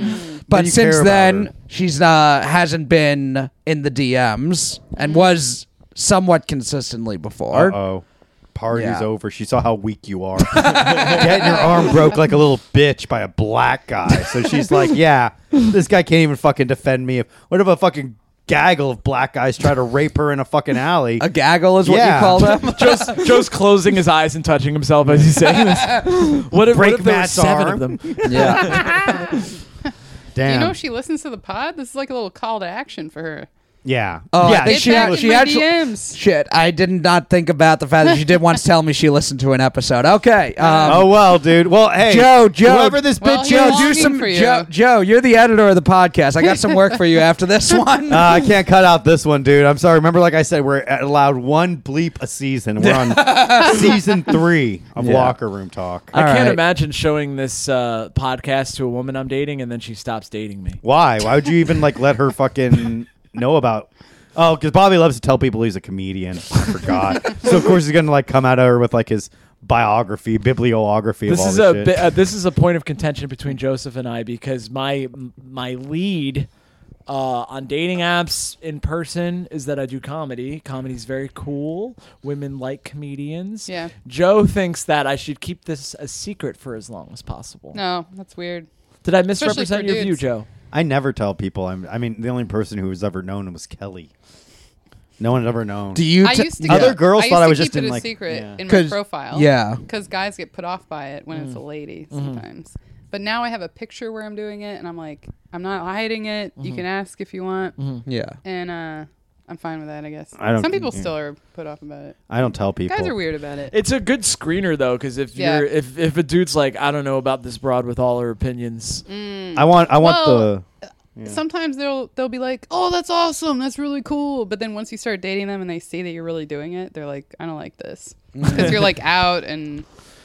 Speaker 2: but
Speaker 1: And Mm. you
Speaker 2: since
Speaker 1: care about
Speaker 2: then
Speaker 1: her.
Speaker 2: she's uh hasn't been in the DMs
Speaker 1: Mm.
Speaker 2: and was somewhat consistently before.
Speaker 1: oh. Party's
Speaker 2: Yeah.
Speaker 1: over. She saw how weak you are. Getting your arm broke like a little bitch by a black guy. So she's like, yeah, this guy can't even fucking defend me. What if a fucking gaggle of black guys try to rape her in a fucking alley?
Speaker 2: A gaggle is what
Speaker 1: Yeah.
Speaker 2: you call them.
Speaker 4: Joe's, Joe's closing his eyes and touching himself as he's saying this. What if,
Speaker 1: Break
Speaker 4: what if there were
Speaker 1: Matt's
Speaker 4: seven
Speaker 1: arm.
Speaker 4: of them?
Speaker 2: yeah,
Speaker 3: Do you
Speaker 1: Damn.
Speaker 3: know if she listens to the pod? This is like a little call to action for her.
Speaker 1: yeah.
Speaker 2: Oh, I
Speaker 1: yeah.
Speaker 2: think
Speaker 3: Get
Speaker 2: she
Speaker 3: back
Speaker 2: had-
Speaker 3: in
Speaker 2: she
Speaker 3: my
Speaker 2: actually-
Speaker 3: DMs.
Speaker 2: shit. I did not think about the fact that she did once tell me she listened to an episode. Okay. Um,
Speaker 1: oh, well, dude. Well, hey.
Speaker 2: Joe, Joe,
Speaker 1: Whoever this bitch
Speaker 3: Well, he's
Speaker 1: is.
Speaker 2: Joe, do
Speaker 3: longing
Speaker 2: some.
Speaker 3: for you.
Speaker 2: Joe, Joe, you're the editor of the podcast. I got some work for you after this one.
Speaker 1: Uh, I can't cut out this one, dude. I'm sorry. Remember, like I said, we're allowed one bleep a season. We're on season three of
Speaker 2: Yeah.
Speaker 1: Locker Room Talk.
Speaker 4: I
Speaker 2: All
Speaker 4: can't
Speaker 2: right.
Speaker 4: imagine showing this uh, podcast to a woman I'm dating and then she stops dating me.
Speaker 1: Why? Why would you even like let her fucking know about? Oh, because Bobby loves to tell people he's a comedian. I forgot. so of course he's gonna like come at her with like his biography, bibliography.
Speaker 4: This
Speaker 1: of all
Speaker 4: is
Speaker 1: this
Speaker 4: a
Speaker 1: shit.
Speaker 4: bi- uh, this is a point of contention between Joseph and I because my my lead uh, on dating apps in person is that I do comedy. Comedy's very cool. Women like comedians.
Speaker 3: Yeah.
Speaker 4: Joe thinks that I should keep this a secret for as long as possible.
Speaker 3: No, that's weird.
Speaker 4: Did I
Speaker 3: for
Speaker 4: misrepresent your view,
Speaker 3: dudes.
Speaker 4: Joe?
Speaker 1: I never tell people. I'm. I mean, the only person who was ever known was Kelly. No one had ever known.
Speaker 2: Do you?
Speaker 3: I
Speaker 2: t-
Speaker 3: used to
Speaker 2: yeah.
Speaker 1: Other girls
Speaker 3: used
Speaker 1: thought
Speaker 3: to
Speaker 1: I was
Speaker 3: keep
Speaker 1: just
Speaker 3: it
Speaker 1: in,
Speaker 3: a
Speaker 1: like-
Speaker 3: secret
Speaker 1: yeah.
Speaker 3: in my
Speaker 2: 'Cause-
Speaker 3: profile.
Speaker 2: yeah.
Speaker 3: because guys get put off by it when
Speaker 1: Mm.
Speaker 3: it's a lady
Speaker 1: Mm-hmm.
Speaker 3: sometimes. But now I have a picture where I'm
Speaker 1: Mm-hmm.
Speaker 3: doing it, and I'm like, I'm not hiding it. You can ask if you want,
Speaker 2: Yeah.
Speaker 3: and uh, I'm fine with that, I guess.
Speaker 1: I don't-
Speaker 3: Some people
Speaker 1: yeah.
Speaker 3: still are put off about it.
Speaker 1: I don't tell people.
Speaker 3: Guys are weird about it.
Speaker 5: It's a good screener though, because if
Speaker 3: Yeah.
Speaker 5: you're if if a dude's like, I don't know about this broad with all her opinions,
Speaker 3: Mm.
Speaker 1: I want. I want
Speaker 3: Well,
Speaker 1: the. Yeah.
Speaker 3: Sometimes they'll they'll be like, "Oh, that's awesome. That's really cool." But then once you start dating them and they see that you're really doing it, they're like, "I don't like this." Cuz you're like out and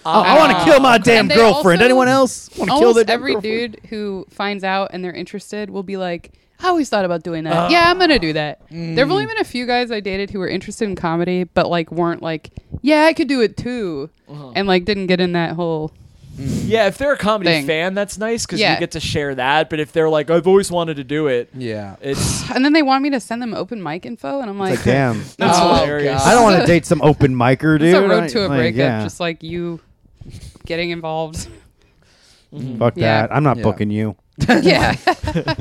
Speaker 1: Oh, I want to kill my damn
Speaker 3: And they
Speaker 1: girlfriend.
Speaker 3: also-
Speaker 1: Anyone else want to kill
Speaker 3: almost
Speaker 1: their damn
Speaker 3: every
Speaker 1: girlfriend?
Speaker 3: dude who finds out and they're interested will be like, I always thought about doing that. yeah, I'm gonna do that. There've
Speaker 1: Mm.
Speaker 3: only been a few guys I dated who were interested in comedy, but like weren't like, yeah, I could do it too,
Speaker 1: Uh-huh.
Speaker 3: and like didn't get in that whole.
Speaker 5: yeah, if they're a comedy
Speaker 3: Thing.
Speaker 5: fan, that's nice because
Speaker 3: Yeah.
Speaker 5: you get to share that. But if they're like, I've always wanted to do it,
Speaker 2: Yeah.
Speaker 5: it's
Speaker 3: And then they want me to send them open mic info, and I'm like,
Speaker 1: Like, damn.
Speaker 5: that's
Speaker 2: Oh,
Speaker 5: hilarious.
Speaker 2: God.
Speaker 1: I don't want to date some open micer, dude.
Speaker 3: it's a road
Speaker 1: I-
Speaker 3: to a
Speaker 1: like,
Speaker 3: breakup,
Speaker 1: yeah.
Speaker 3: just like you getting involved.
Speaker 1: Fuck
Speaker 3: Yeah.
Speaker 1: that. I'm not
Speaker 2: Yeah.
Speaker 1: booking you.
Speaker 3: yeah,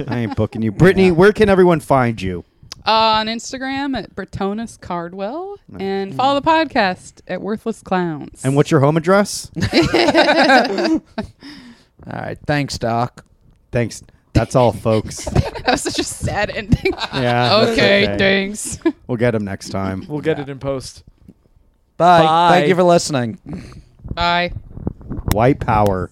Speaker 1: I ain't booking you. Brittany, where can everyone find you?
Speaker 3: on Instagram at Bretonus Cardwell, and follow the podcast at Worthless Clowns.
Speaker 1: Mm. And what's your home address?
Speaker 2: All right. Thanks, Doc.
Speaker 1: Thanks. That's all, folks.
Speaker 3: that was such a sad ending.
Speaker 1: Yeah. that's
Speaker 3: okay, thanks.
Speaker 1: We'll get them next time.
Speaker 5: we'll get it in post.
Speaker 2: Bye.
Speaker 5: Bye.
Speaker 2: Thank you for listening.
Speaker 3: Bye.
Speaker 1: White power.